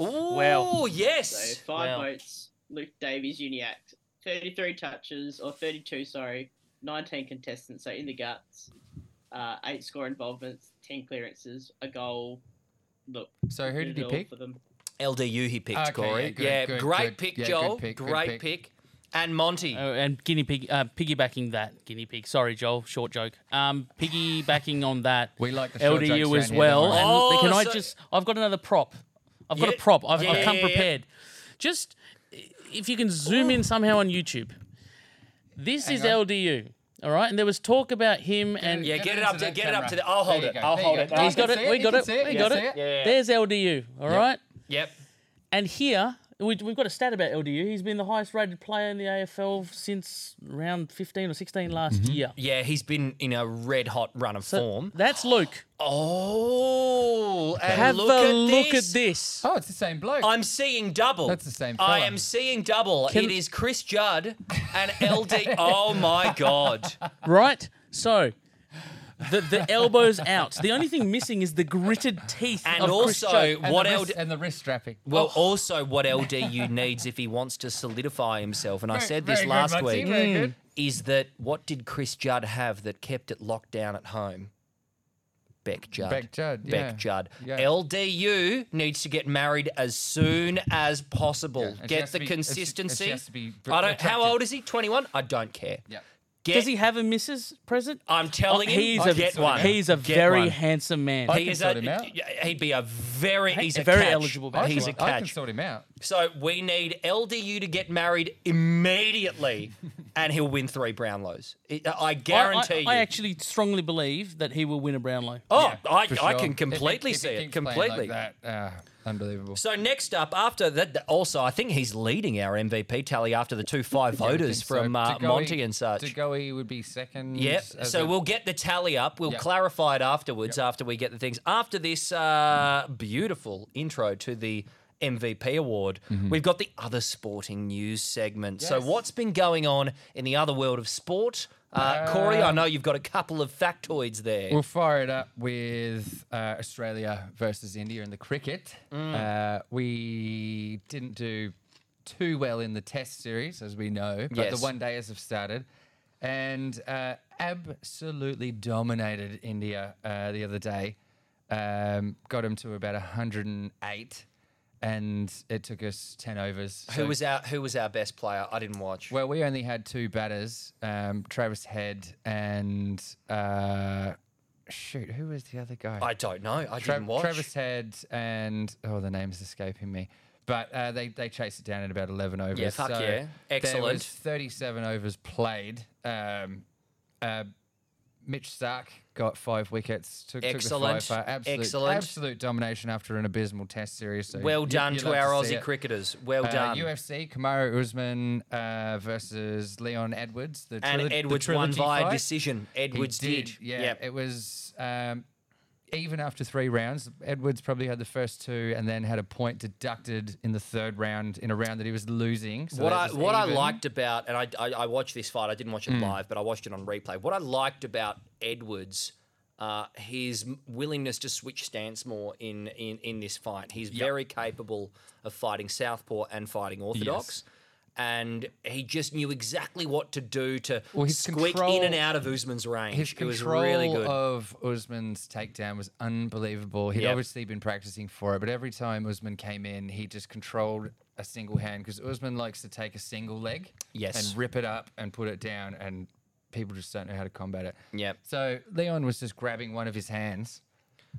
Speaker 1: Oh,
Speaker 4: So
Speaker 1: yes.
Speaker 4: five
Speaker 5: Wow.
Speaker 4: votes, Luke Davies, Uniac. 33 touches, or 32, sorry, 19 contestants, so in the guts. Uh, eight score involvements, 10 clearances, a goal. Look,
Speaker 2: So who did
Speaker 4: it
Speaker 2: he
Speaker 4: all
Speaker 2: pick?
Speaker 4: For them.
Speaker 1: LDU he picked,
Speaker 2: Okay,
Speaker 1: Corey.
Speaker 2: yeah, good, good,
Speaker 1: great
Speaker 2: good.
Speaker 1: pick,
Speaker 2: Yeah, good
Speaker 1: Joel.
Speaker 2: pick, good
Speaker 1: great
Speaker 2: pick.
Speaker 1: pick. And Monty.
Speaker 5: Oh, and guinea pig, uh, piggybacking that guinea pig. Sorry, Joel, short joke. Um, piggybacking on that.
Speaker 2: We like the short jokes
Speaker 5: LDU
Speaker 2: around
Speaker 5: as
Speaker 2: here,
Speaker 5: well.
Speaker 2: don't we?
Speaker 5: And
Speaker 1: Oh,
Speaker 5: can I
Speaker 1: so-
Speaker 5: just? I've got another prop. I've got
Speaker 1: Yeah.
Speaker 5: a prop. I've,
Speaker 1: Yeah,
Speaker 5: I've come
Speaker 1: yeah, yeah.
Speaker 5: prepared. Just if you can zoom in somehow on YouTube. This is
Speaker 2: on.
Speaker 5: LDU. All right, and there was talk about him and
Speaker 1: Yeah, get it
Speaker 2: into
Speaker 1: up to-
Speaker 2: that
Speaker 1: get it up to
Speaker 2: camera.
Speaker 1: the- I'll hold
Speaker 2: There you
Speaker 1: it,
Speaker 2: go,
Speaker 1: I'll
Speaker 2: there
Speaker 1: hold
Speaker 2: you
Speaker 1: it.
Speaker 2: go.
Speaker 1: I
Speaker 5: he's
Speaker 2: You
Speaker 5: got
Speaker 2: can
Speaker 5: it.
Speaker 2: see
Speaker 5: We got
Speaker 2: you
Speaker 5: it.
Speaker 2: can see
Speaker 5: We
Speaker 2: you
Speaker 5: got
Speaker 2: can
Speaker 5: it.
Speaker 2: see
Speaker 1: Yeah.
Speaker 5: There's LDU. All right,
Speaker 1: yep.
Speaker 5: and here We, we've got a stat about LDU. He's been the highest rated player in the AFL since round 15 or 16 last year.
Speaker 1: Yeah, Mm-hmm. he's been in a red hot run of
Speaker 5: So
Speaker 1: form.
Speaker 5: That's Luke.
Speaker 1: Oh, and
Speaker 5: Have
Speaker 1: look,
Speaker 5: a
Speaker 1: at,
Speaker 5: look
Speaker 1: this.
Speaker 5: at this.
Speaker 2: Oh, it's the same bloke.
Speaker 1: I'm seeing double.
Speaker 2: That's the same
Speaker 1: I
Speaker 2: fella.
Speaker 1: am seeing double.
Speaker 5: Can-
Speaker 1: it is Chris Judd and LD. oh my god!
Speaker 5: Right? So. The, the elbows out. The only thing missing is the gritted teeth.
Speaker 1: And
Speaker 5: of Chris
Speaker 1: also,
Speaker 5: Jones.
Speaker 2: and
Speaker 1: what
Speaker 2: the wrist,
Speaker 1: LD
Speaker 2: and the wrist strapping.
Speaker 1: Well, also what LDU needs if he wants to solidify himself, and I
Speaker 2: Very-
Speaker 1: said this
Speaker 2: very good,
Speaker 1: last
Speaker 2: Muncie,
Speaker 1: week, Mm.
Speaker 2: very good.
Speaker 1: is that what did Chris Judd have that kept it locked down at home? Beck Judd.
Speaker 2: Beck Judd,
Speaker 1: Beck
Speaker 2: yeah.
Speaker 1: Judd.
Speaker 2: Yeah.
Speaker 1: LDU needs to get married as soon as
Speaker 2: Yeah,
Speaker 1: possible.
Speaker 2: and she
Speaker 1: get
Speaker 2: has to
Speaker 1: the
Speaker 2: be- and she- and she
Speaker 1: consistency.
Speaker 2: has to be
Speaker 1: I don't. How
Speaker 2: attractive.
Speaker 1: old is he? Twenty-one. I don't care.
Speaker 2: Yeah.
Speaker 1: Get,
Speaker 5: Does he have a Mrs. present?
Speaker 1: I'm telling
Speaker 5: Oh,
Speaker 1: him,
Speaker 5: he's
Speaker 1: I
Speaker 5: a,
Speaker 1: get one.
Speaker 5: He's a
Speaker 1: Get
Speaker 5: very
Speaker 1: one.
Speaker 5: handsome man.
Speaker 2: I- can
Speaker 1: He's
Speaker 2: sort
Speaker 1: a-
Speaker 2: him out.
Speaker 1: He'd be a very. He's a
Speaker 5: very
Speaker 1: catch.
Speaker 5: eligible
Speaker 2: I
Speaker 1: He's a
Speaker 2: can,
Speaker 1: catch.
Speaker 2: I can sort him out.
Speaker 1: So we need LDU to get married immediately, and he'll win three Brownlows. I- I
Speaker 5: I- I-
Speaker 1: guarantee you.
Speaker 5: I, actually strongly believe that he will win a Brownlow.
Speaker 1: oh, I,
Speaker 2: for
Speaker 1: I
Speaker 2: sure.
Speaker 1: can
Speaker 2: If he-
Speaker 1: completely
Speaker 2: if he
Speaker 1: see it.
Speaker 2: keeps playing like
Speaker 1: Completely.
Speaker 2: that, ah, unbelievable.
Speaker 1: so next up, after that, also I think he's leading our MVP tally after the two five
Speaker 2: I would
Speaker 1: voters
Speaker 2: think so.
Speaker 1: from uh,
Speaker 2: Degoe-
Speaker 1: Monty and such.
Speaker 2: Degoe would be second.
Speaker 1: Yep.
Speaker 2: as
Speaker 1: So
Speaker 2: a-
Speaker 1: we'll get the tally up. We'll
Speaker 2: Yep.
Speaker 1: clarify it afterwards after we get the things. After this uh, beautiful intro to the MVP award, we've got the other sporting news segment. So
Speaker 2: Mm-hmm. Yes.
Speaker 1: what's been going on in the other world of sport? Uh, Corey, I know you've got a couple of factoids there.
Speaker 2: We'll fire it up with uh, Australia versus India in the cricket.
Speaker 1: Mm.
Speaker 2: Uh, we didn't do too well in the Test series, as we know, but
Speaker 1: Yes.
Speaker 2: the one days have started. And uh, absolutely dominated India uh, the other day. Um, got him to about 108, and it took us 10 overs.
Speaker 1: who
Speaker 2: So-
Speaker 1: was our Who was our best player? I didn't watch.
Speaker 2: well, we only had two batters, um, Travis Head and uh, shoot, who was the other guy?
Speaker 1: I don't know. I
Speaker 2: Tra-
Speaker 1: didn't watch.
Speaker 2: Travis Head and oh, the name's escaping me. But uh, they they chased it down at about eleven overs.
Speaker 1: fuck
Speaker 2: so
Speaker 1: yeah.
Speaker 2: There
Speaker 1: Excellent.
Speaker 2: was thirty-seven overs played. Um, uh, Mitch Stark got five wickets. Took,
Speaker 1: Excellent.
Speaker 2: Took the five for absolute,
Speaker 1: Excellent.
Speaker 2: absolute domination after an abysmal Test series. So
Speaker 1: well
Speaker 2: you-
Speaker 1: done
Speaker 2: you
Speaker 1: to
Speaker 2: love
Speaker 1: our
Speaker 2: see
Speaker 1: Aussie
Speaker 2: it.
Speaker 1: cricketers. Well
Speaker 2: Uh,
Speaker 1: done.
Speaker 2: UFC Kamara Usman uh, versus Leon Edwards. The
Speaker 1: and
Speaker 2: trilo- the
Speaker 1: Edwards won
Speaker 2: trilogy
Speaker 1: via
Speaker 2: fight.
Speaker 1: decision.
Speaker 2: He
Speaker 1: Edwards did.
Speaker 2: Yeah,
Speaker 1: Yep.
Speaker 2: it was um, even after three rounds. Edwards probably had the first two, and then had a point deducted in the third round in a round that he was losing. So
Speaker 1: what
Speaker 2: that
Speaker 1: I
Speaker 2: was
Speaker 1: what I
Speaker 2: even. Mm.
Speaker 1: liked about and I, I I watched this fight. I didn't watch it live, but I watched it on replay. What I liked about Edwards, uh, his m- willingness to switch stance more in in in this fight. He's very capable of fighting southpaw and fighting orthodox. And he just knew exactly what to do to
Speaker 2: his
Speaker 1: squeak in
Speaker 2: control-
Speaker 1: and out of Usman's range.
Speaker 2: His
Speaker 1: it was
Speaker 2: control
Speaker 1: really good.
Speaker 2: of Usman's takedown was unbelievable. He'd
Speaker 1: Yep.
Speaker 2: obviously been practicing for it, but every time Usman came in, he just controlled a single hand because Usman likes to take a single leg
Speaker 1: Yes.
Speaker 2: and rip it up and put it down, and people just don't know how to combat it.
Speaker 1: Yep.
Speaker 2: So Leon was just grabbing one of his hands,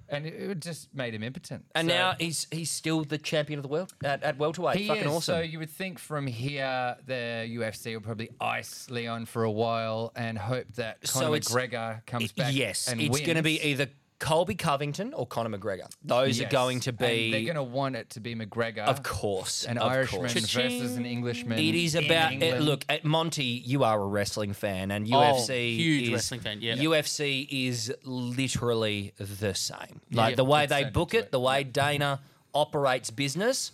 Speaker 2: and it, it just made him impotent.
Speaker 1: and
Speaker 2: So-
Speaker 1: now he's he's still the champion of the world at, at welterweight.
Speaker 2: he
Speaker 1: Fucking
Speaker 2: is,
Speaker 1: awesome.
Speaker 2: So you would think from here the UFC will probably ice Leon for a while and hope that
Speaker 1: So
Speaker 2: Conor
Speaker 1: it's-
Speaker 2: McGregor comes back.
Speaker 1: Yes,
Speaker 2: and
Speaker 1: it's going to be
Speaker 2: wins.
Speaker 1: either Colby Covington or Conor McGregor. Those are
Speaker 2: Yes.
Speaker 1: going to
Speaker 2: And they're
Speaker 1: be,
Speaker 2: going to want it to be McGregor.
Speaker 1: of course,
Speaker 2: An
Speaker 1: of
Speaker 2: Irishman
Speaker 1: course.
Speaker 2: versus an Englishman.
Speaker 1: It is
Speaker 2: in
Speaker 1: about it-
Speaker 2: England.
Speaker 1: look at Monty. You are a wrestling fan, and UFC
Speaker 2: Oh,
Speaker 5: huge
Speaker 1: is,
Speaker 5: wrestling fan, yeah.
Speaker 1: UFC is literally the same. Like the way
Speaker 2: it's
Speaker 1: they
Speaker 2: same
Speaker 1: book
Speaker 2: to
Speaker 1: it,
Speaker 2: it,
Speaker 1: the way Dana operates business.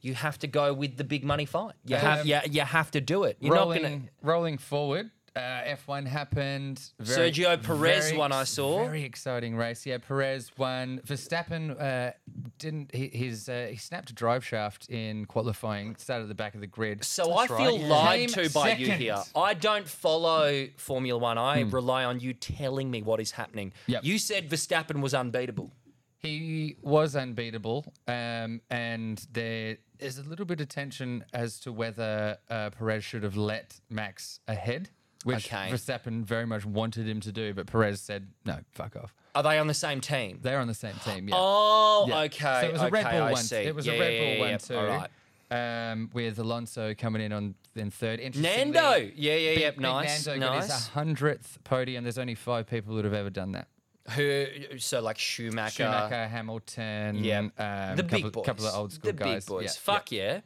Speaker 1: You have to go with the big money fight. You have
Speaker 2: Um,
Speaker 1: yeah, you have to do it. You're
Speaker 2: rolling,
Speaker 1: not gonna.
Speaker 2: rolling forward. Uh, F1 happened.
Speaker 1: Sergio Perez
Speaker 2: very
Speaker 1: one I
Speaker 2: ex-
Speaker 1: saw.
Speaker 2: Very exciting race. Yeah, Perez won. Verstappen uh, didn't. He, his uh, he snapped a drive shaft in qualifying. Started at the back of the grid.
Speaker 1: So I feel
Speaker 2: yeah.
Speaker 1: lied
Speaker 2: Came
Speaker 1: to by you
Speaker 2: second.
Speaker 1: here. I don't follow Formula One. I rely on you telling me what is happening.
Speaker 2: Hmm. Yep.
Speaker 1: You said Verstappen was unbeatable.
Speaker 2: He was unbeatable, um, and there is a little bit of tension as to whether uh, Perez should have let Max ahead, which
Speaker 1: Okay.
Speaker 2: Verstappen very much wanted him to do, but Perez said, "No, fuck off."
Speaker 1: Are they on the same team?
Speaker 2: They're on the same team. Yeah.
Speaker 1: Oh,
Speaker 2: Yeah.
Speaker 1: okay.
Speaker 2: So it was a Red
Speaker 1: okay,
Speaker 2: Bull
Speaker 1: I
Speaker 2: one.
Speaker 1: see.
Speaker 2: It was
Speaker 1: Yeah,
Speaker 2: a Red
Speaker 1: yeah,
Speaker 2: Bull
Speaker 1: yeah,
Speaker 2: one
Speaker 1: yeah.
Speaker 2: too.
Speaker 1: All right.
Speaker 2: Um, with Alonso coming in on in third. Interestingly,
Speaker 1: Nando. Yeah, yeah,
Speaker 2: Big-
Speaker 1: yeah.
Speaker 2: Big
Speaker 1: Nice,
Speaker 2: Nando got his uh,
Speaker 1: nice.
Speaker 2: hundredth podium. There's only five people that have ever done that.
Speaker 1: Who? So like Schumacher.
Speaker 2: Schumacher, Hamilton,
Speaker 1: Yeah.
Speaker 2: um,
Speaker 1: the
Speaker 2: couple,
Speaker 1: big boys.
Speaker 2: couple of old school
Speaker 1: the
Speaker 2: guys.
Speaker 1: big boys.
Speaker 2: Yeah, yeah.
Speaker 1: Fuck yeah.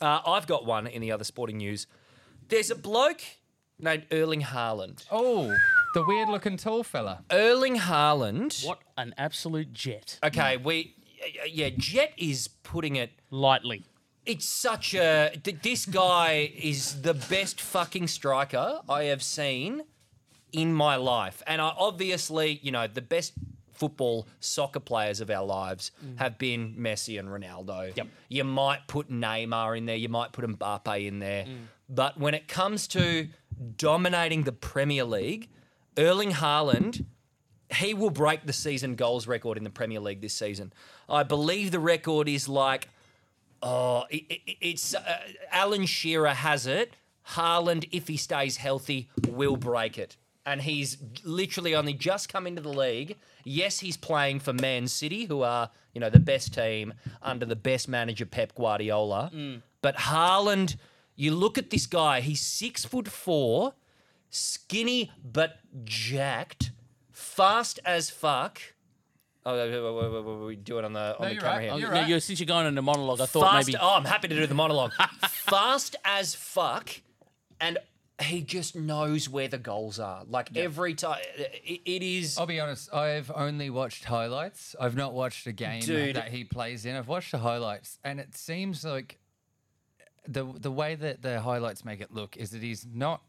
Speaker 1: Uh, I've got one in the other sporting news. There's a bloke named Erling Haaland.
Speaker 2: Oh, the weird looking tall fella.
Speaker 1: Erling Haaland.
Speaker 5: What an absolute jet.
Speaker 1: Okay, we. Yeah, Jet is putting it.
Speaker 5: Lightly.
Speaker 1: It's such a. th- This guy is the best fucking striker I have seen in my life. And I obviously, you know, the best football soccer players of our lives have been Messi and Ronaldo.
Speaker 5: Yep.
Speaker 1: You might put Neymar in there, you might put Mbappe in there. But when it comes to dominating the Premier League, Erling Haaland he will break the season goals record in the Premier League this season. I believe the record is like, oh, it, it- it's uh, Alan Shearer has it. Haaland, if he stays healthy, will break it. And he's literally only just come into the league. Yes, he's playing for Man City, who are, you know, the best team under the best manager Pep Guardiola. But Haaland, you look at this guy, he's six foot four skinny but jacked, fast as fuck. Oh, wait, wait, wait, wait, wait, wait, we do it on the on the
Speaker 2: you're
Speaker 1: camera
Speaker 2: right.
Speaker 1: here.
Speaker 5: Oh,
Speaker 2: You're
Speaker 5: no,
Speaker 2: right.
Speaker 5: you're, since you're going into monologue, I thought
Speaker 1: fast.
Speaker 5: maybe.
Speaker 1: Oh, I'm happy to do the monologue. fast as fuck, and he just knows where the goals are. Like every time, it, it is.
Speaker 2: I'll be honest, I've only watched highlights. I've not watched a game
Speaker 1: Dude.
Speaker 2: that he plays in. I've watched the highlights, and it seems like the the way that the highlights make it look is that he's not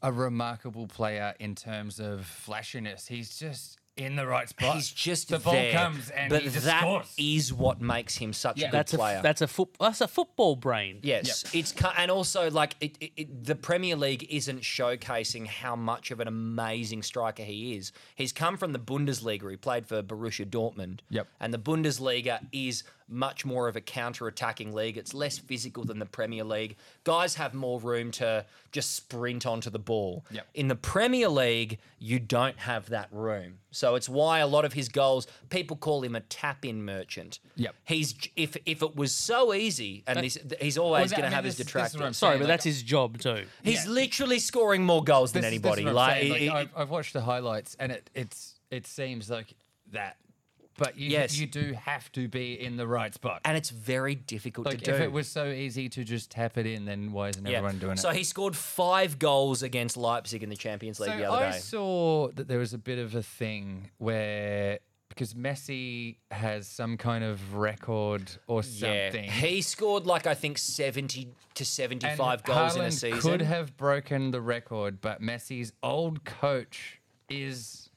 Speaker 2: a remarkable player in terms of flashiness. He's just in the right spot.
Speaker 1: He's just
Speaker 2: the ball
Speaker 1: there,
Speaker 2: comes and
Speaker 1: but
Speaker 2: he just
Speaker 1: that
Speaker 2: scores.
Speaker 1: is what makes him such a good
Speaker 5: that's, a,
Speaker 1: player.
Speaker 5: that's, a foot, that's a football brain.
Speaker 1: Yes, it's cu- and also like it, it, it, the Premier League isn't showcasing how much of an amazing striker he is. He's come from the Bundesliga. He played for Borussia Dortmund.
Speaker 2: Yep.
Speaker 1: And the Bundesliga is much more of a counter-attacking league. It's less physical than the Premier League. Guys have more room to just sprint onto the ball.
Speaker 2: Yep.
Speaker 1: In the Premier League, you don't have that room. So it's why a lot of his goals, people call him a tap-in merchant.
Speaker 2: Yep.
Speaker 1: He's j- if if it was so easy, and this, he's always
Speaker 2: that-
Speaker 1: going
Speaker 2: I
Speaker 1: to
Speaker 2: mean,
Speaker 1: have his
Speaker 2: this- this is what I'm
Speaker 1: detractors.
Speaker 5: Sorry,
Speaker 2: saying,
Speaker 5: but
Speaker 2: like,
Speaker 5: that's his job too.
Speaker 1: He's literally scoring more goals than
Speaker 2: This is- this
Speaker 1: anybody.
Speaker 2: is what I'm
Speaker 1: Like,
Speaker 2: saying,
Speaker 1: it- it-
Speaker 2: I've, I've watched the highlights, and it it's it seems like that. But you,
Speaker 1: Yes.
Speaker 2: you do have to be in the right spot.
Speaker 1: and it's very difficult
Speaker 2: Like
Speaker 1: to
Speaker 2: if
Speaker 1: do.
Speaker 2: it was so easy to just tap it in, then why isn't
Speaker 1: Yeah.
Speaker 2: everyone doing it?
Speaker 1: So he scored five goals against Leipzig in the Champions League the
Speaker 2: So
Speaker 1: other
Speaker 2: I
Speaker 1: day.
Speaker 2: saw that there was a bit of a thing where because Messi has some kind of record or
Speaker 1: yeah,
Speaker 2: something.
Speaker 1: he scored like I think seventy to
Speaker 2: and
Speaker 1: seventy-five goals in a
Speaker 2: Haaland
Speaker 1: season.
Speaker 2: Could have broken the record, but Messi's old coach is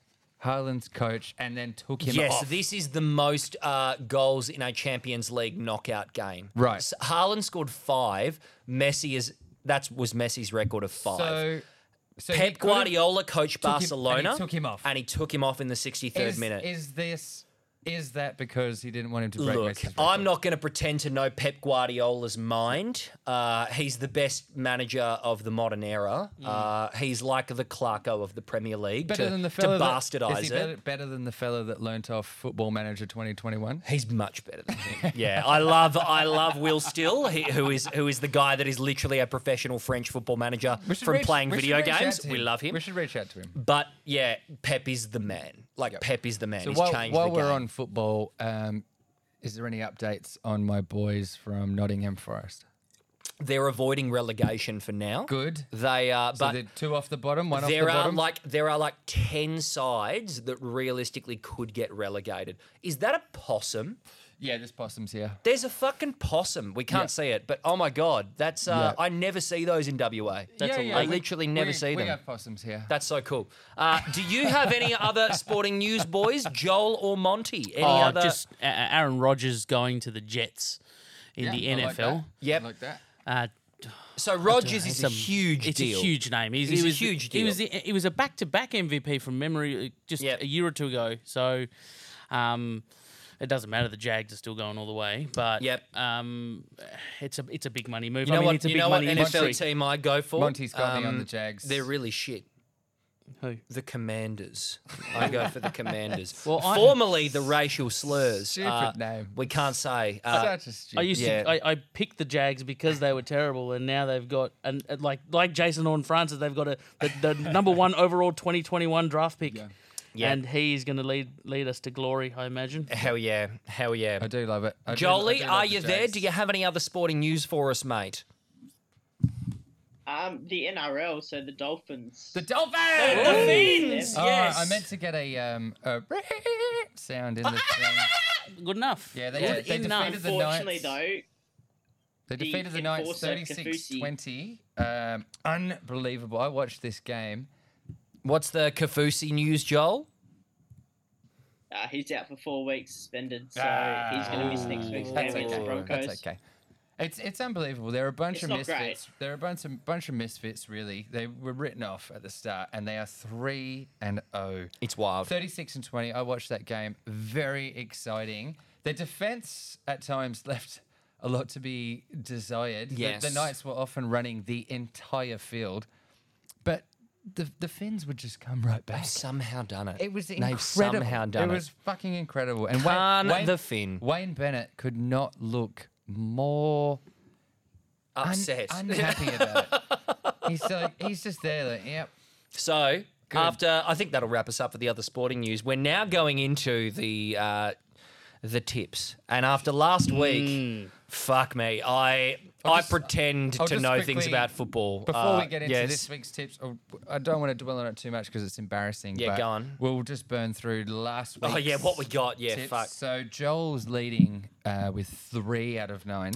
Speaker 2: Haaland's coach, and then took him
Speaker 1: Yes,
Speaker 2: off.
Speaker 1: this is the most uh, goals in a Champions League knockout game.
Speaker 2: Right.
Speaker 1: S- Haaland scored five. Messi is that was Messi's record of five.
Speaker 2: so, so he
Speaker 1: Pep
Speaker 2: could have-
Speaker 1: Guardiola coached
Speaker 2: took him- and he
Speaker 1: Barcelona.
Speaker 2: took him off.
Speaker 1: And he took him off in the 63rd
Speaker 2: is,
Speaker 1: minute.
Speaker 2: Is this? Is that because he didn't want him to break
Speaker 1: Look,
Speaker 2: Messi's record?
Speaker 1: I'm not going to pretend to know Pep Guardiola's mind. Uh, he's the best manager of the modern era. Uh, he's like the Clarko of the Premier League
Speaker 2: Mm. better
Speaker 1: to,
Speaker 2: than the
Speaker 1: to
Speaker 2: fella that-
Speaker 1: bastardize
Speaker 2: is he
Speaker 1: it.
Speaker 2: Better, better than the fella that learnt off Football Manager 2021.
Speaker 1: He's much better than him. yeah, I love I love Will Still, he, who is who is the guy that is literally a professional French football manager
Speaker 2: We should
Speaker 1: from
Speaker 2: reach-
Speaker 1: playing
Speaker 2: we should
Speaker 1: video
Speaker 2: reach out
Speaker 1: games.
Speaker 2: to
Speaker 1: We love him.
Speaker 2: We should reach out to him.
Speaker 1: But yeah, Pep is the man. Like Pep is the man.
Speaker 2: So
Speaker 1: He's
Speaker 2: while,
Speaker 1: changed
Speaker 2: while
Speaker 1: the
Speaker 2: we're
Speaker 1: game.
Speaker 2: on football, um, is there any updates on my boys from Nottingham Forest?
Speaker 1: They're avoiding relegation for now.
Speaker 2: Good.
Speaker 1: They are,
Speaker 2: So
Speaker 1: but
Speaker 2: they're two off the bottom, one
Speaker 1: there
Speaker 2: off the
Speaker 1: are
Speaker 2: bottom.
Speaker 1: like there are like ten sides that realistically could get relegated. Is that a possum?
Speaker 2: yeah, there's possums here.
Speaker 1: There's a fucking possum. We can't
Speaker 2: Yeah.
Speaker 1: see it, but oh my god, that's uh,
Speaker 2: Yeah.
Speaker 1: I never see those in WA.
Speaker 5: That's a
Speaker 1: I
Speaker 5: lot.
Speaker 1: literally never
Speaker 2: we,
Speaker 1: see
Speaker 2: we
Speaker 1: them.
Speaker 2: have possums here.
Speaker 1: That's so cool. Uh, do you have any other sporting news, boys? Joel or Monty? Any
Speaker 5: oh,
Speaker 1: other?
Speaker 5: just A- A- Aaron Rodgers going to the Jets in
Speaker 2: Yeah, I
Speaker 5: the
Speaker 2: like
Speaker 5: NFL.
Speaker 2: that.
Speaker 1: Yep.
Speaker 2: I Like that.
Speaker 5: Uh,
Speaker 1: so Rogers is
Speaker 5: it's
Speaker 1: a huge
Speaker 5: It's
Speaker 1: deal.
Speaker 5: a huge name. He's,
Speaker 1: He's
Speaker 5: he
Speaker 1: a
Speaker 5: was, the-
Speaker 1: huge
Speaker 5: He was,
Speaker 1: deal.
Speaker 5: the, he was a back-to-back MVP from memory, uh, just
Speaker 1: Yep.
Speaker 5: a year or two ago. So, um, it doesn't matter. The Jags are still going all the way, but
Speaker 1: Yep.
Speaker 5: um, it's a it's a big money move.
Speaker 1: You know
Speaker 5: I mean,
Speaker 1: what?
Speaker 5: it's a
Speaker 1: you
Speaker 5: big
Speaker 1: know what
Speaker 5: money
Speaker 1: NFL
Speaker 5: industry.
Speaker 1: team I go for? Um,
Speaker 2: Monty's got me on the Jags.
Speaker 1: They're really shit.
Speaker 5: Who?
Speaker 1: The Commanders. I go for the Commanders.
Speaker 5: Well, I-
Speaker 1: formerly the racial slurs.
Speaker 2: Stupid
Speaker 1: uh,
Speaker 2: name.
Speaker 1: We can't say. Uh,
Speaker 2: Such a stupid.
Speaker 5: I used
Speaker 1: Yeah.
Speaker 5: to I, I picked the Jags because they were terrible, and now they've got and like like Jason Horn Francis, they've got a the, the number one overall 2021 draft pick.
Speaker 1: Yeah.
Speaker 5: and he is going to lead lead us to glory, I imagine.
Speaker 1: Hell yeah. Hell yeah.
Speaker 2: I do love it. I do- I
Speaker 1: Jolie,
Speaker 2: do love
Speaker 1: are
Speaker 2: the
Speaker 1: you there?
Speaker 2: Jags.
Speaker 1: Do you have any other sporting news for us, mate?
Speaker 4: Um, the NRL, so the Dolphins. Oh,
Speaker 2: The Dolphins!
Speaker 1: The Fins,
Speaker 2: Oh,
Speaker 1: yes.
Speaker 2: I meant to get a, um, a sound in the thing.
Speaker 5: Good enough.
Speaker 2: Yeah, they,
Speaker 5: Good
Speaker 2: they
Speaker 5: enough.
Speaker 2: defeated Ah, the
Speaker 4: Unfortunately,
Speaker 2: Knights. They
Speaker 4: though, The
Speaker 2: defeated the Knights
Speaker 4: enforcer,
Speaker 2: 36 20. Um, unbelievable. I watched this game.
Speaker 1: What's the Kafusi news, Joel?
Speaker 4: uh, he's out for four weeks suspended, so
Speaker 2: Ah.
Speaker 4: he's going to miss next week's game
Speaker 2: That's
Speaker 4: against the
Speaker 2: okay.
Speaker 4: Broncos.
Speaker 2: That's okay. It's it's unbelievable. They're a bunch
Speaker 4: It's
Speaker 2: of
Speaker 4: not great.
Speaker 2: misfits. They're a bunch of bunch of misfits. Really, they were written off at the start, and they are three and oh.
Speaker 1: It's wild.
Speaker 2: 36 and 20. I watched that game. Very exciting. Their defense at times left a lot to be desired. The- The,
Speaker 1: Yes.
Speaker 2: Knights were often running the entire field, but the, the Finns would just come right back.
Speaker 1: Somehow done it.
Speaker 2: It was
Speaker 1: They've
Speaker 2: incredible.
Speaker 1: somehow done
Speaker 2: it
Speaker 1: it.
Speaker 2: was fucking incredible. And
Speaker 1: Khan
Speaker 2: Wayne, Wayne,
Speaker 1: the Finn.
Speaker 2: Wayne Bennett could not look more un-
Speaker 1: Upset.
Speaker 2: unhappy about it. He's like, he's just there, like, yep.
Speaker 1: So after I think that'll wrap us up for the other sporting news. We're now going into the uh, the tips, and after last week, fuck me, I I
Speaker 2: just-
Speaker 1: pretend
Speaker 2: Hmm. I'll
Speaker 1: to
Speaker 2: just
Speaker 1: know things
Speaker 2: quickly-
Speaker 1: about football.
Speaker 2: Before
Speaker 1: Uh,
Speaker 2: we get into
Speaker 1: yes.
Speaker 2: this week's tips, oh, I don't want to dwell on it too much because it's embarrassing.
Speaker 1: Yeah,
Speaker 2: but
Speaker 1: go on.
Speaker 2: We'll just burn through last week.
Speaker 1: oh yeah, what we got? Yeah,
Speaker 2: tips.
Speaker 1: fuck.
Speaker 2: So Joel's leading uh, with three out of nine.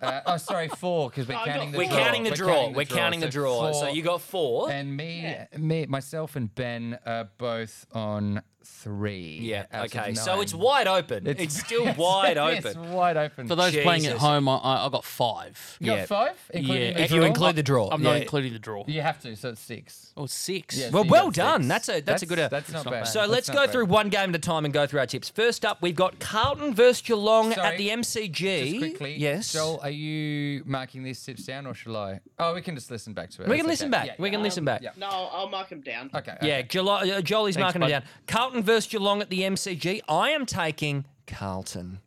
Speaker 2: uh, oh, sorry, four because we're counting the
Speaker 1: We're
Speaker 2: draw.
Speaker 1: counting the draw. We're
Speaker 2: draw.
Speaker 1: counting the draw. So
Speaker 2: four.
Speaker 1: you got four.
Speaker 2: and me,
Speaker 4: Yeah.
Speaker 2: me, myself, and Ben are both on three.
Speaker 1: yeah.
Speaker 2: out of
Speaker 1: Okay. So it's
Speaker 2: nine.
Speaker 1: wide open. It's, still wide
Speaker 2: It's
Speaker 1: open.
Speaker 2: wide open.
Speaker 5: For those playing at
Speaker 1: Jesus.
Speaker 5: home, I- I, I got five.
Speaker 2: you got
Speaker 1: yeah.
Speaker 2: five, including
Speaker 5: Yeah.
Speaker 2: the
Speaker 1: If you
Speaker 2: draw?
Speaker 1: include the draw,
Speaker 5: I'm
Speaker 1: yeah.
Speaker 5: not including the draw.
Speaker 2: you have to. So it's six.
Speaker 5: Oh, six.
Speaker 2: Yeah,
Speaker 1: Well,
Speaker 2: so you
Speaker 1: well
Speaker 2: got
Speaker 1: done.
Speaker 2: six.
Speaker 1: That's a that's, a good. uh,
Speaker 2: That's not bad.
Speaker 1: So
Speaker 2: Uh, That's
Speaker 1: let's
Speaker 2: not
Speaker 1: go
Speaker 2: bad.
Speaker 1: through one game at a time and go through our tips. First up, we've got Carlton versus Geelong at
Speaker 2: Sorry,
Speaker 1: the MCG.
Speaker 2: Just quickly,
Speaker 1: yes.
Speaker 2: Joel, are you marking these tips down or shall I? Oh, we can just listen back to it.
Speaker 1: we can
Speaker 2: That's
Speaker 1: listen
Speaker 2: okay.
Speaker 1: back.
Speaker 2: Yeah,
Speaker 1: we
Speaker 2: yeah.
Speaker 1: can listen back.
Speaker 2: yeah.
Speaker 4: No, I'll mark him down.
Speaker 2: Okay. okay.
Speaker 1: Yeah, Geelong, uh, Jolie's marking
Speaker 2: bud.
Speaker 1: it down. Carlton versus Geelong at the MCG. I am taking Carlton.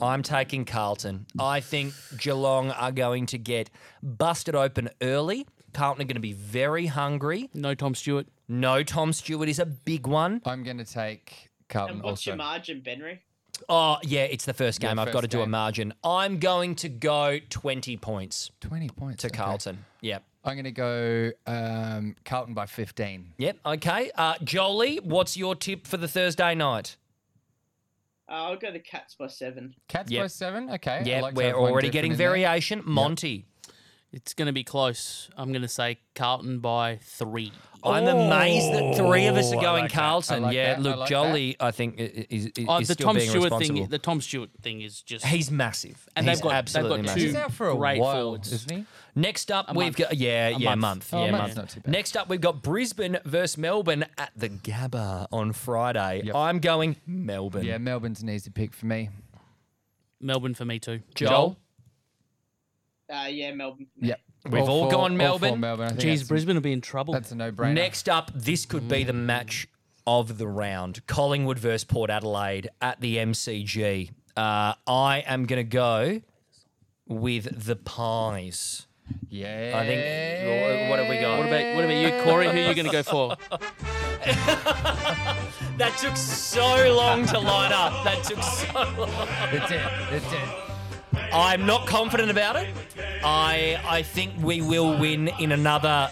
Speaker 1: I'm taking Carlton. I think Geelong are going to get busted open early. Carlton are going to be very hungry.
Speaker 5: No Tom Stewart.
Speaker 1: No Tom Stewart is a big one.
Speaker 2: I'm going to take Carlton
Speaker 4: And what's
Speaker 2: also.
Speaker 4: your margin, Benry?
Speaker 1: Oh, yeah, it's the first game. I've got to
Speaker 2: first
Speaker 1: do a
Speaker 2: game.
Speaker 1: margin. I'm going to go 20 points
Speaker 2: 20 points.
Speaker 1: to
Speaker 2: okay.
Speaker 1: Carlton. Yep.
Speaker 2: I'm going to go um, Carlton by 15.
Speaker 1: Yep. Okay. Uh, Jolie, what's your tip for the Thursday night?
Speaker 4: Uh, I'll go the Cats by seven.
Speaker 2: Cats by
Speaker 1: Yep.
Speaker 2: seven. Okay. I
Speaker 1: Yeah,
Speaker 2: like to
Speaker 1: we're
Speaker 2: have one
Speaker 1: already
Speaker 2: different
Speaker 1: getting
Speaker 2: in there.
Speaker 1: variation. Monty.
Speaker 5: It's going to be close. I'm going to say Carlton by three.
Speaker 1: I'm amazed that three of us are going Carlton.
Speaker 2: like
Speaker 1: yeah,
Speaker 2: that, I
Speaker 1: look,
Speaker 2: like
Speaker 1: Jolie, I think i- i- is, is,
Speaker 5: Oh,
Speaker 1: is
Speaker 5: the
Speaker 1: still
Speaker 5: Tom
Speaker 1: being
Speaker 5: Stewart
Speaker 1: responsible.
Speaker 5: thing. The Tom Stewart thing is just.
Speaker 1: He's massive.
Speaker 5: And
Speaker 1: He's
Speaker 5: they've got- they've
Speaker 1: absolutely
Speaker 5: got
Speaker 1: massive.
Speaker 5: two
Speaker 2: He's out for a
Speaker 5: Great
Speaker 2: while,
Speaker 5: forwards.
Speaker 2: isn't he?
Speaker 1: Next up, we've
Speaker 5: month.
Speaker 1: got yeah,
Speaker 5: A
Speaker 1: yeah, month,
Speaker 5: month.
Speaker 2: Oh,
Speaker 1: yeah,
Speaker 2: a month's
Speaker 1: month.
Speaker 2: not too bad.
Speaker 1: Next up, we've got Brisbane versus Melbourne at the Gabba on Friday. I'm going Melbourne.
Speaker 2: Yeah, Melbourne's an easy pick for me.
Speaker 5: Melbourne for me too.
Speaker 1: Joel,
Speaker 4: Uh, yeah, Melbourne.
Speaker 2: Yep.
Speaker 1: We've all
Speaker 2: for-
Speaker 1: gone
Speaker 2: for
Speaker 1: Melbourne.
Speaker 2: Melbourne. I think
Speaker 5: Jeez,
Speaker 2: that's-
Speaker 5: Brisbane will be in trouble.
Speaker 2: That's a no brainer.
Speaker 1: Next up, this could be the match of the round: Collingwood versus Port Adelaide at the MCG. Uh, I am going to go with the Pies.
Speaker 2: Yeah.
Speaker 1: I think. wh- What have we got?
Speaker 5: what about what about you, Corey? Who are you going to go for?
Speaker 1: That took so long to line up. That took so long.
Speaker 2: That's it. That's it.
Speaker 1: I'm not confident about it. I I think we will win in another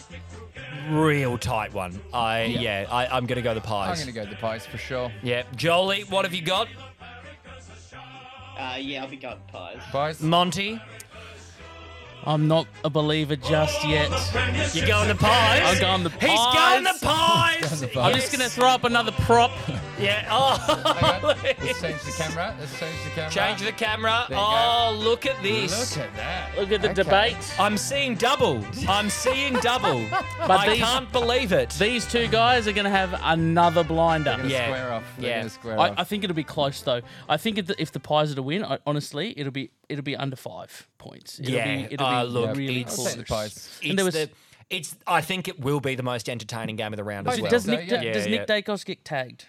Speaker 1: real tight one. I yeah, I, I'm gonna go the
Speaker 2: I'm
Speaker 1: pies.
Speaker 2: going to go the Pies for sure.
Speaker 1: Yeah. Jolie, what have you got?
Speaker 4: Uh, yeah, I'll be going Pies.
Speaker 2: Pies.
Speaker 1: Monty?
Speaker 5: I'm not a believer just yet.
Speaker 1: You're going the pies.
Speaker 5: I'm going the
Speaker 1: He's going the pies.
Speaker 2: He's going the
Speaker 5: I'm
Speaker 2: Pies.
Speaker 5: just going to throw up another prop.
Speaker 1: Yeah. Oh
Speaker 2: Let's change the camera. Let's change the camera.
Speaker 1: Change the camera.
Speaker 2: There you
Speaker 1: Oh, look at this.
Speaker 2: Look at that.
Speaker 5: Look at the
Speaker 2: Okay.
Speaker 5: debate.
Speaker 1: I'm seeing double. I'm seeing double. I
Speaker 5: these-
Speaker 1: can't believe it.
Speaker 5: These two guys are going to have another blinder.
Speaker 2: They're gonna
Speaker 1: Yeah.
Speaker 2: square off. They're
Speaker 1: Yeah.
Speaker 2: gonna square off.
Speaker 5: I, I think it'll be close though. I think if the, if the Pies are to win, I, honestly, it'll be it'll be under five points. It'll
Speaker 1: Yeah,
Speaker 5: be, it'll
Speaker 1: uh,
Speaker 5: be
Speaker 1: look,
Speaker 5: really
Speaker 1: it's-
Speaker 2: I'll
Speaker 5: close.
Speaker 2: take the Pies.
Speaker 1: it's
Speaker 5: there was-
Speaker 1: the, it's. I think it will be the most entertaining game of the round as
Speaker 2: Did-
Speaker 1: well.
Speaker 5: Does
Speaker 2: So,
Speaker 5: Nick
Speaker 2: yeah.
Speaker 5: does
Speaker 1: Yeah,
Speaker 5: Nick Dacos get tagged?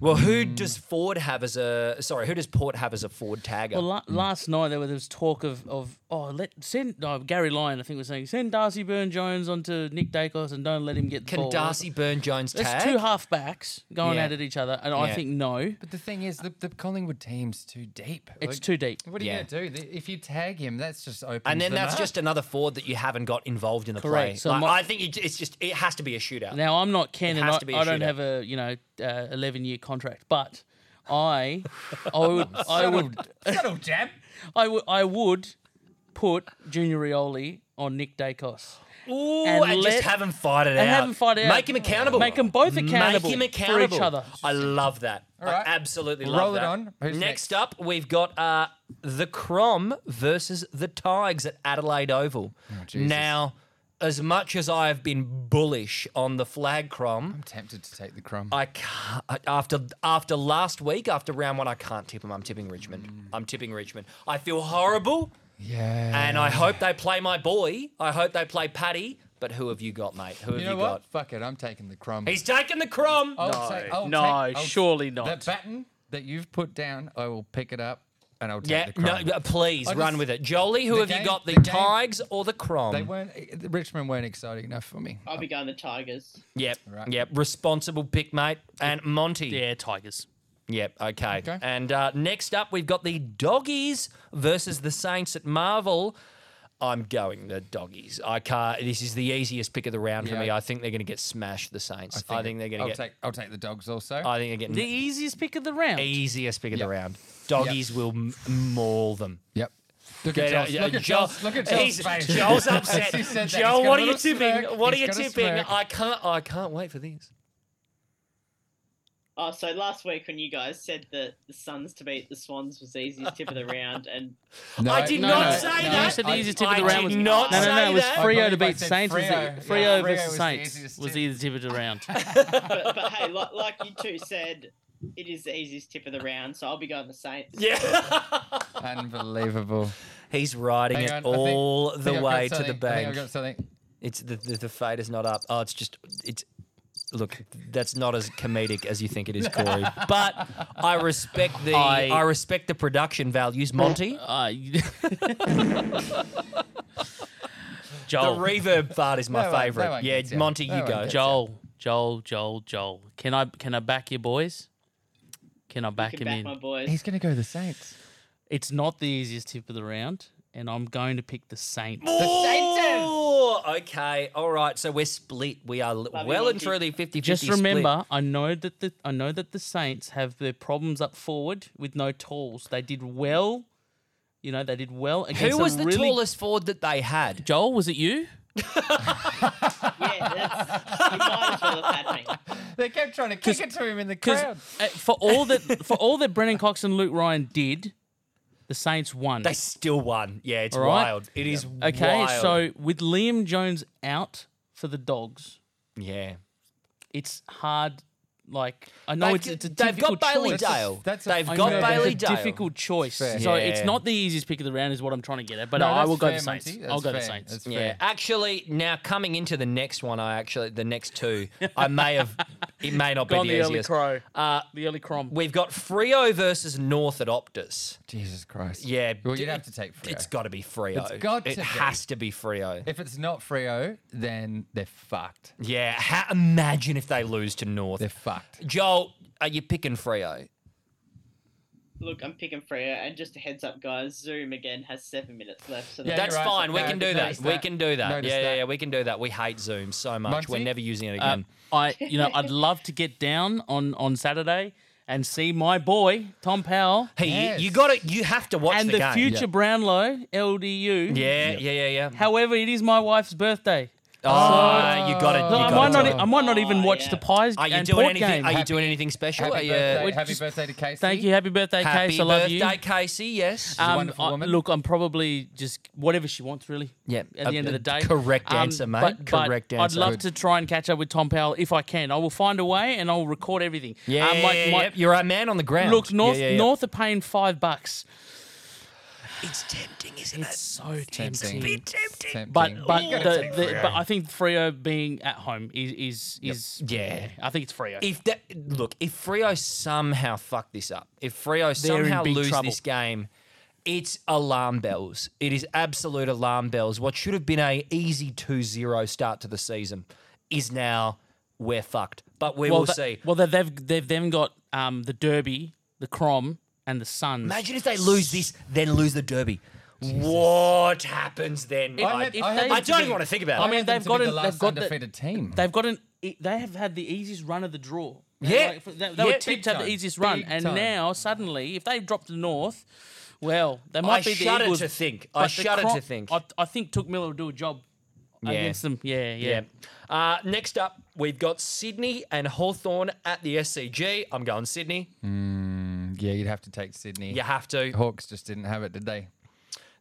Speaker 1: Well, who does Ford have as a sorry? Who does Port have as a Ford tagger? Mm-hmm.
Speaker 5: Well, la- last night there was, there was talk of, of oh, let send oh, Gary Lyon, I think, was saying send Darcy Byrne Jones onto Nick Dacos and don't let him get the
Speaker 1: Can
Speaker 5: ball.
Speaker 1: Darcy Byrne Jones tag?
Speaker 5: That's two halfbacks going
Speaker 1: Yeah.
Speaker 5: out at each other, and I
Speaker 1: Yeah.
Speaker 5: think no,
Speaker 2: But the thing is, the, the Collingwood team's too deep.
Speaker 5: it's
Speaker 2: Like,
Speaker 5: too deep.
Speaker 2: What are you
Speaker 1: Yeah.
Speaker 2: going to do? The- If you tag him, that's just open.
Speaker 1: and then that's just another forward that you haven't got involved in the play.
Speaker 5: Correct. So
Speaker 1: Like,
Speaker 5: my-
Speaker 1: I think it, it's just it has to be a shootout.
Speaker 5: Now I'm not Ken, and
Speaker 1: has
Speaker 5: I,
Speaker 1: to be a
Speaker 5: I don't
Speaker 1: shootout.
Speaker 5: have a you know uh, 11 year contract, but I, I would, I would,
Speaker 2: subtle jab.
Speaker 5: I would, I would put Junior Rioli on Nick Dacos.
Speaker 1: Ooh,
Speaker 5: And
Speaker 1: and, just
Speaker 5: let-
Speaker 1: have them fight it
Speaker 5: and
Speaker 1: out.
Speaker 5: have 'em fight it out.
Speaker 1: Make them accountable.
Speaker 5: Make 'em both accountable
Speaker 1: Make 'em
Speaker 5: for
Speaker 1: accountable.
Speaker 5: each other.
Speaker 1: I love that.
Speaker 2: right.
Speaker 1: I absolutely
Speaker 2: Roll
Speaker 1: love
Speaker 2: it
Speaker 1: that.
Speaker 2: on. Who's
Speaker 1: next,
Speaker 2: next?
Speaker 1: up, we've got uh, the Crom versus the Tigers at Adelaide Oval.
Speaker 2: Oh, Jesus.
Speaker 1: now, as much as I have been bullish on the flag Crom,
Speaker 2: I'm tempted to take the crumb.
Speaker 1: I can't, after after last week, after round one, I can't tip them. I'm tipping Richmond.
Speaker 2: Mm.
Speaker 1: I'm tipping Richmond. I feel horrible.
Speaker 2: yeah.
Speaker 1: And I hope they play my boy. I hope they play Paddy. But who have you got, mate? Who have
Speaker 2: you
Speaker 1: you,
Speaker 2: know what?
Speaker 1: got?
Speaker 2: Fuck it. I'm taking the crumb.
Speaker 1: He's taking the crumb.
Speaker 2: I'll
Speaker 5: No,
Speaker 2: take- I'll
Speaker 5: no,
Speaker 2: Oh, take- I'll-
Speaker 5: surely
Speaker 2: That
Speaker 5: not.
Speaker 2: baton that you've put down, I will pick it up and I'll take
Speaker 1: yeah,
Speaker 2: the
Speaker 1: no,
Speaker 2: crumb.
Speaker 1: uh, please
Speaker 2: I
Speaker 1: run
Speaker 2: just-
Speaker 1: with it. Jolie, who
Speaker 2: the
Speaker 1: have you
Speaker 2: game-
Speaker 1: got? The,
Speaker 2: the game-
Speaker 1: Tigers or the Crom?
Speaker 2: They weren't. eh, the Richmond weren't exciting enough for me.
Speaker 4: I'll be going the Tigers.
Speaker 1: Yep,
Speaker 2: Right.
Speaker 1: yep. Responsible pick, mate. And Monty.
Speaker 5: Yeah, Tigers.
Speaker 1: Yep, okay.
Speaker 2: Okay.
Speaker 1: And uh, next up, we've got the Doggies versus the Saints at Marvel. I'm going the Doggies. I can't. This is the easiest pick of the round for
Speaker 2: Yeah.
Speaker 1: me. I think they're going to get smashed, the Saints. I think, they're going
Speaker 2: I'll
Speaker 1: to get.
Speaker 2: Take, I'll take the dogs also.
Speaker 1: I think they're
Speaker 5: The
Speaker 1: getting
Speaker 5: easiest pick of the round.
Speaker 1: easiest pick of
Speaker 2: Yep.
Speaker 1: the round. Doggies will m- maul them.
Speaker 2: yep. Look
Speaker 1: Yeah,
Speaker 2: at
Speaker 1: yeah,
Speaker 2: Joel's,
Speaker 1: yeah,
Speaker 2: look at
Speaker 1: Joel-
Speaker 2: Joel's, look at Joel's
Speaker 1: he's-
Speaker 2: face.
Speaker 1: Joel's
Speaker 2: As he said
Speaker 1: upset.
Speaker 2: that, he's
Speaker 1: Joel, what
Speaker 2: got a
Speaker 1: are you
Speaker 2: little
Speaker 1: tipping?
Speaker 2: smirk.
Speaker 1: What are
Speaker 2: He's
Speaker 1: you
Speaker 2: got a
Speaker 1: tipping?
Speaker 2: smirk.
Speaker 1: I can't. I can't wait for this.
Speaker 4: Oh, so last week when you guys said that the Suns to beat the Swans was the easiest tip of the round, and
Speaker 2: No,
Speaker 1: I did
Speaker 2: no,
Speaker 1: not
Speaker 2: no,
Speaker 1: say
Speaker 2: no,
Speaker 1: that.
Speaker 5: You said the
Speaker 2: I-
Speaker 5: easiest tip of
Speaker 1: I
Speaker 5: the round
Speaker 1: did
Speaker 5: was
Speaker 1: not
Speaker 5: no, no,
Speaker 1: say
Speaker 5: no. It was
Speaker 1: that.
Speaker 2: I
Speaker 5: Freo to
Speaker 2: believe I
Speaker 5: beat
Speaker 2: said
Speaker 5: Saints. was
Speaker 2: Freo.
Speaker 5: the-
Speaker 2: Yeah, Freo
Speaker 5: Freo versus
Speaker 2: was the
Speaker 5: Saints
Speaker 2: easiest
Speaker 5: was
Speaker 2: tip.
Speaker 5: the easiest tip of the round.
Speaker 4: but, but hey, like, like you two said, it is the easiest tip of the round, so I'll be going the Saints.
Speaker 1: Yeah,
Speaker 2: Unbelievable.
Speaker 1: he's riding
Speaker 2: Hang
Speaker 1: it
Speaker 2: on, I think-
Speaker 1: all
Speaker 2: I
Speaker 1: the
Speaker 2: think I've got
Speaker 1: way to the
Speaker 2: something. I think I've
Speaker 1: bank.
Speaker 2: got something.
Speaker 1: It's the, the the fade is not up. Oh, it's just it's. Look, that's not as comedic as you think it is, Corey. But I respect the I,
Speaker 5: I-
Speaker 1: respect the production values, Monty.
Speaker 5: Uh,
Speaker 1: The
Speaker 5: Joel,
Speaker 1: reverb part is my
Speaker 2: No one- no
Speaker 1: favourite.
Speaker 2: one
Speaker 1: yeah,
Speaker 2: gets it.
Speaker 1: Monty,
Speaker 2: No
Speaker 1: you
Speaker 2: one
Speaker 1: go.
Speaker 2: gets it.
Speaker 5: Joel, Joel, Joel, Joel. Can I can I back you boys? Can I back
Speaker 4: Can
Speaker 5: him
Speaker 4: back
Speaker 5: in?
Speaker 4: my boys.
Speaker 2: He's going to go the Saints.
Speaker 5: It's not the easiest tip of the round, and I'm going to pick the Saints.
Speaker 1: Oh, okay. All right. So we're split. We are l-
Speaker 4: you,
Speaker 1: well and
Speaker 4: Monty.
Speaker 1: truly 50
Speaker 5: Just remember, I know that the I know that the Saints have their problems up forward with no tools. They did well, you know, they did well against.
Speaker 1: Who
Speaker 5: a
Speaker 1: was the
Speaker 5: really-
Speaker 1: tallest forward that they had?
Speaker 5: Joel, was it you?
Speaker 4: Yeah, that's, you might as well have had me.
Speaker 2: They kept trying to kick it to him in the crowd.
Speaker 5: Because uh, for all that for all that Brennan Cox and Luke Ryan did, the Saints won.
Speaker 1: They still won. Yeah, it's
Speaker 5: All right.
Speaker 1: wild. It is
Speaker 5: Okay,
Speaker 1: wild.
Speaker 5: so with Liam Jones out for the Dogs,
Speaker 1: yeah.
Speaker 5: it's hard. Like I know
Speaker 1: They've
Speaker 5: it's,
Speaker 1: g-
Speaker 5: it's a
Speaker 1: they've
Speaker 5: difficult
Speaker 1: got Bailey
Speaker 5: choice.
Speaker 1: Dale.
Speaker 2: that's a-
Speaker 1: they've
Speaker 2: I
Speaker 1: got
Speaker 2: know, but
Speaker 1: Bailey
Speaker 5: it's a
Speaker 1: Dale.
Speaker 5: difficult choice.
Speaker 2: Fair.
Speaker 5: So it's
Speaker 1: Yeah.
Speaker 5: not the easiest pick of the round, is what I'm trying to get at. But
Speaker 2: No,
Speaker 5: I
Speaker 2: that's
Speaker 5: will go
Speaker 2: fair,
Speaker 5: the Saints.
Speaker 2: Monty.
Speaker 5: I'll
Speaker 2: That's
Speaker 5: go the
Speaker 2: fair.
Speaker 5: Saints.
Speaker 2: That's
Speaker 1: yeah.
Speaker 2: fair.
Speaker 1: Actually, now coming into the next one, I actually the next two, I may have it may not
Speaker 5: Gone
Speaker 1: be the,
Speaker 5: the early
Speaker 1: easiest.
Speaker 5: crow,
Speaker 1: Uh,
Speaker 5: the early crom.
Speaker 1: we've got Frio versus North at Optus.
Speaker 2: Jesus Christ.
Speaker 1: Yeah,
Speaker 2: Well, you'd
Speaker 1: d-
Speaker 2: have to take Freo.
Speaker 1: It's got to be Frio.
Speaker 2: It's got
Speaker 1: it
Speaker 2: to be.
Speaker 1: has to be Frio.
Speaker 2: if it's not Freo, then they're fucked.
Speaker 1: Yeah, ha- imagine if they lose to North.
Speaker 2: They're fucked.
Speaker 1: Joel, are you picking Frio?
Speaker 4: Look, I'm picking Freya, and just a heads up, guys. Zoom again has seven minutes left, so
Speaker 2: Yeah,
Speaker 4: that's
Speaker 1: That's
Speaker 2: you're right.
Speaker 1: fine. We
Speaker 2: Yeah,
Speaker 1: can do that.
Speaker 2: noticed
Speaker 1: We
Speaker 2: that.
Speaker 1: can do that.
Speaker 2: Noticed
Speaker 1: Yeah, yeah,
Speaker 2: that.
Speaker 1: yeah, we can do that. We hate Zoom so much. We're
Speaker 2: Monty?
Speaker 1: never using it
Speaker 5: Uh,
Speaker 1: again.
Speaker 5: I, you know, I'd love to get down on on Saturday and see my boy Tom Powell
Speaker 1: hey, you-
Speaker 2: yes.
Speaker 1: you got to You have to watch
Speaker 5: and
Speaker 1: the,
Speaker 5: the,
Speaker 1: game.
Speaker 5: future
Speaker 2: Yeah.
Speaker 5: Brownlow LDU.
Speaker 1: Yeah, yeah, yeah, yeah.
Speaker 5: However, it is my wife's birthday.
Speaker 1: oh, you got it.
Speaker 5: So
Speaker 1: you gotta
Speaker 5: I might
Speaker 1: do
Speaker 5: Um, not.
Speaker 1: it.
Speaker 5: I might not even
Speaker 4: Oh,
Speaker 5: watch
Speaker 4: yeah.
Speaker 5: the Pies
Speaker 1: Are you
Speaker 5: and
Speaker 1: doing
Speaker 5: Port
Speaker 1: anything?
Speaker 5: game.
Speaker 1: Are you
Speaker 2: Happy-
Speaker 1: doing anything special?
Speaker 2: Happy,
Speaker 1: Are you-
Speaker 2: birthday.
Speaker 1: Would-
Speaker 2: Happy birthday to Casey.
Speaker 5: Thank you. Happy birthday,
Speaker 1: Happy
Speaker 5: Case. I love you.
Speaker 1: birthday, Casey. Yes.
Speaker 5: Um,
Speaker 2: wonderful
Speaker 5: I-
Speaker 2: woman.
Speaker 5: Look, I'm probably just whatever she wants, really.
Speaker 1: Yeah,
Speaker 5: At
Speaker 1: a-
Speaker 5: the end of the day,
Speaker 1: correct
Speaker 5: Um,
Speaker 1: answer, mate.
Speaker 5: But, but
Speaker 1: Correct
Speaker 5: I'd
Speaker 1: answer.
Speaker 5: love
Speaker 1: Good.
Speaker 5: to try and catch up with Tom Powell if I can. I will find a way and I'll record everything.
Speaker 1: yeah,
Speaker 5: Um, my-
Speaker 1: yeah,
Speaker 5: my-
Speaker 1: yeah. You're a man on the ground.
Speaker 5: Look,
Speaker 1: Yeah,
Speaker 5: North
Speaker 1: yeah, yeah.
Speaker 5: North are paying five bucks.
Speaker 1: It's tempting, isn't
Speaker 5: It's
Speaker 1: it?
Speaker 5: so tempting.
Speaker 1: Bit tempting.
Speaker 2: Tempting.
Speaker 5: But but
Speaker 2: You gotta
Speaker 5: the,
Speaker 2: take
Speaker 5: the,
Speaker 2: Freo.
Speaker 5: but I think Frio being at home is is is
Speaker 1: Yeah.
Speaker 5: I think it's Frio.
Speaker 1: If that look, if Frio somehow fuck this up, if Frio
Speaker 5: in
Speaker 1: somehow
Speaker 5: big
Speaker 1: lose
Speaker 5: trouble.
Speaker 1: this game, It's alarm bells. It is absolute alarm bells. What should have been a easy 2-0 start to the season is now we're fucked. But we will
Speaker 5: th-
Speaker 1: see.
Speaker 5: Well, they- they've they've then got um, the Derby, the Crom, and the Suns.
Speaker 1: Imagine if they lose this, then lose the derby. What happens then?
Speaker 5: I
Speaker 1: I,
Speaker 5: had-
Speaker 1: I,
Speaker 5: if they-
Speaker 1: don't even want to think about
Speaker 5: I
Speaker 1: it.
Speaker 5: mean, they've got
Speaker 2: to be
Speaker 5: an,
Speaker 2: the
Speaker 5: they've
Speaker 2: last
Speaker 5: got the,
Speaker 2: undefeated team.
Speaker 5: they've got an e- they have had the easiest run of the draw.
Speaker 1: Yeah.
Speaker 5: Like, for- they,
Speaker 1: Yeah,
Speaker 5: they were tipped
Speaker 1: big
Speaker 5: to have the
Speaker 2: time.
Speaker 5: easiest run,
Speaker 2: Big
Speaker 5: and
Speaker 2: time.
Speaker 5: now suddenly, if they drop the North, well, they
Speaker 1: I
Speaker 5: might be the
Speaker 1: shudder
Speaker 5: Eagles.
Speaker 1: to think.
Speaker 5: but
Speaker 1: I
Speaker 5: the
Speaker 1: shudder
Speaker 5: Crom-
Speaker 1: to think.
Speaker 5: I, I think Took Miller will do a job against them. Yeah, yeah.
Speaker 1: Yeah. Uh, next up, we've got Sydney and Hawthorn at the SCG. I'm going Sydney.
Speaker 2: Mm, yeah, you'd have to take Sydney.
Speaker 1: You have to.
Speaker 2: Hawks just didn't have it, did they?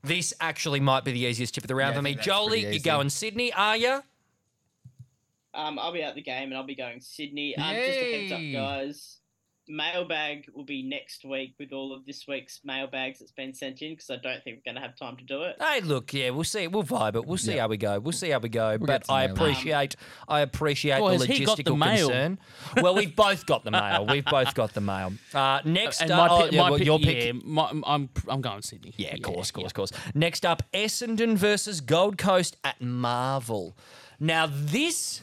Speaker 1: This actually might be the easiest tip of the round
Speaker 2: Yeah, I
Speaker 1: for me.
Speaker 2: think that's pretty
Speaker 1: Jolie, you're
Speaker 2: easy.
Speaker 1: going Sydney, are you?
Speaker 4: Um, I'll be out the game and I'll be going Sydney. Um, just a heads up,
Speaker 2: Yay.
Speaker 4: guys. Mailbag will be next week with all of this week's mailbags that's been sent in because I don't think we're going to have time to do it.
Speaker 1: Hey, look, yeah, we'll see. We'll vibe it. We'll see
Speaker 2: Yeah.
Speaker 1: how we go. We'll see how we go.
Speaker 2: get
Speaker 1: but
Speaker 2: to
Speaker 1: I
Speaker 2: nail it.
Speaker 1: appreciate, I appreciate
Speaker 5: Well,
Speaker 1: the
Speaker 5: has he
Speaker 1: logistical
Speaker 5: got the mail?
Speaker 1: concern. well, we've both got the mail. We've both got the mail. Uh, next
Speaker 5: And
Speaker 1: up,
Speaker 5: my,
Speaker 1: oh,
Speaker 5: pick,
Speaker 1: yeah,
Speaker 5: my
Speaker 1: well,
Speaker 5: pick,
Speaker 1: your pick.
Speaker 5: yeah, my, I'm I'm going Sydney.
Speaker 1: Yeah, of course, course, course. Next up, Essendon versus Gold Coast at Marvel. Now this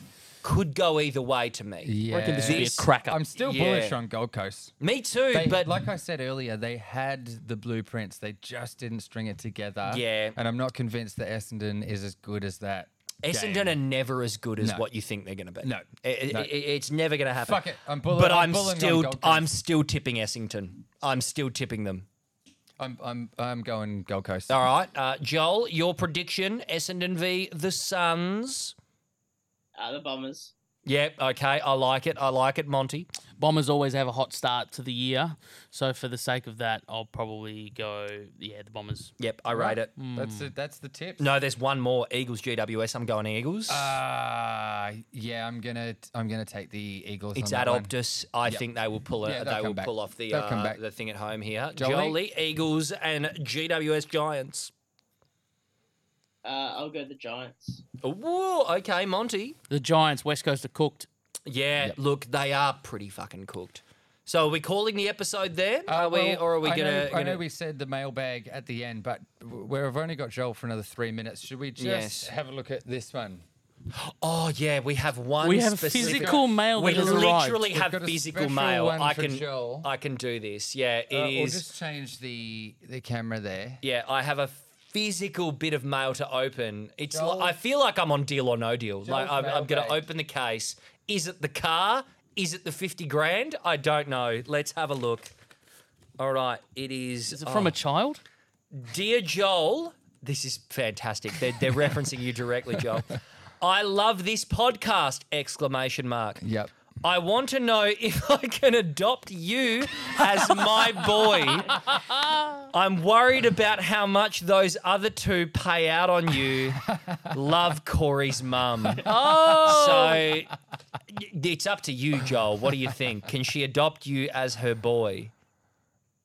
Speaker 1: could go either way to me.
Speaker 2: Yeah.
Speaker 5: reckon this would be a
Speaker 1: This-
Speaker 5: cracker.
Speaker 2: I'm still
Speaker 1: Yeah.
Speaker 2: bullish on Gold Coast.
Speaker 1: Me too,
Speaker 2: They,
Speaker 1: but
Speaker 2: like I said earlier, they had the blueprints. They just didn't string it together.
Speaker 1: Yeah.
Speaker 2: And I'm not convinced that Essendon is as good as that.
Speaker 1: Essendon
Speaker 2: game.
Speaker 1: are never as good as
Speaker 2: No.
Speaker 1: what you think they're going to be.
Speaker 2: No.
Speaker 1: I- I-
Speaker 2: No.
Speaker 1: I- it's never going to happen.
Speaker 2: Fuck it, I'm bulling-
Speaker 1: But
Speaker 2: I'm
Speaker 1: I'm,
Speaker 2: bulling on
Speaker 1: still,
Speaker 2: Gold Coast.
Speaker 1: I'm still tipping Essington. I'm still tipping them.
Speaker 2: I'm I'm I'm going Gold Coast.
Speaker 1: All right, uh, Joel, your prediction: Essendon v the Suns.
Speaker 4: Uh, the Bombers.
Speaker 1: Yep. Okay. I like it. I like it, Monty.
Speaker 5: Bombers always have a hot start to the year, so for the sake of that, I'll probably go yeah the Bombers.
Speaker 1: Yep. I rate it.
Speaker 2: That's
Speaker 4: Hmm.
Speaker 2: the, that's the tips.
Speaker 1: No, there's one more. Eagles GWS. I'm going Eagles.
Speaker 2: Uh, yeah, I'm gonna I'm gonna take the Eagles.
Speaker 1: It's
Speaker 2: on
Speaker 1: at
Speaker 2: that one.
Speaker 1: Optus. I think they will pull it.
Speaker 2: Yeah, they'll
Speaker 1: they
Speaker 2: come
Speaker 1: will
Speaker 2: back.
Speaker 1: pull off the
Speaker 2: They'll come
Speaker 1: uh,
Speaker 2: back.
Speaker 1: the thing at home here.
Speaker 2: Jolie?
Speaker 1: Jolie, Eagles, and GWS Giants.
Speaker 4: Uh, I'll go the Giants.
Speaker 1: Whoa. Okay, Monty.
Speaker 5: The Giants, West Coast are cooked.
Speaker 1: Yeah. Look, they are pretty fucking cooked. So are we calling the episode there?
Speaker 2: Uh,
Speaker 1: are we,
Speaker 2: well,
Speaker 1: or are we
Speaker 2: I
Speaker 1: gonna?
Speaker 2: Know, I
Speaker 1: gonna-
Speaker 2: know we said the mailbag at the end, but w- we've only got Joel for another three minutes. Should we just
Speaker 1: Yes.
Speaker 2: have a look at this one?
Speaker 1: Oh yeah, we have one.
Speaker 5: We have
Speaker 1: specific-
Speaker 5: physical mail
Speaker 1: We
Speaker 5: that has
Speaker 1: literally
Speaker 5: arrived.
Speaker 1: have
Speaker 2: got a
Speaker 1: physical
Speaker 2: special
Speaker 1: mail.
Speaker 2: one
Speaker 1: I
Speaker 2: for
Speaker 1: can
Speaker 2: Joel.
Speaker 1: I can do this. Yeah, it is.
Speaker 2: Uh, We'll just change the the camera there.
Speaker 1: Yeah, I have a physical bit of mail to open. It's
Speaker 2: Joel's-
Speaker 1: like, I feel like I'm on deal or no deal. like
Speaker 2: Joel's
Speaker 1: I'm, I'm going to
Speaker 2: mailbag.
Speaker 1: open the case. Is it the car? Is it the fifty grand? I don't know. Let's have a look. All right, it is.
Speaker 5: Is it from
Speaker 1: oh.
Speaker 5: a child?
Speaker 1: Dear Joel, this is fantastic. They're, they're referencing you directly, Joel. I love this podcast! Exclamation mark.
Speaker 2: Yep.
Speaker 1: I want to know if I can adopt you as my boy. I'm worried about how much those other two pay out on you. Love Corey's mum. Oh. So y- it's up to you, Joel. What do you think? Can she adopt you as her boy?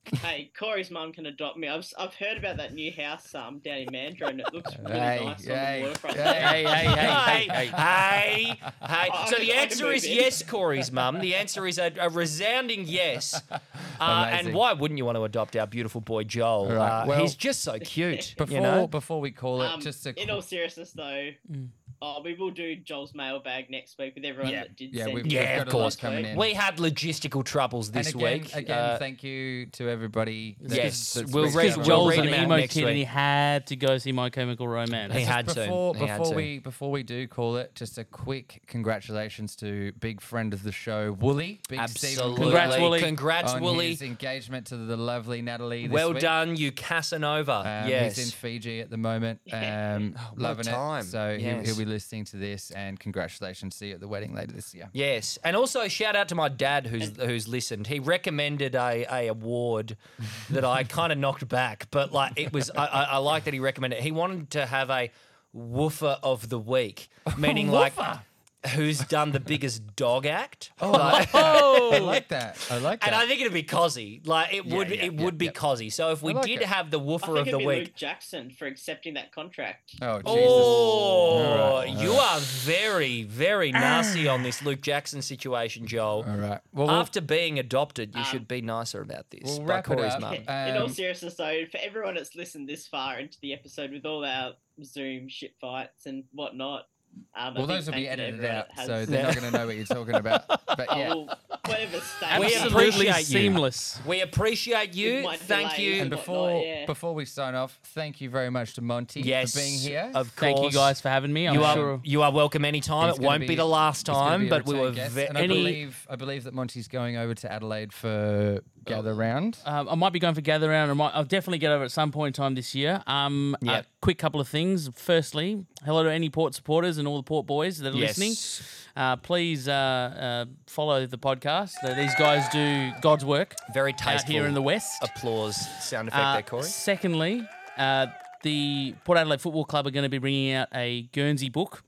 Speaker 4: hey, Corey's mum can adopt me. I've, s- I've heard about that new house um, down in Mandurah and it looks really
Speaker 2: Hey,
Speaker 4: nice
Speaker 2: hey,
Speaker 4: on the waterfront.
Speaker 2: hey, hey, Oh,
Speaker 1: hey, hey, hey, hey.
Speaker 4: I
Speaker 1: So
Speaker 4: can-
Speaker 1: the
Speaker 4: I can
Speaker 1: answer
Speaker 4: move
Speaker 1: is
Speaker 4: in.
Speaker 1: yes, Corey's mum. The answer is a, a resounding yes. Uh, and
Speaker 2: Amazing.
Speaker 1: why wouldn't you want to adopt our beautiful boy Joel?
Speaker 2: right,
Speaker 1: Uh,
Speaker 2: well-
Speaker 1: he's just so cute.
Speaker 2: Before
Speaker 1: you know?
Speaker 2: before we call it,
Speaker 4: Um,
Speaker 2: just a Mm.
Speaker 4: in all seriousness, though, oh, we will do Joel's mailbag next week with everyone
Speaker 1: Yeah.
Speaker 4: that did
Speaker 2: yeah,
Speaker 4: send
Speaker 2: we've,
Speaker 4: in.
Speaker 1: Yeah, of
Speaker 2: we've got a lot
Speaker 1: course.
Speaker 2: coming in.
Speaker 1: we had logistical troubles
Speaker 2: and
Speaker 1: this
Speaker 2: again,
Speaker 1: week.
Speaker 2: again,
Speaker 1: Uh,
Speaker 2: thank you to everybody. that-
Speaker 1: Yes,
Speaker 2: that's
Speaker 1: we'll
Speaker 2: reached
Speaker 1: raise-
Speaker 2: out.
Speaker 1: we'll
Speaker 5: Joel's
Speaker 1: read
Speaker 5: an
Speaker 1: him out
Speaker 5: emo
Speaker 1: next
Speaker 5: kid
Speaker 1: week.
Speaker 5: and he had to go see My Chemical Romance.
Speaker 1: he
Speaker 5: That's
Speaker 1: had to.
Speaker 2: before
Speaker 1: He had
Speaker 2: before
Speaker 1: to.
Speaker 2: we before we do call it, just a quick congratulations to big friend of the show, Wooly. Big Stephen
Speaker 1: Absolutely.
Speaker 2: Woolley,
Speaker 5: Congrats, Wooly.
Speaker 1: Congrats,
Speaker 2: on
Speaker 1: Wooly.
Speaker 2: his engagement to the lovely Natalie. This
Speaker 1: Well
Speaker 2: week.
Speaker 1: done, you Casanova.
Speaker 2: Um,
Speaker 1: yes. Oh,
Speaker 2: He's in Fiji at the moment, um, loving
Speaker 1: time.
Speaker 2: it. So he'll-
Speaker 1: Yes.
Speaker 2: he'll, be listening to this, and congratulations! See you at the wedding later this year.
Speaker 1: Yes, and also shout out to my dad who's who's listened. He recommended a, a award that I kind of knocked back, but like it was I, I, I like that he recommended. it. He wanted to have a woofer of the week, meaning like who's done the biggest dog act.
Speaker 2: Oh,
Speaker 1: Like-
Speaker 2: I
Speaker 5: Oh,
Speaker 2: like that. I like that.
Speaker 1: and I think it'd be Cozzy. Like it would,
Speaker 2: yeah,
Speaker 1: it
Speaker 2: yeah,
Speaker 1: would be
Speaker 2: yeah.
Speaker 1: Cozzy. So if we
Speaker 2: like
Speaker 1: did
Speaker 2: it.
Speaker 1: have the
Speaker 4: I
Speaker 1: woofer
Speaker 4: think
Speaker 1: of
Speaker 4: it'd
Speaker 1: the
Speaker 4: be
Speaker 1: week.
Speaker 4: Luke Jackson for accepting that contract.
Speaker 2: oh, Jesus.
Speaker 1: Oh,
Speaker 2: All right, all
Speaker 1: you
Speaker 2: right.
Speaker 1: are very, very nasty on this Luke Jackson situation, Joel.
Speaker 2: All right. Well, we'll-
Speaker 1: After being adopted,
Speaker 5: um,
Speaker 1: you should be nicer about this.
Speaker 2: we'll
Speaker 1: by
Speaker 2: wrap it
Speaker 1: Corey's
Speaker 2: up.
Speaker 1: mum.
Speaker 2: Um,
Speaker 4: In all seriousness, though, for everyone that's listened this far into the episode with all our Zoom shit fights and whatnot, um, I
Speaker 2: well,
Speaker 4: think
Speaker 2: those will be
Speaker 4: thank you to
Speaker 2: edited
Speaker 4: everyone
Speaker 2: out,
Speaker 4: that
Speaker 2: so
Speaker 4: has-
Speaker 2: they're not going to know what you're talking about. But
Speaker 4: Oh,
Speaker 2: yeah.
Speaker 4: well, whatever stage.
Speaker 1: We
Speaker 5: absolutely
Speaker 1: appreciate you.
Speaker 5: seamless.
Speaker 1: We appreciate
Speaker 4: With
Speaker 1: you.
Speaker 4: my
Speaker 1: Thank
Speaker 4: delay
Speaker 1: you.
Speaker 2: And
Speaker 4: and
Speaker 2: before
Speaker 4: whatnot, yeah.
Speaker 2: before we sign off, thank you very much to Monty
Speaker 1: yes,
Speaker 2: for being here.
Speaker 1: Of course.
Speaker 5: Thank you guys for having me. I'm
Speaker 1: You are
Speaker 5: sure.
Speaker 1: you are welcome anytime.
Speaker 2: He's
Speaker 1: It
Speaker 2: gonna
Speaker 1: won't be, the last
Speaker 2: he's gonna
Speaker 1: time,
Speaker 2: be a
Speaker 1: but we
Speaker 2: return
Speaker 1: were
Speaker 2: guest,
Speaker 1: ve-
Speaker 2: and I
Speaker 5: any-
Speaker 2: believe I believe that Monty's going over to Adelaide for
Speaker 1: Oh.
Speaker 2: gather round.
Speaker 5: Um, I might be going for gather round. I might, I'll definitely get over at some point in time this year. Um, a
Speaker 1: Yep.
Speaker 5: quick couple of things. Firstly, hello to any port supporters and all the port boys that are
Speaker 1: Yes.
Speaker 5: listening. Uh, please uh, uh, follow the podcast. Uh, These guys do God's work
Speaker 1: very
Speaker 5: out
Speaker 1: tasteful.
Speaker 5: here in the West.
Speaker 1: applause sound effect
Speaker 5: Uh,
Speaker 1: there, Corey.
Speaker 5: Secondly, uh, the Port Adelaide Football Club are going to be bringing out a Guernsey book.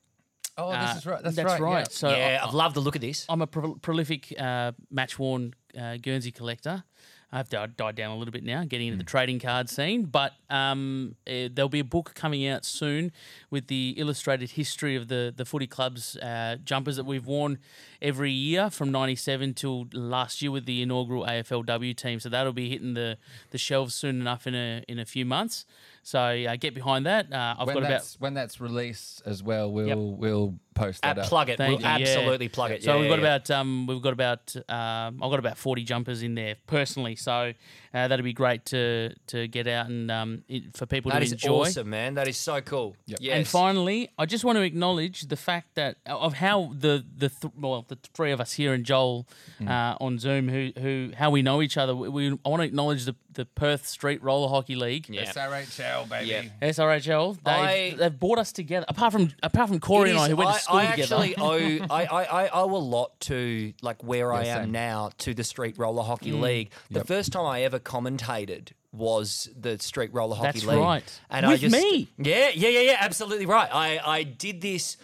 Speaker 2: Oh,
Speaker 5: Uh,
Speaker 2: this is right. That's,
Speaker 5: that's right.
Speaker 2: right.
Speaker 5: So
Speaker 1: yeah,
Speaker 5: I-
Speaker 1: I've loved the look of this.
Speaker 5: I'm a pro- prolific uh, match worn uh, Guernsey collector. I've died, died down a little bit now, getting into
Speaker 2: Hmm.
Speaker 5: the trading card scene. But um, eh, there'll be a book coming out soon with the illustrated history of the the footy club's uh, jumpers that we've worn every year from '97 till last year with the inaugural AFLW team. So that'll be hitting the, the shelves soon enough in a in a few months. So uh, get behind that. Uh, I've
Speaker 2: When
Speaker 5: got about
Speaker 2: that's when that's released as well, we'll we'll post that
Speaker 1: Uh,
Speaker 2: up.
Speaker 1: plug it.
Speaker 5: Thank
Speaker 1: we'll
Speaker 5: you, yeah.
Speaker 1: absolutely plug it.
Speaker 5: So
Speaker 1: Yeah,
Speaker 5: we've got
Speaker 1: yeah, yeah.
Speaker 5: about um, we've got about um, I've got about forty jumpers in there personally. So uh, that'd be great to to get out and um, it, for people
Speaker 1: That
Speaker 5: to
Speaker 1: is
Speaker 5: enjoy.
Speaker 1: awesome, man. That is so cool. Yes.
Speaker 5: And finally, I just want to acknowledge the fact that of how the the th- well the three of us here and Joel
Speaker 1: Mm.
Speaker 5: uh, on Zoom who who how we know each other. We, we I want to acknowledge the the Perth Street Roller Hockey League.
Speaker 1: Yeah.
Speaker 2: SRHL baby.
Speaker 1: Yeah.
Speaker 5: SRHL, they've,
Speaker 1: I-
Speaker 5: they've brought us together. Apart from apart from Corey
Speaker 1: It
Speaker 5: and I,
Speaker 1: is-
Speaker 5: who went
Speaker 1: I,
Speaker 5: to school
Speaker 1: I
Speaker 5: together.
Speaker 1: actually owe I, I, I owe a lot to like where I
Speaker 2: Yeah,
Speaker 1: am
Speaker 2: same.
Speaker 1: now to the Street Roller Hockey
Speaker 5: Mm.
Speaker 1: League. The first time I ever commentated was the Street Roller Hockey
Speaker 5: That's
Speaker 1: League.
Speaker 5: right.
Speaker 1: And I
Speaker 5: With
Speaker 1: just
Speaker 5: me.
Speaker 1: Yeah, yeah, yeah, yeah, absolutely right. I, I did this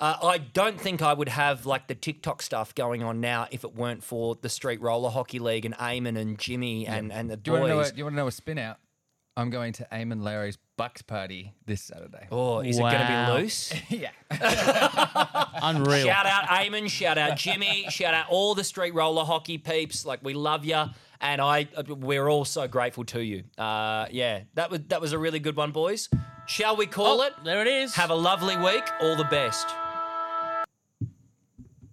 Speaker 1: uh, I don't think I would have like the TikTok stuff going on now if it weren't for the Street Roller Hockey League and Eamon and Jimmy and, and the
Speaker 2: Do you want to know?
Speaker 1: boys.
Speaker 2: A, you want to know a spin out? I'm going to Eamon Larry's Bucks party this Saturday.
Speaker 1: Oh, is it going to
Speaker 5: Wow.
Speaker 1: be loose?
Speaker 2: yeah.
Speaker 5: Unreal.
Speaker 1: Shout out Eamon, shout out Jimmy, shout out all the street roller hockey peeps. Like we love you, and I we're all so grateful to you. Uh, yeah, that was that was a really good one, boys. Shall we call
Speaker 5: Oh,
Speaker 1: it?
Speaker 5: There it is.
Speaker 1: Have a lovely week. All the best.